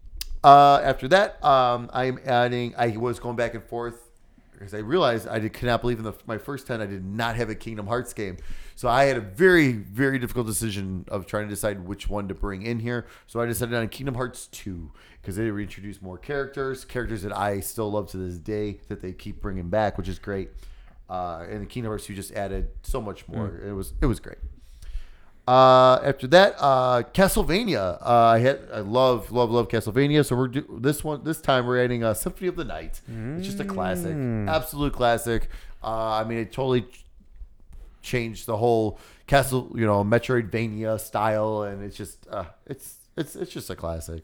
S2: Uh, after that, um, I am adding. I was going back and forth because I realized I did, could not believe in the, my first ten. I did not have a Kingdom Hearts game, so I had a very very difficult decision of trying to decide which one to bring in here. So I decided on Kingdom Hearts two because they reintroduced more characters, characters that I still love to this day that they keep bringing back, which is great. Uh, and the Kingdom Hearts two just added so much more. It was it was great. Uh, after that, uh, Castlevania. Uh, I had I love love love Castlevania. So we're do, this one this time we're adding uh, Symphony of the Night. It's just a classic, absolute classic. Uh, I mean, it totally ch- changed the whole Castle, you know, Metroidvania style, and it's just uh, it's it's it's just a classic.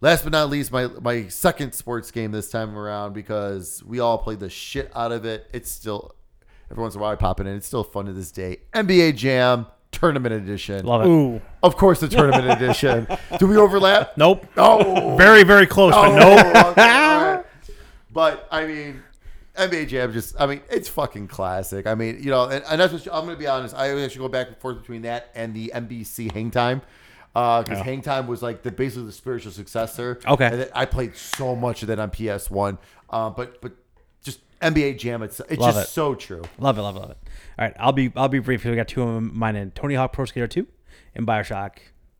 S2: Last but not least, my my second sports game this time around because we all played the shit out of it. It's still every once in a while I pop it in. It's still fun to this day. NBA Jam Tournament Edition.
S1: Love it.
S3: Ooh,
S2: Of course, the Tournament Edition. Do we overlap?
S3: nope.
S2: Oh,
S3: Very, very close, but
S2: no.
S3: no.
S2: But I mean, NBA Jam just, I mean, it's fucking classic. I mean, you know, and, and that's what I'm going to be honest. I always actually go back and forth between that and the NBC Hang Time. Because Hang Time was like the basically the spiritual successor.
S1: Okay.
S2: And then I played so much of that on PS1. Uh, but, but just NBA Jam, it's, it's
S1: Love
S2: just
S1: it.
S2: so true.
S1: Love it, love it, love it. All right, I'll be I'll be brief because we got two of mine in Tony Hawk Pro Skater 2 and Bioshock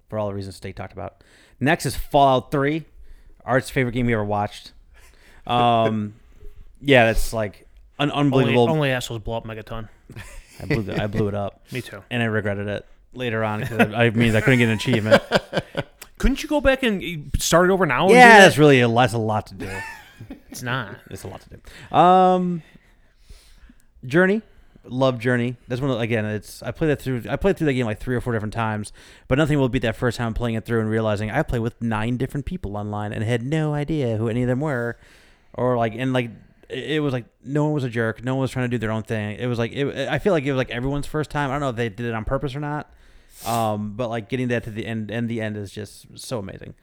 S1: for all the reasons State talked about. Next is Fallout 3, Art's favorite game we ever watched. Um, yeah, that's like an
S3: Only,
S1: unbelievable.
S3: only assholes blow up megaton.
S1: I blew the, I blew it up,
S3: Me too.
S1: and I regretted it later on because I, I mean I couldn't get an achievement.
S3: Couldn't you go back and e, start it over now? and do
S1: yeah,
S3: that?
S1: that's really a, that's a lot to do.
S3: it's not.
S1: It's a lot to do. Um, Journey, love Journey. That's one of, again. It's I played that through. I played through that game like three or four different times, but nothing will beat that first time playing it through and realizing I played with nine different people online and had no idea who any of them were, or like and like it it was like no one was a jerk. No one was trying to do their own thing. It was like it, I feel like it was like everyone's first time. I don't know if they did it on purpose or not. Um, but like getting that to the end and the end is just so amazing.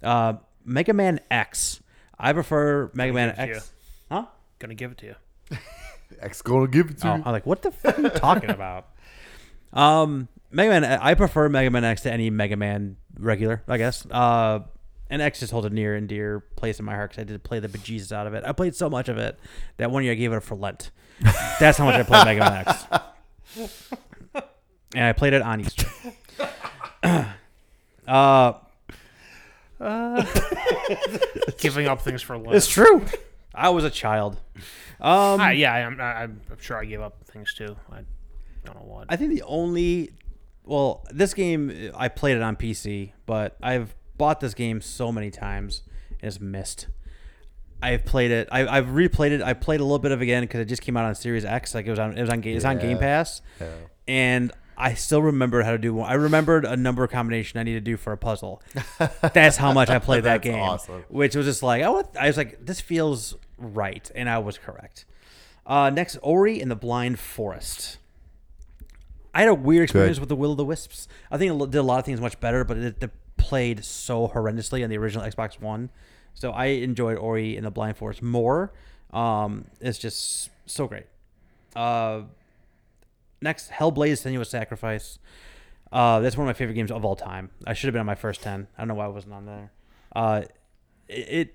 S1: Uh, Mega Man X. I prefer Mega Man
S3: Thank
S1: X. Huh?
S3: Gonna give it to you.
S2: X going to give it to
S1: Oh,
S2: you.
S1: I'm like, what the fuck are you talking about? Um, Mega Man, I prefer Mega Man X to any Mega Man regular, I guess. Uh, and X just holds a near and dear place in my heart because I did play the bejesus out of it. I played so much of it that one year I gave it up for Lent. That's how much I played Mega Man X. And I played it on Easter. uh,
S3: Giving up things for love.
S1: it's true. I was a child. Um,
S3: Ah, yeah, I'm, I- I'm, I'm sure I gave up things too. I don't know what.
S1: I think the only well, this game I played it on PC, but I've bought this game so many times and it's missed. I've played it. I, I've replayed it. I played a little bit of it again because it just came out on Series X. Like it was on it was on Ga- it's on Game
S2: Yeah.
S1: Pass,
S2: Yeah.
S1: and I still remember how to do one. I remembered a number combination I need to do for a puzzle. That's how much I played that
S2: That's
S1: game.
S2: awesome.
S1: Which was just like I was, I was like this feels right, and I was correct. Uh, next, Ori and the Blind Forest. I had a weird experience with the Will of the Wisps. I think it lo- did a lot of things much better, but it, it played so horrendously on the original Xbox One. So I enjoyed Ori and the Blind Forest more. Um, it's just so great. Uh, next, Hellblaze: Senua's Sacrifice. Uh, that's one of my favorite games of all time. I should have been on my first ten. I don't know why I wasn't on there. Uh, it, it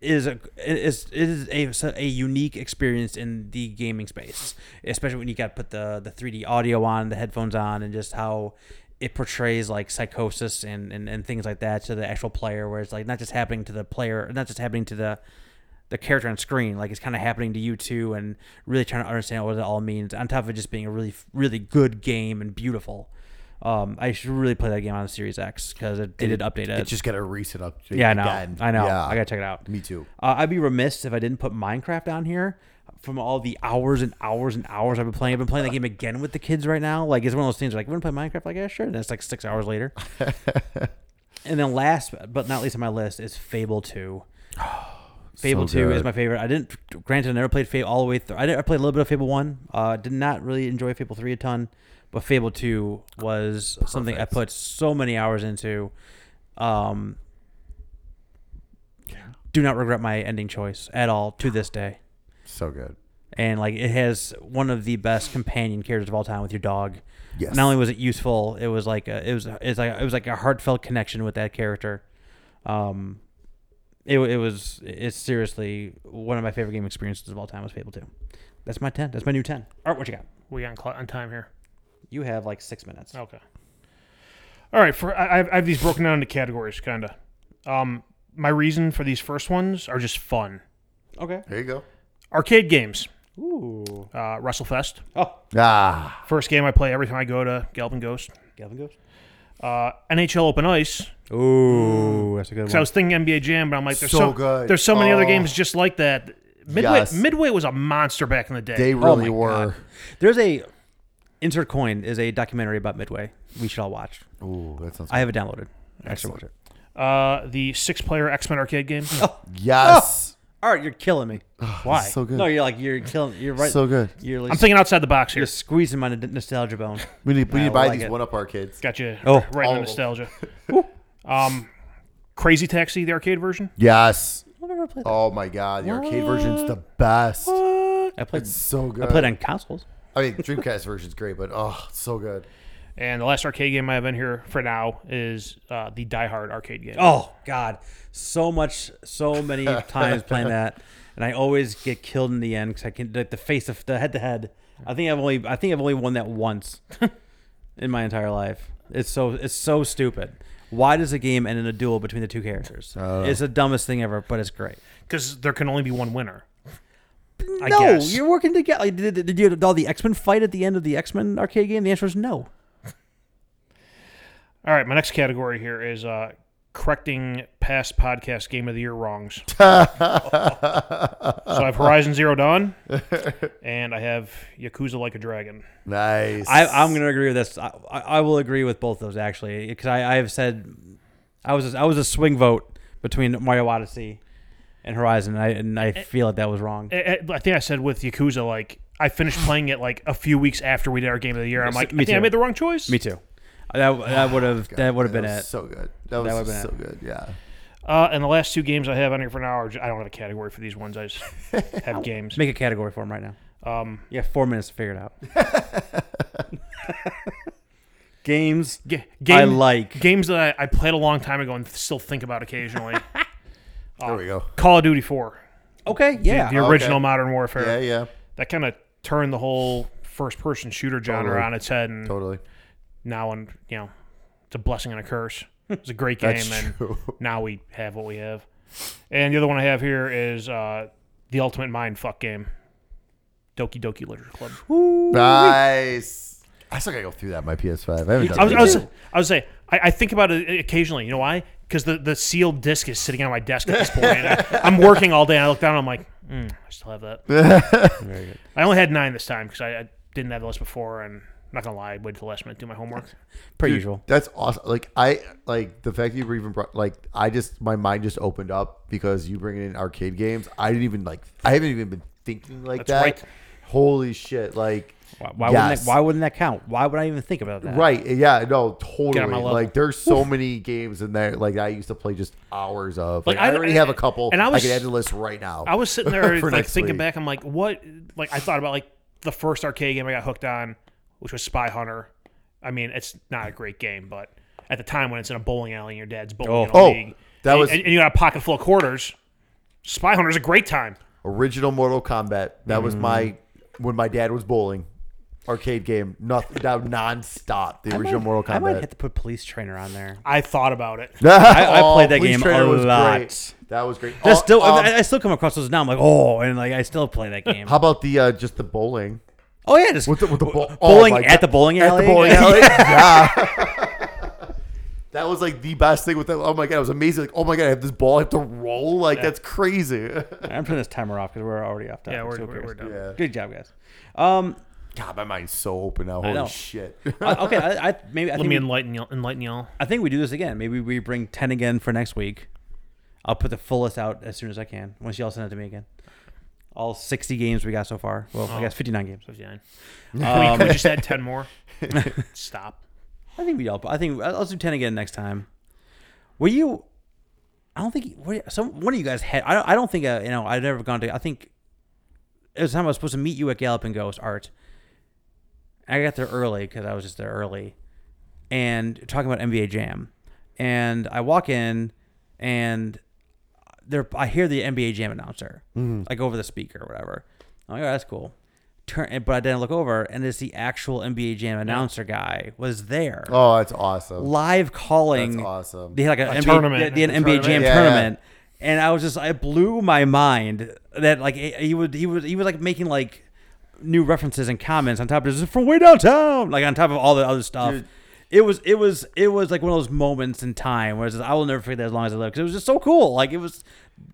S1: is a it is it is a, so- a unique experience in the gaming space, especially when you got to put the the 3D audio on, the headphones on, and just how it portrays like psychosis and, and, and things like that to the actual player, where it's like not just happening to the player, not just happening to the the character on screen, like it's kind of happening to you too, and really trying to understand what it all means. On top of it just being a really really good game and beautiful. Um, I should really play that game on Series X because it, they did update it.
S2: It's just got a recent update.
S1: yeah, I know.
S2: again.
S1: I know.
S2: Yeah.
S1: I gotta check it out.
S2: Me too.
S1: Uh, I'd be remiss if I didn't put Minecraft on here. From all the hours and hours and hours I've been playing, I've been playing that game again with the kids right now. Like it's one of those things. Where like, want to play Minecraft? Like, yeah, sure. And it's like six hours later. and then last but not least on my list is Fable Two. Fable
S2: So
S1: Two is
S2: good.
S1: my favorite. I didn't, granted, I never played Fable all the way through. I, did, I played a little bit of Fable One. Uh, did not really enjoy Fable Three a ton, but Fable Two was something I put so many hours into. Um, do not regret my ending choice at all to this day.
S2: So good.
S1: And like it has one of the best companion characters of all time with your dog.
S2: Yes.
S1: Not only was it useful, it was like a, it was it's like it was like a heartfelt connection with that character. Um, it, it was it's seriously one of my favorite game experiences of all time was Fable Two. That's my ten. That's my new ten. Art, what you got?
S3: We on cl- on time here.
S1: You have like six minutes.
S3: Okay. All right. For I, I've- I have these broken down into categories, kind of. Um, my reason for these first ones are just fun.
S1: Okay.
S2: There you go.
S3: Arcade games.
S1: Ooh.
S3: Uh, WrestleFest.
S1: Oh,
S2: Ah,
S3: First game I play every time I go to Galvin Ghost.
S1: Galvin Ghost.
S3: Uh, NHL Open Ice.
S1: Ooh, that's a good
S3: Because I was thinking NBA Jam, but I'm like, there's so,
S2: So good.
S3: There's so many other
S2: Oh.
S3: games just like that. Midway,
S2: Yes.
S3: Midway was a monster back in the day.
S1: Oh
S2: they really were.
S1: There's a insert coin is a documentary about Midway. We should all watch.
S2: Ooh, that sounds.
S1: I have it downloaded. I should watch it.
S3: uh, the six-player X-Men arcade game.
S2: Oh. yes.
S1: All right, you're killing me. Why?
S2: so good.
S1: No, you're like you're killing. You're right.
S2: So good.
S1: You're like,
S3: I'm thinking outside the box here.
S1: you're squeezing my n- nostalgia bone.
S2: We need, we need
S1: I
S2: to buy
S1: like
S2: these
S1: it.
S2: one up our kids.
S3: Got you
S1: Oh,
S3: right
S2: all
S3: in the
S2: of 'em.
S3: nostalgia. um, Crazy Taxi, the arcade version.
S2: Yes.
S1: I've never played.
S2: Oh my god, the arcade version's the best.
S1: that. I played.
S2: It's so good.
S1: I played on consoles.
S2: I mean, Dreamcast version's great, but oh, it's so good.
S3: And the last arcade game I have in here for now is uh, the Die Hard arcade game.
S1: Oh God, so much, so many times playing that, and I always get killed in the end because I can like the face of the head to head. I think I've only I think I've only won that once in my entire life. It's so it's so stupid. Why does a game end in a duel between the two characters? It's the dumbest thing ever, but it's great.
S3: Because there can only be one winner. I
S1: no,
S3: guess.
S1: you're working together. Like, did, did you have all the X Men fight at the end of the X Men arcade game? The answer is no.
S3: All right, my next category here is uh, correcting past podcast game of the year wrongs. so I have Horizon Zero Dawn, and I have Yakuza Like a Dragon.
S2: Nice.
S1: I, I'm going to agree with this. I, I I will agree with both those actually, because I, I have said I was I was a swing vote between Mario Odyssey and Horizon, and I, and I feel like that was wrong.
S3: I, I- I think I said with Yakuza, like I finished playing it like a few weeks after we did our game of the year. and I'm
S1: Yes,
S3: like,
S1: me
S3: I think I
S1: too.
S3: made the wrong choice.
S1: Me too. That that would have that would have been
S2: That was
S1: it.
S2: So good. That was
S1: would've been
S2: so
S1: it.
S2: good. Yeah.
S3: Uh, and the last two games I have on here for now are ju- I don't have a category for these ones. I just have games.
S1: Make a category for him right now.
S3: Um,
S1: You have four minutes to figure it out. Games
S3: ga-
S1: I
S3: game-
S1: like.
S3: games that I, I played a long time ago and still think about occasionally.
S2: There we go.
S3: Call of Duty Four,
S1: Okay, yeah.
S3: the original Modern Warfare.
S2: Yeah, yeah.
S3: That kind of turned the whole first-person shooter genre
S2: Totally.
S3: on its head, and
S2: Totally.
S3: now and you know, it's a blessing and a curse. It's a great game,
S2: That's
S3: and
S2: true.
S3: now we have what we have. And the other one I have here is uh, the Ultimate Mind Fuck game, Doki Doki Literature Club.
S2: Nice. I still gotta go through that on my PS5. I haven't done
S3: I was,
S2: that
S3: I was,
S2: yet.
S3: I was say I, I think about it occasionally. You know why? Because the, the sealed disc is sitting on my desk at this point. And I, I'm working all day. And I look down. and I'm like, mm, I still have that.
S1: Very good.
S3: I only had nine this time because I, I didn't have the list before, and I'm not gonna lie, I waited till the last minute to do my homework.
S1: Per
S2: Dude,
S1: usual.
S2: That's awesome. Like I like the fact that you were even brought like I just my mind just opened up because you bringing in arcade games. I didn't even like I haven't even been thinking like
S3: That's
S2: that.
S3: right.
S2: Holy shit! Like
S1: Why, why wouldn't
S2: yes.
S1: that, why wouldn't that count? Why would I even think about that?
S2: right? Yeah, no, totally.
S3: level.
S2: Like there's so many games in there. Like I used to play just hours of. Like,
S3: Like, I-
S2: I already have a couple.
S3: and I was-
S2: I could add to the list right now.
S3: I was sitting there
S2: For
S3: like
S2: next
S3: thinking
S2: week.
S3: back. I'm like, what? Like I thought about like the first arcade game I got hooked on, which was Spy Hunter. I mean, it's not a great game, but at the time when it's in a bowling alley and your dad's bowling
S1: Oh.
S3: in a
S2: Oh,
S3: league,
S2: that
S3: and-
S2: was-
S3: and, you got a pocket full of quarters. Spy Hunter's a great time.
S2: Original Mortal Kombat. That was
S1: Mm.
S2: my when my dad was bowling. Arcade game, nothing, that nonstop. The
S1: I might-
S2: original Mortal Kombat. Oh,
S1: I might have to put Police Trainer on there.
S3: I thought about it.
S1: I played that
S2: Police
S1: game
S2: Trainer
S1: a
S2: was
S1: lot.
S2: Great. That was great.
S1: That's
S2: Oh,
S1: still,
S2: um,
S1: I, I still come across those now. I'm like, oh, and like I still play that game.
S2: how about the uh, just the bowling?
S1: Oh yeah, just
S2: With the, with the bo- oh
S1: bowling
S2: my
S1: at the
S2: God.
S1: bowling
S2: At
S1: alley.
S2: the bowling alley. yeah. That was like the best thing with that. Oh my god, it was amazing! Like, oh my god, I have this ball, I have to roll. Like that's crazy.
S1: I'm turning this timer off because we're already off topic.
S3: Yeah, we're,
S1: so who
S3: we're,
S1: cares?
S3: we're done.
S2: yeah.
S1: Good job, guys. Um,
S2: God, my mind's so open now. Holy
S1: know.
S2: shit!
S1: I- okay, I, I maybe I
S3: Let
S1: think,
S3: me
S1: we,
S3: enlighten y'all. Enlighten y'all.
S1: I think we do this again. Maybe we bring ten again for next week. I'll put the full list out as soon as I can. Once y'all send it to me again, all 60 games we got so far. Well,
S3: Oh.
S1: I guess 59 games.
S3: Fifty-nine. Can we- can we just add ten more? Stop.
S1: I think we all. I think I'll do ten again next time. Were you? I don't think were, some one of you guys had. I don't. I don't think. Uh, you know, I've never gone to. I think it was the time I was supposed to meet you at Galloping Ghost Art. I got there early because I was just there early, and talking about NBA Jam, and I walk in, and there I hear the NBA Jam announcer
S2: Mm-hmm.
S1: like over the speaker or whatever. I'm like, oh, that's cool. Turn, but I didn't look over, and it's the actual NBA Jam announcer guy was there
S2: oh, that's awesome.
S1: live calling.
S2: That's awesome.
S1: They had like an NBA,
S3: tournament.
S1: They, they had an
S3: A
S1: NBA Jam
S2: tournament. Yeah, yeah.
S1: tournament, and I was just I blew my mind that like eh, he would he was he was like making like new references and comments on top of this from way downtown, like on top of all the other stuff.
S2: Dude.
S1: It was it was it was like one of those moments in time where it's just, I will never forget that as long as I live because it was just so cool. Like it was,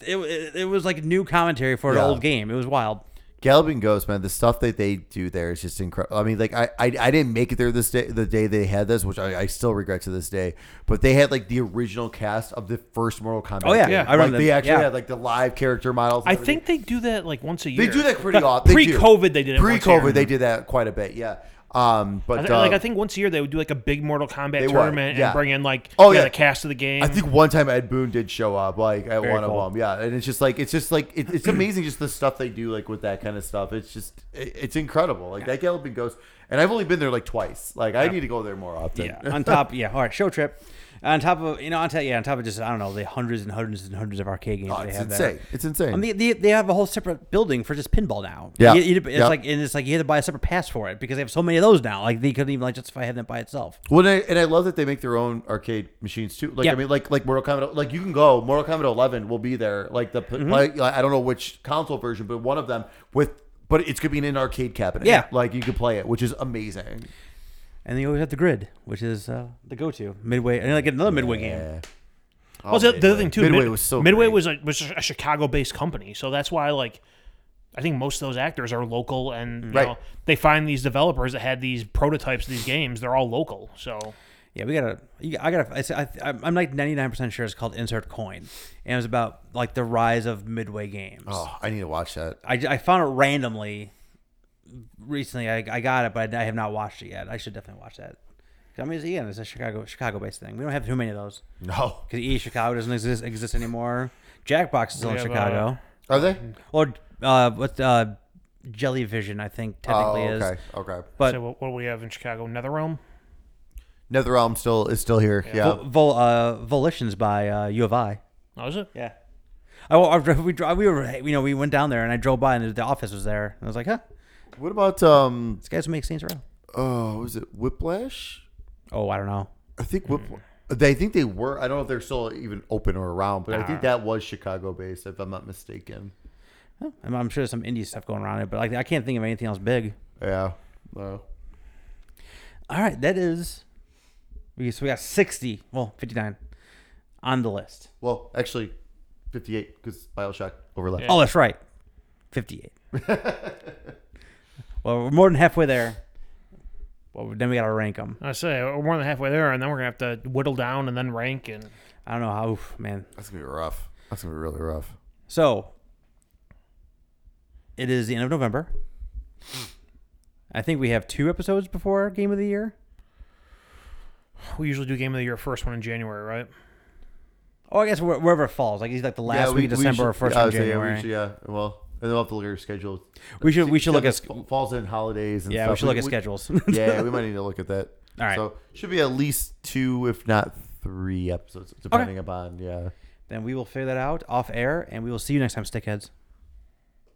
S1: it it, it was like new commentary for an
S2: Yeah.
S1: old game. It was wild.
S2: Galloping Ghost, man, the stuff that they do there is just incredible. I mean, like I, I, I didn't make it there this day, the day they had this, which I, I still regret to this day. But they had like the original cast of the first Mortal Kombat.
S1: Oh, yeah.
S2: game.
S1: Yeah, I
S2: like,
S1: remember
S2: they
S1: that.
S2: actually
S1: Yeah.
S2: had like the live character models. and
S3: I
S2: everything.
S3: think they do that like once a year.
S2: they do that pretty often. They do.
S3: Pre-COVID, they did it. once a year.
S2: Pre-COVID, they did that quite a bit. Yeah. Um,
S3: I
S2: but
S3: th- like
S2: uh,
S3: I think once a year they would do like a big Mortal Kombat
S2: They would,
S3: tournament
S2: yeah.
S3: and bring in like
S2: Oh,
S3: oh yeah,
S2: yeah.
S3: the cast of the game.
S2: I think one time Ed Boon did show up, like at
S1: Very
S2: one
S1: cool.
S2: of them, yeah. And it's just like it's just like it, it's amazing, just the stuff they do, like with that kind of stuff. It's just it, it's incredible, like that Galloping Ghost. And I've only been there like twice. Like I need to go there more often.
S1: Yeah. on top, yeah. All right, show trip. On top of you know, on top, yeah, on top of just I don't know the hundreds and hundreds and hundreds of arcade games
S2: Oh,
S1: they
S2: it's
S1: have
S2: insane.
S1: there.
S2: It's insane.
S1: I mean, they, they have a whole separate building for just pinball now.
S2: Yeah.
S1: You- you- it's
S2: Yeah.
S1: like and it's like you had to buy a separate pass for it because they have so many of those now. Like they couldn't even like justify having it by itself.
S2: well, and I, and I love that they make their own arcade machines too. Like
S1: Yeah.
S2: I mean, like like Mortal Kombat, like you can go Mortal Kombat 11 will be there. Like the
S1: Mm-hmm.
S2: like I don't know which console version, but one of them with. But it's gonna be in an arcade cabinet.
S1: Yeah.
S2: like you could play it, which is amazing.
S1: And they always have the grid, which is uh, the go-to midway, and like another midway game.
S2: Yeah.
S3: well, the, the other thing too.
S2: Midway
S3: Mid-
S2: was so
S3: Midway
S2: great.
S3: was a, was a Chicago-based company, so that's why like I think most of those actors are local, and you
S2: Right.
S3: know, they find these developers that had these prototypes of these games. They're all local, so
S1: Yeah, we gotta. You, I gotta. I, I, I'm- I'm like 99% sure it's called Insert Coin, and it was about like the rise of midway games.
S2: Oh, I need to watch that.
S1: I, I found it randomly recently. I, I got it, but I, have not watched it yet. I should definitely watch that. 'Cause I mean, it's- again, it's a Chicago Chicago based thing. We don't have too many of those
S2: No,
S1: because E Chicago doesn't exist exist anymore. Jackbox is still in
S3: have,
S1: Chicago,
S2: are they?
S1: or uh, what uh, Jellyvision I think
S2: Oh,
S1: technically
S2: okay,
S1: is.
S2: okay.
S1: But
S3: so what, what do we have in Chicago? NetherRealm.
S2: NetherRealm still is still here. Yeah,
S1: Vol, Vol, uh, Volitions by uh, U of I.
S3: That was it.
S1: Yeah. I, I, we dri- we were you know we went down there and I drove by and the office was there and I was like huh
S2: What about um?
S1: this guy's make scenes around
S2: Oh, was it Whiplash?
S1: oh I don't know
S2: I think
S1: Hmm.
S2: Whiplash. They I think they were. I don't know if they're still even open or around, but I think that was Chicago based, if I'm not mistaken.
S1: I'm, I'm sure there's some indie stuff going around it, but like I can't think of anything else big.
S2: Yeah. No.
S1: All right, that is We, so we got 60, well, 59 on the list.
S2: Well, actually, 58 because Bioshock overlap.
S1: Oh, that's right. 58. well, we're more than halfway there. Well, then we got to rank them.
S3: I say we're more than halfway there, and then we're gonna have to whittle down and then rank and
S1: I don't know how, oof, man.
S2: That's gonna be rough. That's gonna be really rough.
S1: So, it is the end of November. I think we have two episodes before Game of the Year.
S3: we usually do game of the year first one in January, right?
S1: Oh, I guess where- wherever it falls. Like, it's like the last week of December or first
S2: yeah, I
S1: week
S2: would
S1: of
S2: say, yeah, we
S1: January.
S2: should- yeah, well, and we'll have to look at our schedule.
S1: We should- we should look
S2: Except
S1: at-
S2: it fa- falls in holidays. And
S1: yeah, we
S2: stuff.
S1: should look at schedules.
S2: yeah, we might need to look at that.
S1: All right.
S2: So should be at least two, if not three episodes, depending upon yeah.
S1: then we will figure that out off air, and we will see you next time, stickheads.